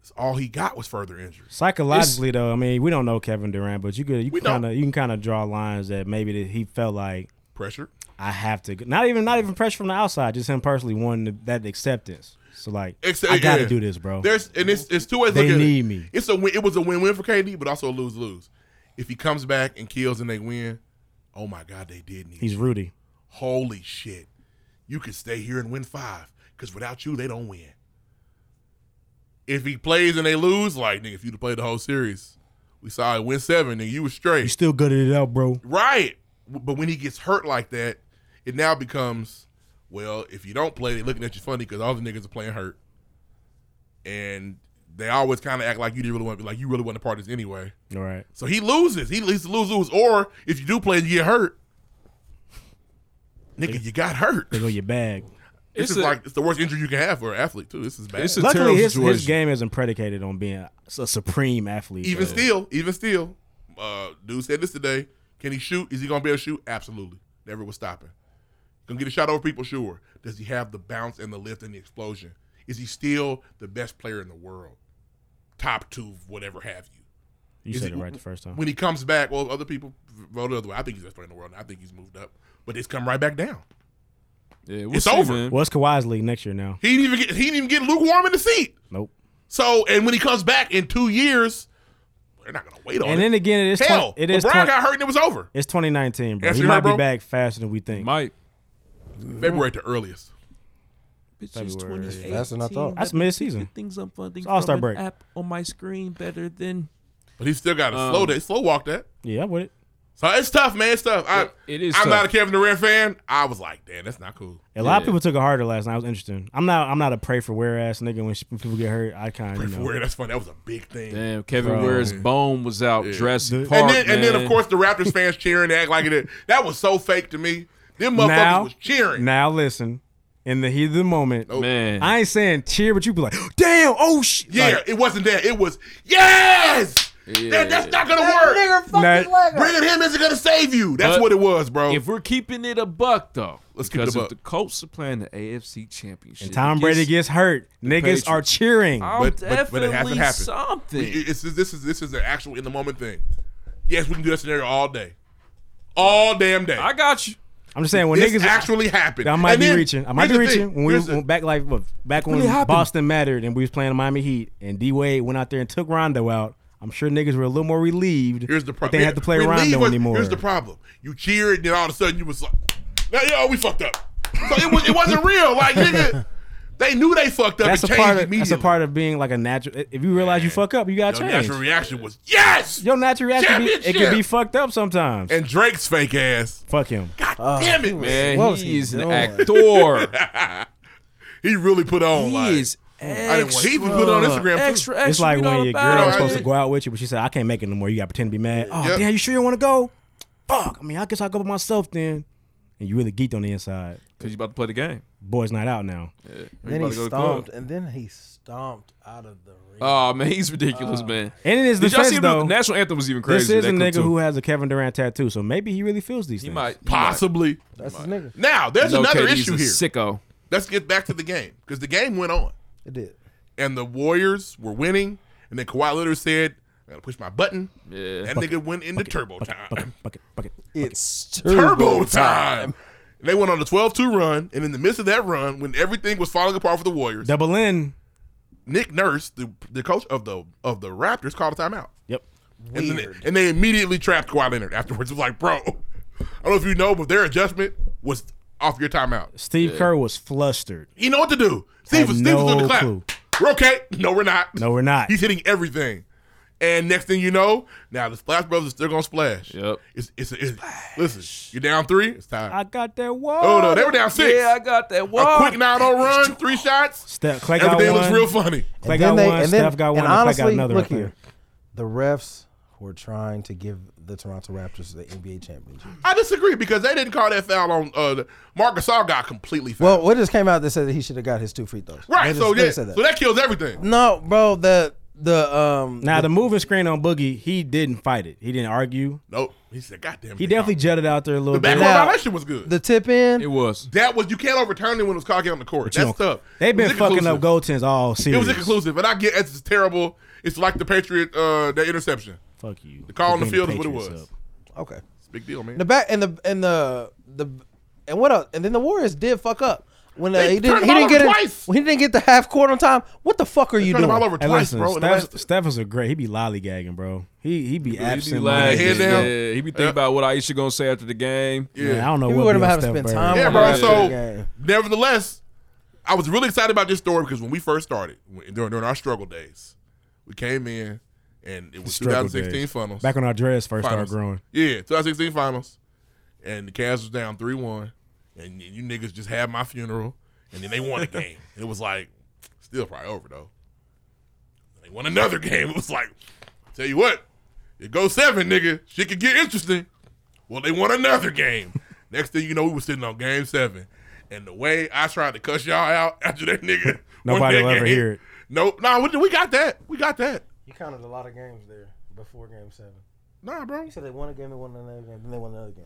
That's all he got was further injury.
Psychologically, though, I mean, we don't know Kevin Durant, but you could you
We
kind of you can kind of draw lines that maybe that he felt like
pressure.
I have to. go- Not even not even pressure from the outside, just him personally wanting to, that acceptance. So like,
Except-
I got to
yeah.
do this, bro.
There's and it's, it's two ways.
They
look at
need
it.
me.
It's a win, it was a win win for KD, but also a lose lose. If he comes back and kills and they win, oh my god, they did need.
He's
you.
Rudy.
Holy shit! You could stay here and win five because without you, they don't win. If he plays and they lose, like nigga, if you'd have played the whole series, we saw it win seven, and you was straight.
You still gutted it out, bro.
Right. W- But when he gets hurt like that, it now becomes, well, if you don't play, they're looking at you funny because all the niggas are playing hurt. And they always kind of act like you didn't really want to be like, you really wasn't a part of this anyway.
All right.
So he loses. He leads to lose, lose. Or if you do play and you get hurt, nigga, you got hurt. They
go
[laughs]
your bag.
This
It's
is
a-
like, it's the worst injury you can have for an athlete, too. This is bad.
Luckily, his, his game isn't predicated on being a, a supreme athlete.
Even
so-
still, even still, uh, dude said this today. Can he shoot? Is he gonna be able to shoot? Absolutely. Never was stopping. Gonna get a shot over people, sure. Does he have the bounce and the lift and the explosion? Is he still the best player in the world? Top two, whatever have you.
You
Is
said
he-
it right the first time.
When he comes back, well, other people vote the other way. I think he's the best player in the world. and I think he's moved up, but it's come right back down.
Yeah,
it's over.
Well, it's Kawhi's league next year now.
He didn't even get he didn't even get lukewarm in the seat.
Nope.
So and when he comes back in two years, they're not gonna wait on
And
it.
then again, it is
hell.
20 it is
LeBron
20
got hurt and it was over.
It's 2019, bro.
Yes,
he
you
might
heard, bro.
be back faster than we think.
Might.
Mm-hmm.
February at the earliest.
February.
That's what I thought.
That's mid-season.
Things I'm funding.
It's All-Star
from an
break.
App on my screen better than.
But he still got to
Um,
slow that slow walk that.
Yeah, I'm with it.
So it's tough, man. It's tough. I,
it is
I'm
tough.
not a Kevin Durant fan. I was like, damn, that's not cool.
A lot of people took it harder last night. It was interesting. I'm not. I'm not a pray for wear ass nigga. When, sh- when people get hurt, I kind of you know.
Where that's funny. That was a big thing.
Damn, Kevin
Bro.
Ware's bone was out dressing.
and then and then of course the
[laughs]
Raptors fans cheering, act like it. is. That was so fake to me. Them motherfuckers
now,
was cheering. Oh,
Now listen, in the heat of the moment,
man,
I ain't saying cheer, but you be like, damn, oh shit.
Yeah,
Like,
it wasn't that. It was yes. That, that's not gonna work.
Nah.
Bringing him isn't gonna save you. That's
But
what it was, bro.
If we're keeping it a buck, though,
Let's keep it
because
a
if
buck.
the Colts are playing the AFC Championship,
and Tom Brady gets hurt. Niggas
Patriots.
are cheering.
Oh.
I'm definitely something.
We- It's, this is this is an actual in the moment thing. Yes, we can do that scenario all day, all damn day. I
got you.
I'm just saying when
This
niggas
actually happened.
I might
And
be
then-
reaching. I
here's
might be
the
reaching
thing.
when we
Here's the-
when back like what, back when
really happened.
Boston mattered and we was playing the Miami Heat and D Wade went out there and took Rondo out. I'm sure niggas were a little more relieved.
Here's the
They
problem.
had to play Rondo anymore.
Here's the problem. You cheered, and
[laughs]
then all of a sudden you was like, "Now, yo, we fucked up." So it, was, it wasn't real. Like, nigga, They knew they fucked up
That's a
and
part
changed
of that's a
immediately.
part of being like a natural. If you realize you fuck up, you gotta
Your
change.
natural reaction was yes.
Your natural reaction be, it can be
Championship!
fucked up sometimes.
And Drake's fake ass.
Fuck him.
Damn it, man.
Man, Oh, he is an actor.
he really put on.
[laughs] He
like,
is
I didn't want, he even put it on
extra,
Instagram. too.
extra, extra.
it's like
you know
when your
about
girl
it.
was supposed to go out with you, but she said, "I can't make it no more." You gotta pretend to be mad. Oh
Yep.
damn, you sure you want to go? Fuck. I mean, I guess I'll go by myself then. And you really geeked on the inside.
Cause you about to play the game.
Boys night out now.
Yeah.
Then
about
he
to go to
stomped,
club.
and then he stomped out of the ring.
Oh man, he's ridiculous, man.
And in his
Did y'all see
defense,
him-
Uh, though,
the national anthem was even crazy.
This is
That
a
clip,
nigga
too.
who has a Kevin Durant tattoo, so maybe he really feels these
he
things.
might
Possibly.
That's his nigga.
Now, there's
No,
another
KD's
issue
a
here.
Sicko.
Let's get back to the game because the game went on
It did.
and the Warriors were winning. And then Kawhi Leonard said, I gotta push my button.
Yeah.
That nigga went into turbo time.
Bucket, bucket.
It's
Turbo time. They went on a 12 2 run. And in the midst of that run, when everything was falling apart for the Warriors,
Double in.
Nick Nurse, the, the coach of the of the Raptors, called a timeout.
Yep.
And, then they, and they immediately trapped Kawhi Leonard afterwards. It was like, bro, I don't know if you know, but their adjustment was off your timeout.
Steve Kerr was flustered.
You know what to do. Steve,
Have
was, Steve was doing the
no
clap.
clue.
We're okay. No, we're not.
No, we're not.
He's hitting everything. And next thing you know, now the Splash Brothers are still going to splash.
Yep.
It's, it's, it's, Listen, you're down three. It's time.
I got that wall.
oh, no, they were down six.
Yeah, I got that
A
one.
quick 9 0 run, three shots.
Steph, Clay got
Everything looks
one.
real funny.
Clay got
they-
one. Steph got one.
and
And Clay
honestly,
got another.
look
I think.
here. The refs were trying to give the Toronto Raptors the NBA championship.
I disagree because they didn't call that foul on uh, the- Marc Gasol got completely fouled.
Well, what just came out that said that he should have got his two free throws.
right,
They
so
just- they
yeah,
said that.
so that kills everything.
no, bro, the the um
Now the moving screen on Boogie, he didn't fight it. He didn't argue.
Nope. He said, goddamn.
He definitely jutted out there a little
The backcourt
bit.
Now-
violation was good.
the tip in.
It was.
That was you can't overturn it when it was called out on the court.
You
That's
know,
tough.
They've
It was
been fucking
inconclusive.
up goal tins all
It
series.
was inconclusive, and I get it's terrible. It's like the Patriot uh, that interception.
Fuck you.
The call on the
Bring
field is what it
Patriots
was.
up.
Okay.
It's a big deal, man.
The back and the and the the and what else? And then the Warriors did fuck up. When uh
They
he didn't he
turned the
didn't
ball
get
over
it,
twice.
when he didn't get the half court on time. What the fuck are you
Turn the
doing?
ball over
Hey,
twice,
listen,
bro. in the
Steph,
last-
Steph is a great. He be lollygagging, bro. He he be
He be
absent.
lagging.
Head
Yeah,
down.
he be thinking about what Aisha gonna say after the game.
Yeah.
Man, I don't know
You
what
worried
be on
about having
Steph
spent
Curry.
time
Yeah,
on
bro.
Yeah.
So,
Yeah.
nevertheless, I was really excited about this story because when we first started, when- during during our struggle days, we came in and it was
Struggle
2016
days.
finals.
Back when our dreads first
finals.
started growing.
Yeah, 2016 finals, and the Cavs was down three one, and you niggas just had my funeral, and then they won a
[laughs]
game. It was like still probably over though. They won another [laughs] game. It was like, tell you what, it goes seven, nigga. Shit could get interesting. Well, they won another
[laughs]
game. Next thing you know, we were sitting on game seven. And the way I tried to cuss y'all out [laughs] after that nigga. won
Nobody
that
will ever
game-
hear it.
Nope. Nah, we, we got that. We got that.
You counted a lot of games there before game seven.
Nah, bro.
You said they won a game, they won another game, then they won another game.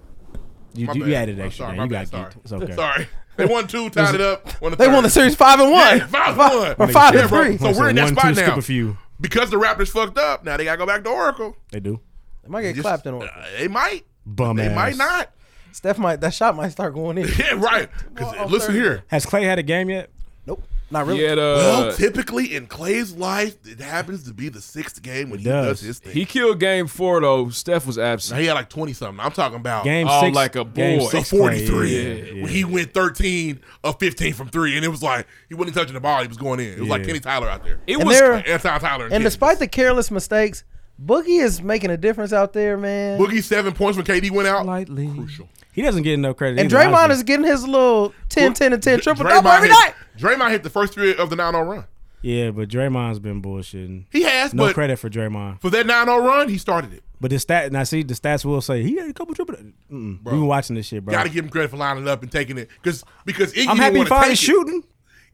You,
My
you,
bad.
you added
I'm
extra.
sorry,
man.
my
you got
bad.
geeked. It's
Sorry.
okay.
Sorry. [laughs] They won two, tied it up. Won
They won the series five and one.
Yeah, five and one.
Or five
Yeah,
and
bro.
three.
So we're in that
One,
spot
two, skip
now.
a few.
Because the Raptors fucked up, now they gotta go back to Oracle.
They do.
They might get
Just-
clapped in
uh,
order.
they might.
Bum
They
ass.
might not. [laughs]
Steph might that shot might start going in.
Yeah, right. 'Cause,
Well,
listen
thirty.
here.
Has Clay had a game yet?
Nope, not
He
really.
had, uh,
Well, typically in Clay's life, it happens to be the sixth game when he does,
does.
his thing.
he killed game four though. Steph was
now
absent.
he had like twenty something. I'm talking about
Game
Oh,
six.
like a
game
boy.
six
a 43.
Clay. Yeah, yeah.
When he went 13 of 15 from three, and it was like he wasn't touching the ball. He was going in. It was like
Yeah.
Kenny Tyler out there.
It
And
was
there-
Anti Tyler.
and
Kenny.
despite the careless mistakes, Boogie is making a difference out there, man.
Boogie seven points when KD went out.
lightly.
Crucial.
He doesn't get enough credit.
and
either,
Draymond
honestly.
is getting his little 10, 10, and 10 triple double
Draymond
every
hit,
night.
Draymond hit the first three of the 9-0 run.
Yeah, but Draymond's been bullshitting.
He has,
No
but
credit for Draymond.
for that 9-0 run, he started it.
But the stat, and I see the stats will say he had a couple triple. Mm-mm. We've been watching this shit, bro.
Got to give him credit for lining up and taking it because because Iggy
I'm
didn't
happy he
wanna
finally
take it.
shooting.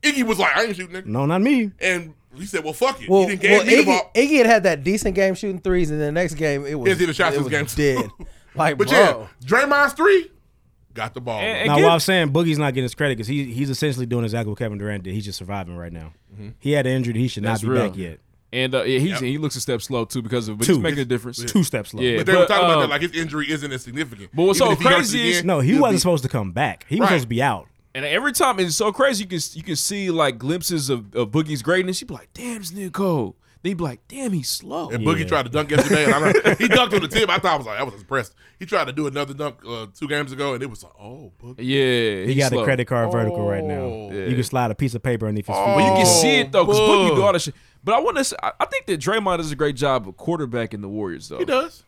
Iggy was like, I ain't shooting, nigga.
No, not me.
and he said, well, fuck it.
Well,
he didn't gave
well,
me the ball.
Iggy, Iggy had had that decent game shooting threes, and the next game it was
He didn't shot
it
this
was
game.
dead.
[laughs]
[laughs] Like,
But yeah,
bro,
Draymond's three got the ball.
And- and
Now,
give-
what I'm saying, Boogie's not getting his credit because he, he's essentially doing exactly what Kevin Durant did. He's just surviving right now. He had an injury that he should
Mm-hmm. That's
not be
real.
back yet.
And uh, yeah, he's, he looks a step slow too because of but he's
Two.
making a difference.
Two steps low.
Yeah.
but they were
but,
talking about that
um,
like his injury isn't as significant.
but what's
Even
so
if he hurts
crazy is-
again,
No, he
he'll
wasn't
be-
supposed to come back. He was
Right.
supposed to be out.
And every time it's so crazy, you can you can see like glimpses of, of Boogie's greatness. You be like, damn, this nigga cold. Then Then he'd be like, damn, he's slow.
And Boogie tried to dunk yesterday.
[laughs]
And I, don't- he dunked on the tip. I thought I was like, I was impressed. He tried to do another dunk uh, two games ago, and it was like, oh, Boogie.
Yeah,
He got a credit card vertical right
Oh.
now. You can slide a piece of paper underneath his
Oh.
feet.
But you can see it though, because Boogie do all that shit. But I want to. I I think that Draymond does a great job of quarterbacking the Warriors though.
He does.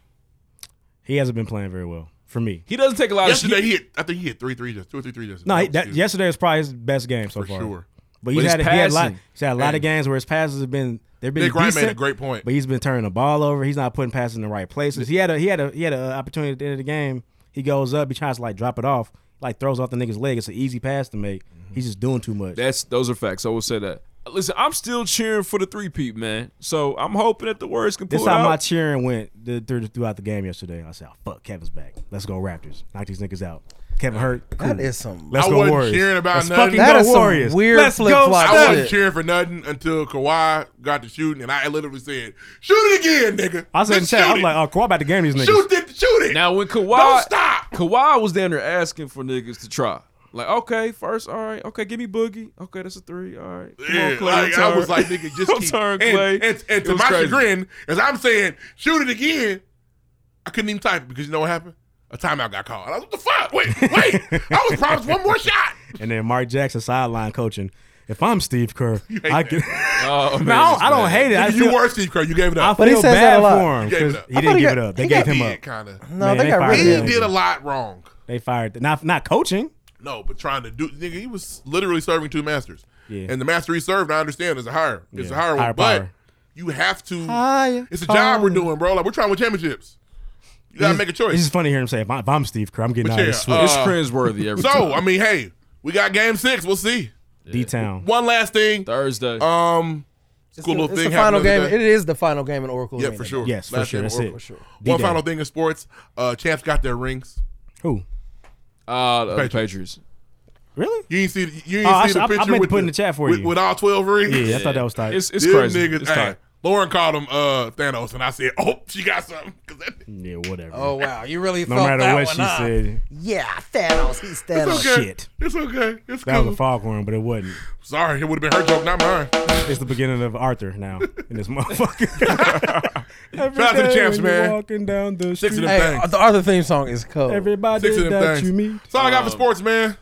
He hasn't been playing very well for me.
He doesn't take a lot
Yesterday,
of
he hit, I think he hit three threes, two or three threes yesterday.
No, he,
was
that,
huge.
yesterday was probably his best game so
For
far.
sure.
But,
But
he's
his
had, he had a lot.
passing.
He's had a lot
Hey.
of games where his passes have been they've been
Nick Wright made
decent,
a great point.
But he's been turning the ball over. He's not putting passes in the right places. He had a he had a he had an opportunity at the end of the game. He goes up. He tries to like drop it off. Like throws off the nigga's leg. It's an easy pass to make.
Mm-hmm.
He's just doing too much.
That's those are facts. I will say that. Listen, I'm still cheering for the three peat, man. So I'm hoping that the Warriors can pull
This
it
how
out.
my cheering went th- through- throughout the game yesterday. I said, oh, "Fuck, Kevin's back. Let's go Raptors. Knock these niggas out." Kevin Hurt.
That
cool.
is some-
Let's
I
go
wasn't
Warriors.
cheering about
Let's
nothing.
fucking
That
go
is some
Warriors.
weird
Let's go
flip-flop
I
shit.
wasn't cheering for nothing until Kawhi got to shooting, and I literally said, "Shoot it again, nigga."
I said, in
Let's
chat,
shoot
I'm
it.
like, "Oh, Kawhi about to game these niggas."
shoot it, shoot it.
Now when Kawhi
Don't stop.
Kawhi was down there asking for niggas to try. Like, okay, first, all right, okay, give me Boogie. Okay, that's a three. All right. Come
Yeah,
on, Clay,
like,
I'm
I was like,
tired. [laughs]
nigga, just
I'm
keep.
tired,
and,
Clay.
and, and
It
to
was
my
crazy.
chagrin, as I'm saying, shoot it again. I couldn't even type it because you know what happened? A timeout got called. I was like, what the fuck? Wait,
[laughs]
wait. I was promised one more shot.
And then Mark Jackson sideline coaching. If I'm
[laughs]
Steve Kerr, I can.
Oh, man,
no, I
it's
don't
bad.
hate it. I
Nigga, [laughs] you
feel,
were Steve Kerr. You gave it
I
up.
But he
feel
says that a
bad
lot.
for him
He gave it
because
up.
he
I
didn't
thought he
give it
got-
up. They
he
gave
got
him
did,
up.
Kinda.
No,
Man,
they
they
got
fired
rid of
He
him.
him.
did a lot wrong.
They fired. Not not coaching.
No, but trying to do nigga, he was literally serving two masters.
Yeah.
And the master he served, I understand, is a higher. It's
Yeah,
a higher,
higher
one. But
power.
you have to
Higher
it's a job we're
power.
doing, bro. Like we're trying to win championships. You gotta make a choice.
It's just funny hearing him say, if, I, am Steve Kerr, I'm getting
But
out of
yeah,
this
uh,
It's cringeworthy every time.
So, I mean, hey, we got game six. We'll see.
D-Town.
One last thing.
Thursday.
Um,
It's
cool
the,
little
it's
thing.
the final
happened the
game.
other day.
It is the final game in Oracle.
Yeah,
Arena.
for sure.
Yes, for sure,
game
that's
or-
it.
for sure.
D-Day.
One final thing in sports. Uh, Champs got their rings.
Who?
Uh, the Patriots.
Patriots.
Really?
You ain't see. You ain't
Oh, I
see
saw- I- I
the picture
meant to
with
put in the chat for
with,
you.
with all twelve rings.
Yeah, I thought that was tight.
It's, it's
Them
crazy.
niggas-
it's
hey,
tight.
Lauren called him uh, Thanos, and I said, "Oh, she got something." 'Cause that-
yeah, whatever.
Oh wow, you really
[laughs] no
felt
matter
that
what
one
she
up.
said, Oh,
Yeah, Thanos. He's Thanos.
it's okay.
shit.
It's okay. It's
that was
cool.
a foghorn, but it wasn't.
Sorry, it would have been her joke, not mine.
It's the beginning of Arthur now in
[laughs]
this motherfucker. Every
Shout out to the
day
champs,
when you're
man.
Walking down the
Six of
street,
them
Hey,
things.
the Arthur theme song is cold.
everybody
Six of them
that
things.
you meet
That's all I got for sports, man.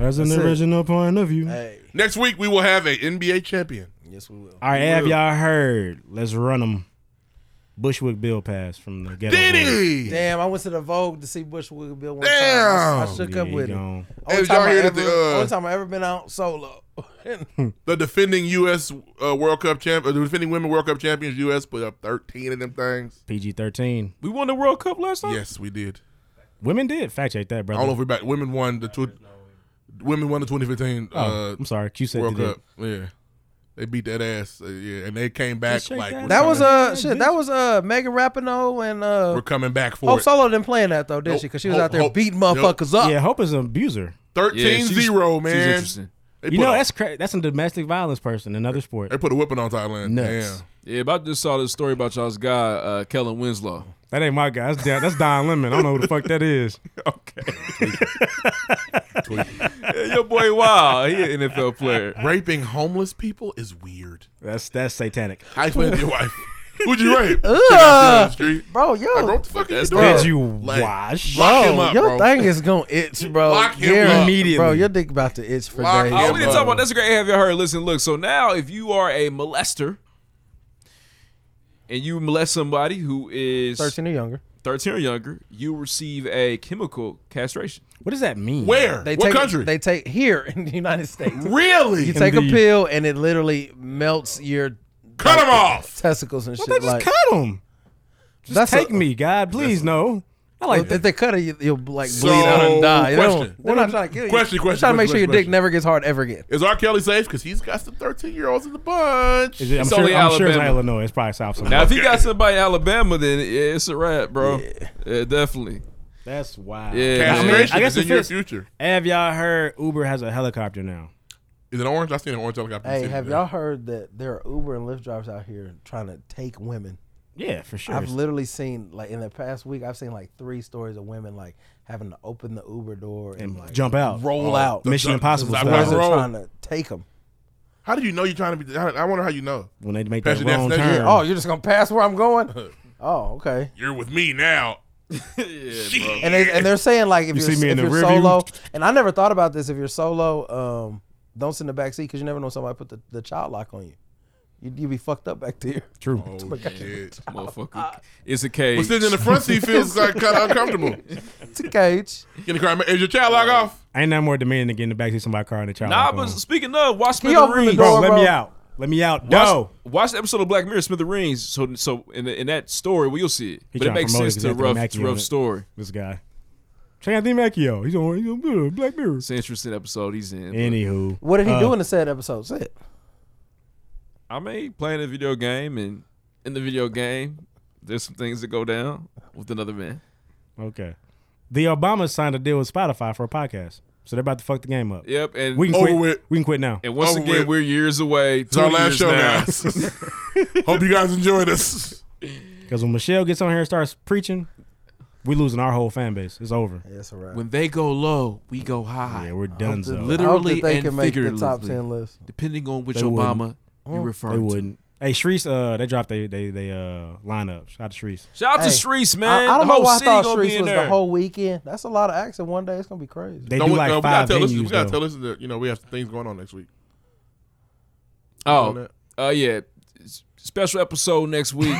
has an
That's it.
original point of view.
hey,
Next week we will have a NBA champion.
yes we will.
All right, have y'all heard? Let's run them. Bushwick bill pass from the ghetto. Warriors.
Diddy.
Damn, I went to the Vogue to see Bushwick Bill one
Damn.
time. I shook
Yeah,
up
he
with it.
gone.
Hey,
Only
did
time,
y'all
I
hear that
ever,
the, uh,
only time I ever been out solo. [laughs]
The defending U.S. Uh, World Cup champ, uh, the defending women World Cup champions, U.S. put up thirteen of them things.
PG thirteen.
We won the World Cup last night?
Yes, we did.
Women did fact check that,
I
brother.
don't know if we back. Women won the tw- women won the 2015
Oh,
uh,
I'm sorry, Q said
World
they did.
Cup. Yeah, they beat that ass. Uh, yeah, and they came back
shake
like
that
we're
that
coming-
was uh shit. That was uh Megan Rapinoe and uh
We're coming back for
Hope
it.
Solo didn't play in that though, did
Nope.
she? Because she was
Hope-
out there
Hope-
beating motherfuckers up.
Ah.
Yeah, Hope is an abuser.
13
she's-
0,
She's
man.
interesting.
They
You
put
know
a-
that's cra- that's a domestic violence person. Another sport.
They put a whipping on Thailand.
Nuts.
Damn.
Yeah, but I just saw this story about y'all's guy, uh, Kellen Winslow.
That ain't my guy. That's Don, that's Don Lemon. I don't know who the fuck that is.
Okay. your boy, wow, he an NFL [laughs] player.
Raping homeless people is weird.
That's that's satanic.
I explained to your wife. [laughs] Who'd you rape? Ugh.
Bro, yo,
Like, bro, what the fuck
That's
is doing?
Did you
Like,
wash?
Lock him
Bro,
up,
your
bro.
thing is gonna itch, bro.
Lock him
Guaranteed.
up.
Bro,
Immediately.
your dick about to itch for
Lock
days.
him
Oh, we
Yeah,
didn't talk
bro.
about that's a great have you heard. Listen, look, so now if you are a molester and you molest somebody who is
Thirteen or younger.
13 or younger, you receive a chemical castration.
What does that mean?
Where?
They
what
take,
country?
They take here in the United
[laughs]
States.
really?
You take a
Indeed.
pill and it literally melts your
Cut him off.
testicles and
Well,
shit.
they just
like,
cut him. Just
That's
take
a-
me, God, please no. I like
if
that.
they cut it, you- you'll like bleed
So,
out and die. They don't-
question.
They're not trying to kill you.
Question,
They're
question,
Trying to make
question,
sure your dick
question.
never gets hard ever again.
Is R. Kelly safe? Because he's got some 13 year olds in the bunch.
Is it- I'm,
It's
sure,
only
I'm sure it's not
Alabama.
Illinois. It's probably South
Now,
somewhere.
if you got somebody in Alabama, then yeah, it's a wrap, bro. Yeah, definitely.
That's wild.
Yeah.
I, mean,
Castration
I guess
is
it
in your
fits.
future.
Have y'all heard Uber has a helicopter now?
Is it orange? I seen an orange helicopter.
Hey,
sitting
have
there.
y'all heard that there are Uber and Lyft drivers out here trying to take women?
Yeah, for sure.
I've literally seen like in the past week, I've seen like three stories of women like having to open the Uber door and, like
Jump out.
roll out.
Mission
the-
Impossible.
the-
style.
Because
Roll.
they're trying to take them.
How do you know you're trying to be? I I wonder how you know.
When they make
Pass
that
your
wrong
destination.
turn.
Oh, you're just gonna pass where I'm
[laughs]
going? Oh, okay.
You're with me now.
And they, and they're saying like if
You
you're,
see me in
if
the
you're
rear view?
solo, and I never thought about this. If you're solo, um, don't sit in the back seat because you never know somebody put the, the child lock on you. You'd, you'd be fucked up back there. [laughs]
True.
Oh, shit.
Motherfucker. It's a cage.
But sitting in the front seat feels like kind of uncomfortable.
It's a cage.
Get in the car. Is your child lock off?
Ain't nothing more demeaning than getting in the backseat of somebody's car and the child.
Nah,
lock
but
on.
speaking of, watch
He opened the
Smithereens.
door, Bro, let me bro. out. Let me out.
Watch,
No.
Watch the episode of Black Mirror, Smithereens. So, so in, the, in that story, well, you'll see it.
He
but it
tryna
makes
promote
sense
it 'cause
to a
Anthony
rough,
Mackie on
rough
it.
story.
This guy. Trey Anthony Macchio. He's on. He's on Black Mirror. It's
an interesting episode he's in. but-
Anywho,
What did he
Uh,
do in the said episode? Say it.
I mean, playing a video game, and in the video game, there's some things that go down with another man.
Okay. The Obamas signed a deal with Spotify for a podcast, so they're about to fuck the game up.
Yep, and
we can
Over
quit.
with.
We can quit now.
And once
Over
again,
with.
we're years away.
It's our
20
last
years
show now.
now.
[laughs] Hope you guys enjoyed us.
Because when Michelle gets on here and starts preaching, we losing our whole fan base. It's over.
Yes, right.
when they go low, we go high.
Yeah, we're done.
that- I hope
Literally
that they
and
can make the
figuratively.
top 10 list.
Depending on which
They
Obama
wouldn't.
you refer
They
to.
wouldn't. Hey, Shreese, uh, they dropped they they they uh lineup. Shout out to Shreese.
Shout out
Hey,
to Shreese, man.
I, I don't
the
know
whole
why I
city
thought
gonna be
Streets
in
was
there.
the whole weekend. That's a lot of acts in one day. It's gonna be crazy.
They
No,
do
we,
like
no, we gotta
five
tell listeners-
venues.
We gotta
though.
tell listeners that you know we have things going on next week.
Oh, uh, yeah. S- Special episode next week. [laughs]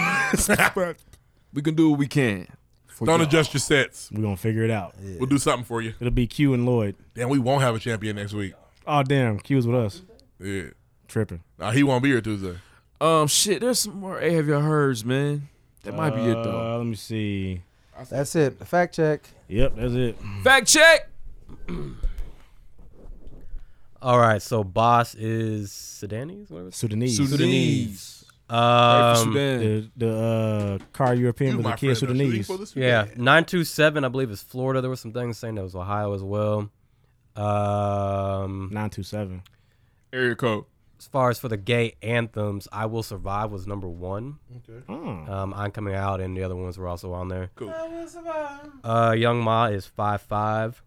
we can do what we can. for
Don't
y'all.
adjust your sets.
We're gonna figure it out.
We'll do something for you.
It'll be Q and Lloyd.
Damn, we won't have a champion next week.
Oh damn, Q was with us.
Yeah.
Tripping.
Nah, he won't be here Tuesday.
Um, shit. There's some more. Hey, have you heards, man? That might be it though.
Uh, Let me see.
That's it. Fact check.
Yep, that's it.
Fact check.
All right, so boss is Sudanese, whatever.
Sudanese.
Sudanese.
Um,
the the uh, car European was a kid Sudanese.
Yeah, nine two seven. I believe is Florida. There were some things saying that was Ohio as well. Um,
Mm, nine two seven.
Area code.
As far as for the gay anthems, "I Will Survive" was number one.
Okay.
Hmm.
Um, "I'm Coming Out" and the other ones were also on there.
Cool.
Uh, Young Ma is five five.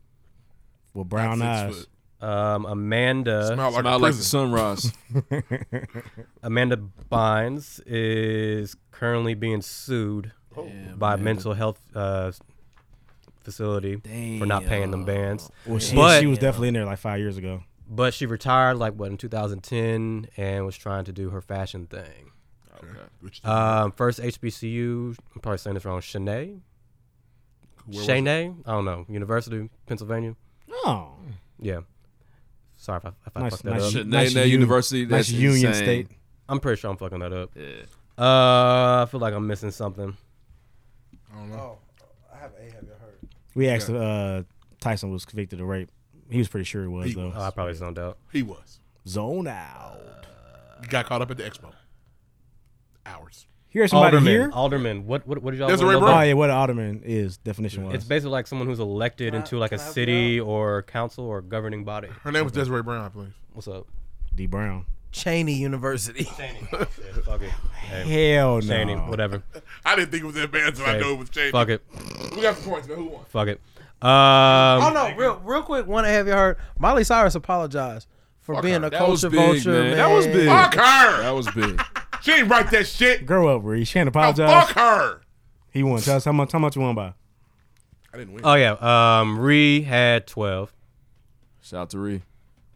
With brown
Not
eyes.
six foot. Um, Amanda.
Smile like Smile a
like the prison. sunrise.
Amanda Bynes is currently being sued
Oh.
by a mental health uh, facility for not paying them bans.
Well, she,
but,
she was definitely in there like five years ago.
but she retired like what in 2010 and was trying to do her fashion thing.
Which-
Um, first HBCU, I'm probably saying this wrong. Shanae,
Where was
Shanae, I don't know. University, of Pennsylvania.
Oh.
Yeah. Sorry if I, if I
Nice-
fucked that
nice-
up.
Shanae nice Nae U- University, nice that's Union insane. State.
I'm pretty sure I'm fucking that up. Uh, I feel like I'm missing something.
I don't know.
Oh, I have a have you heard?
We asked uh, Tyson was convicted of rape. He was pretty sure he was
He
though.
was. Oh, I
probably zoned out.
He was.
Zone out.
Got caught up at the expo. Hours.
Here's somebody
Alderman.
here.
Alderman. What what what did y'all
There's a
wanna
red
know
Oh
about?
yeah, what an alderman is definition wise.
It's basically like someone who's elected into like a city or council or governing body.
Her name was Desiree Brown, I believe.
What's up?
D Brown.
Cheney University.
Fuck it. Hey.
Hell no.
Shady, whatever.
I didn't think it was that bad, so I
Shady.
know it was Shady.
Fuck it.
We got some points, man. Who won?
Fuck it.
oh
Um,
no, real real quick. One have you heard? Miley Cyrus apologized for being a
That was
culture
big,
vulture.
man. That was big.
Fuck her.
That was big.
She didn't write that shit.
Grow up, Reese. She can't
Now,
apologize.
fuck her.
He won. Tell us how much how much you won by.
I didn't win.
oh yeah. Um, Ree had twelve.
Shout out to Ree.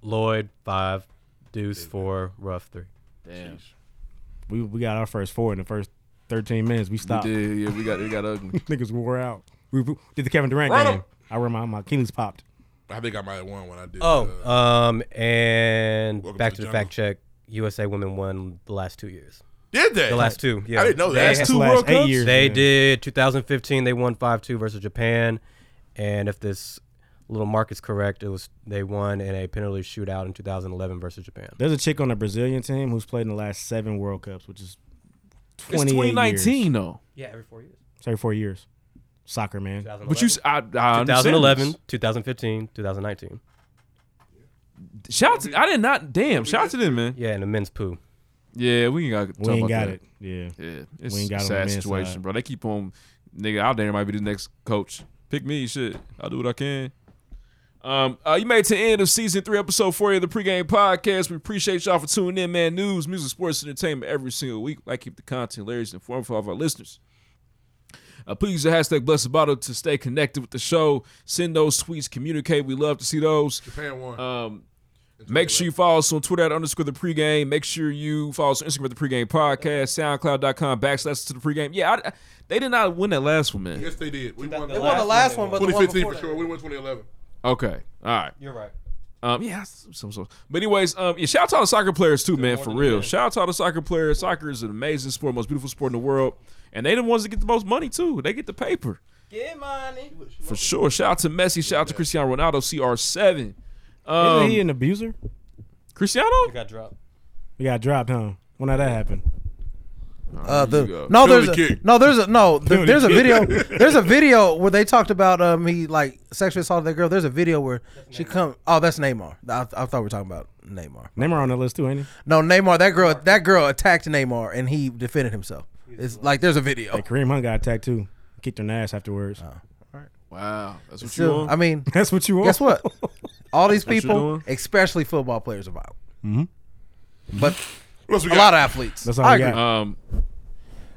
Lloyd five. Deuce four. Rough three.
Damn.
We we got our first four in the first thirteen minutes. We stopped.
We did. Yeah, we got we got ugly.
[laughs] Niggas wore out. We we did the Kevin Durant
Run 'em.
game. I remember my, my Achilles popped.
I think I might have won when I did.
Oh,
uh,
um, and
Welcome
back
to
to the
the jungle.
fact check. USA women won the last two years.
Did they?
The last two. Yeah,
I didn't know that.
They-
Last two Last World eight Cups? years,
They
man.
did. 2015, they won 5-2 versus Japan, and if this little mark is correct, it was they won in a penalty shootout in 2011 versus Japan.
There's a chick on the Brazilian team who's played in the last seven World Cups, which is twenty.
2019 though.
Yeah, every four years.
It's every four years. Soccer man.
But you, s- I, I understand
2011,
this.
2015, 2019.
Shout out to I did not. Damn. Shout out to them, man.
Yeah, and the men's poo.
Yeah, we ain't got.
We ain't got it. Yeah.
Yeah.
We
It's
ain't
a
got it on the
sad
men's
situation,
side.
bro. They keep on. Nigga, out there might be the next coach. Pick me, shit. I'll do what I can. Um, uh, you made it to the end of season three, episode four of the pregame podcast. We appreciate y'all for tuning in, man. News, music, sports, entertainment every single week. Like keep the content hilarious and informative for all of our listeners. Uh, please use the hashtag Blessed Bottle to stay connected with the show. Send those tweets, communicate. We love to see those.
Japan won.
Uh,
Um, make sure you follow us on Twitter at underscore the pregame. Make sure you follow us on Instagram at the pregame podcast, soundcloud.com backslash to the pregame. Yeah, I, I- they did not win that last one, man.
Yes, they did. We won,
They won the last one, but the one
2015
before
for sure. We won 2011.
Okay. All right.
You're right.
Um, yeah, s- some sort. But anyways, um, yeah, shout out to all the soccer players too, man, for real. Shout out to all the soccer players. Soccer is an amazing sport, most beautiful sport in the world, and they the ones that get the most money too. They get the paper
Get money.
for sure. Shout out to Messi. Shout out to Cristiano Ronaldo. CR7. Um,
Isn't he an abuser?
Cristiano?
He got dropped.
We got dropped, huh? When did that happen?
Uh, the, no, there's a, no, there's a no, th-
Penalty
there's a
kick.
video, there's a video where they talked about um he like sexually assaulted that girl. There's a video where she come. Oh, that's Neymar. I, I thought we were talking about Neymar.
Neymar on that list too, ain't he?
No, Neymar. That girl, that girl attacked Neymar and he defended himself. It's like there's a video.
Hey, Kareem Hunt got attacked too. Kicked in the ass afterwards.
Wow, that's what you
Still,
want.
I mean,
That's what you want.
Oh. Guess what? All these
That's what you
people,
doing?
especially football players, are violent.
Mhm.
But
else we
a
got?
lot of athletes.
That's all
I
we
agree.
got.
Um,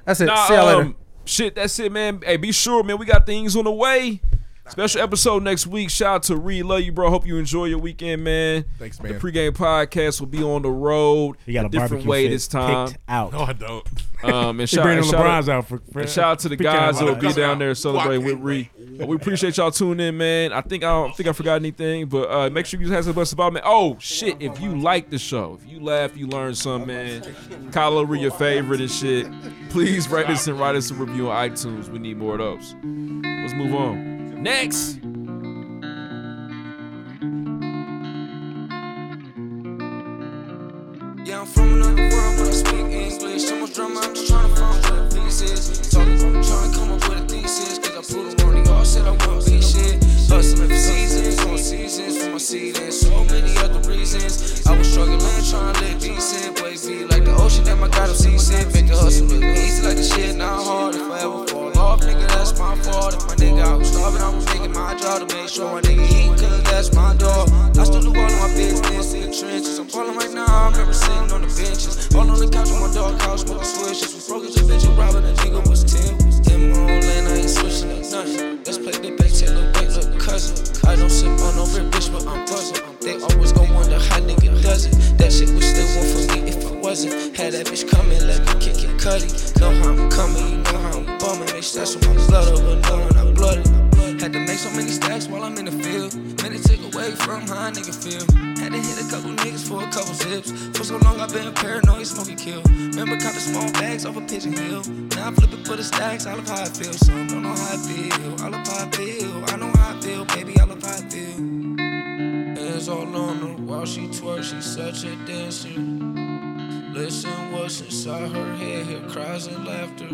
That's it.
Nah,
See y'all later.
um, shit, that's it, man. Hey, be sure, man. We got things on the way. Special episode next week. Shout out to Reed. Love you, bro. Hope you enjoy your weekend, man.
Thanks, man.
The pregame podcast will be on the road.
He got a,
different
barbecue
way
fit
this time.
Picked out.
No, Oh, I don't.
Um, and
He
shout,
bringing
and shout
LeBron's
out,
out for- for-
and shout out to the
picking
guys
out
that will
LeBron.
be down there celebrating
Fucking
with Reed. Uh, We appreciate y'all tuning in, man. I think I don't think I forgot anything, but uh, make sure you guys have us about man. Oh shit! If you like the show, if you laugh, you learn something, man. Kyle over your favorite and shit. Please rate us and write us a review on iTunes. We need more of those. Let's move on. Next.
Yeah, I'm from another world, but I speak English. So much drama, I'm just tryna find where the peace is. Talking, tryna come up with a thesis. Think I proved them wrong. They all said I want be shit. Hustling for seasons, on seasons for my seed and so many other reasons. I was struggling, tryna live decent. Wavy like the ocean that my God, I'm seasick. Make the hustle look easy like the shit, not hard. If I ever fall off, nigga, that's my fault. If my nigga, I was starving, I was making my job to make sure my nigga eat, cause that's my dog. I still do all of my business in the trenches. I'm falling right now, I remember sitting on the benches. All on the couch with my dog couch, smoking swishes. We broke as a bitch, and robbing a nigga was 10. In my own lane, I ain't switching up nothing. Let's play the back, tell the wait, look, cousin. I don't sip on no rip, bitch, but I'm buzzing. They always gon' wonder how nigga does it. That shit was still one for me if I wasn't. Had that bitch coming, let me kick it cutty. Know how I'm coming, you know how I'm bumming. Bitch, that's what my blood over, knowing I blooded. Had to make so many stacks while I'm in the field. Man, it took away from how a nigga feel. Had to hit a couple niggas for a couple zips. For so long I've been paranoid, smoking kill. Remember counting small bags off a pigeon hill. Now I'm flipping for the stacks, I love how I feel. Some don't know how I feel, I love how I feel. I know how I feel, baby, I love how I feel. Hands all on her while she twerks, she's such a dancer. Listen what's inside her head, hear cries and laughter.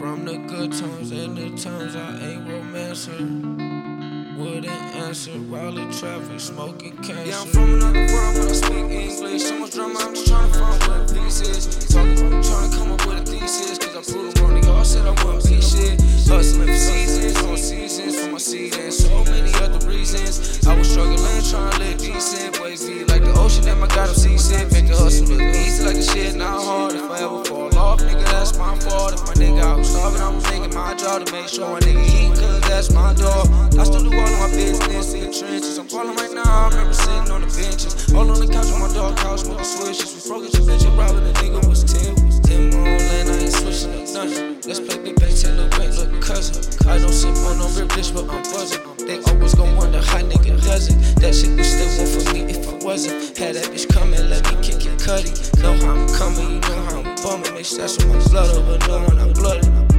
From the good times and the times I ain't romancer. Wouldn't answer while in traffic, smoking cancer. Yeah, I'm from another world, but I speak English. So much drama, I'm just tryna find where the peace is. Talking, tryna come up with a thesis. Cause I proved them wrong, they all said I want be shit. Hustling for seasons, on seasons for my seed and so many other reasons. I was struggling, tryna live decent. Wavy like the ocean that my God, I'm seasick. Make the hustle look easy like the shit, not hard. If I ever fall off, nigga, that's my fault. If my nigga, I was starving, I was making my job to make sure my nigga eat, cause that's my dog. I still do all of my business in the trenches. I'm falling right now, I remember sitting on the benches. All on the couch with my dog, couch, smoking swishes. We broke as a bitch and robbing a nigga was 10. Was 10 more lane, I ain't switching up nothing. Let's play big back, tell the bank, look, cousin. I don't sip on no rip, bitch, but I'm buzzing. They always gon' wonder how nigga does it. That shit was still one for me if I wasn't. Had that bitch coming, let me kick it cutty. Know how I'm coming, you know how I'm bumming. Make sure that's what my blood over, knowing I blooded.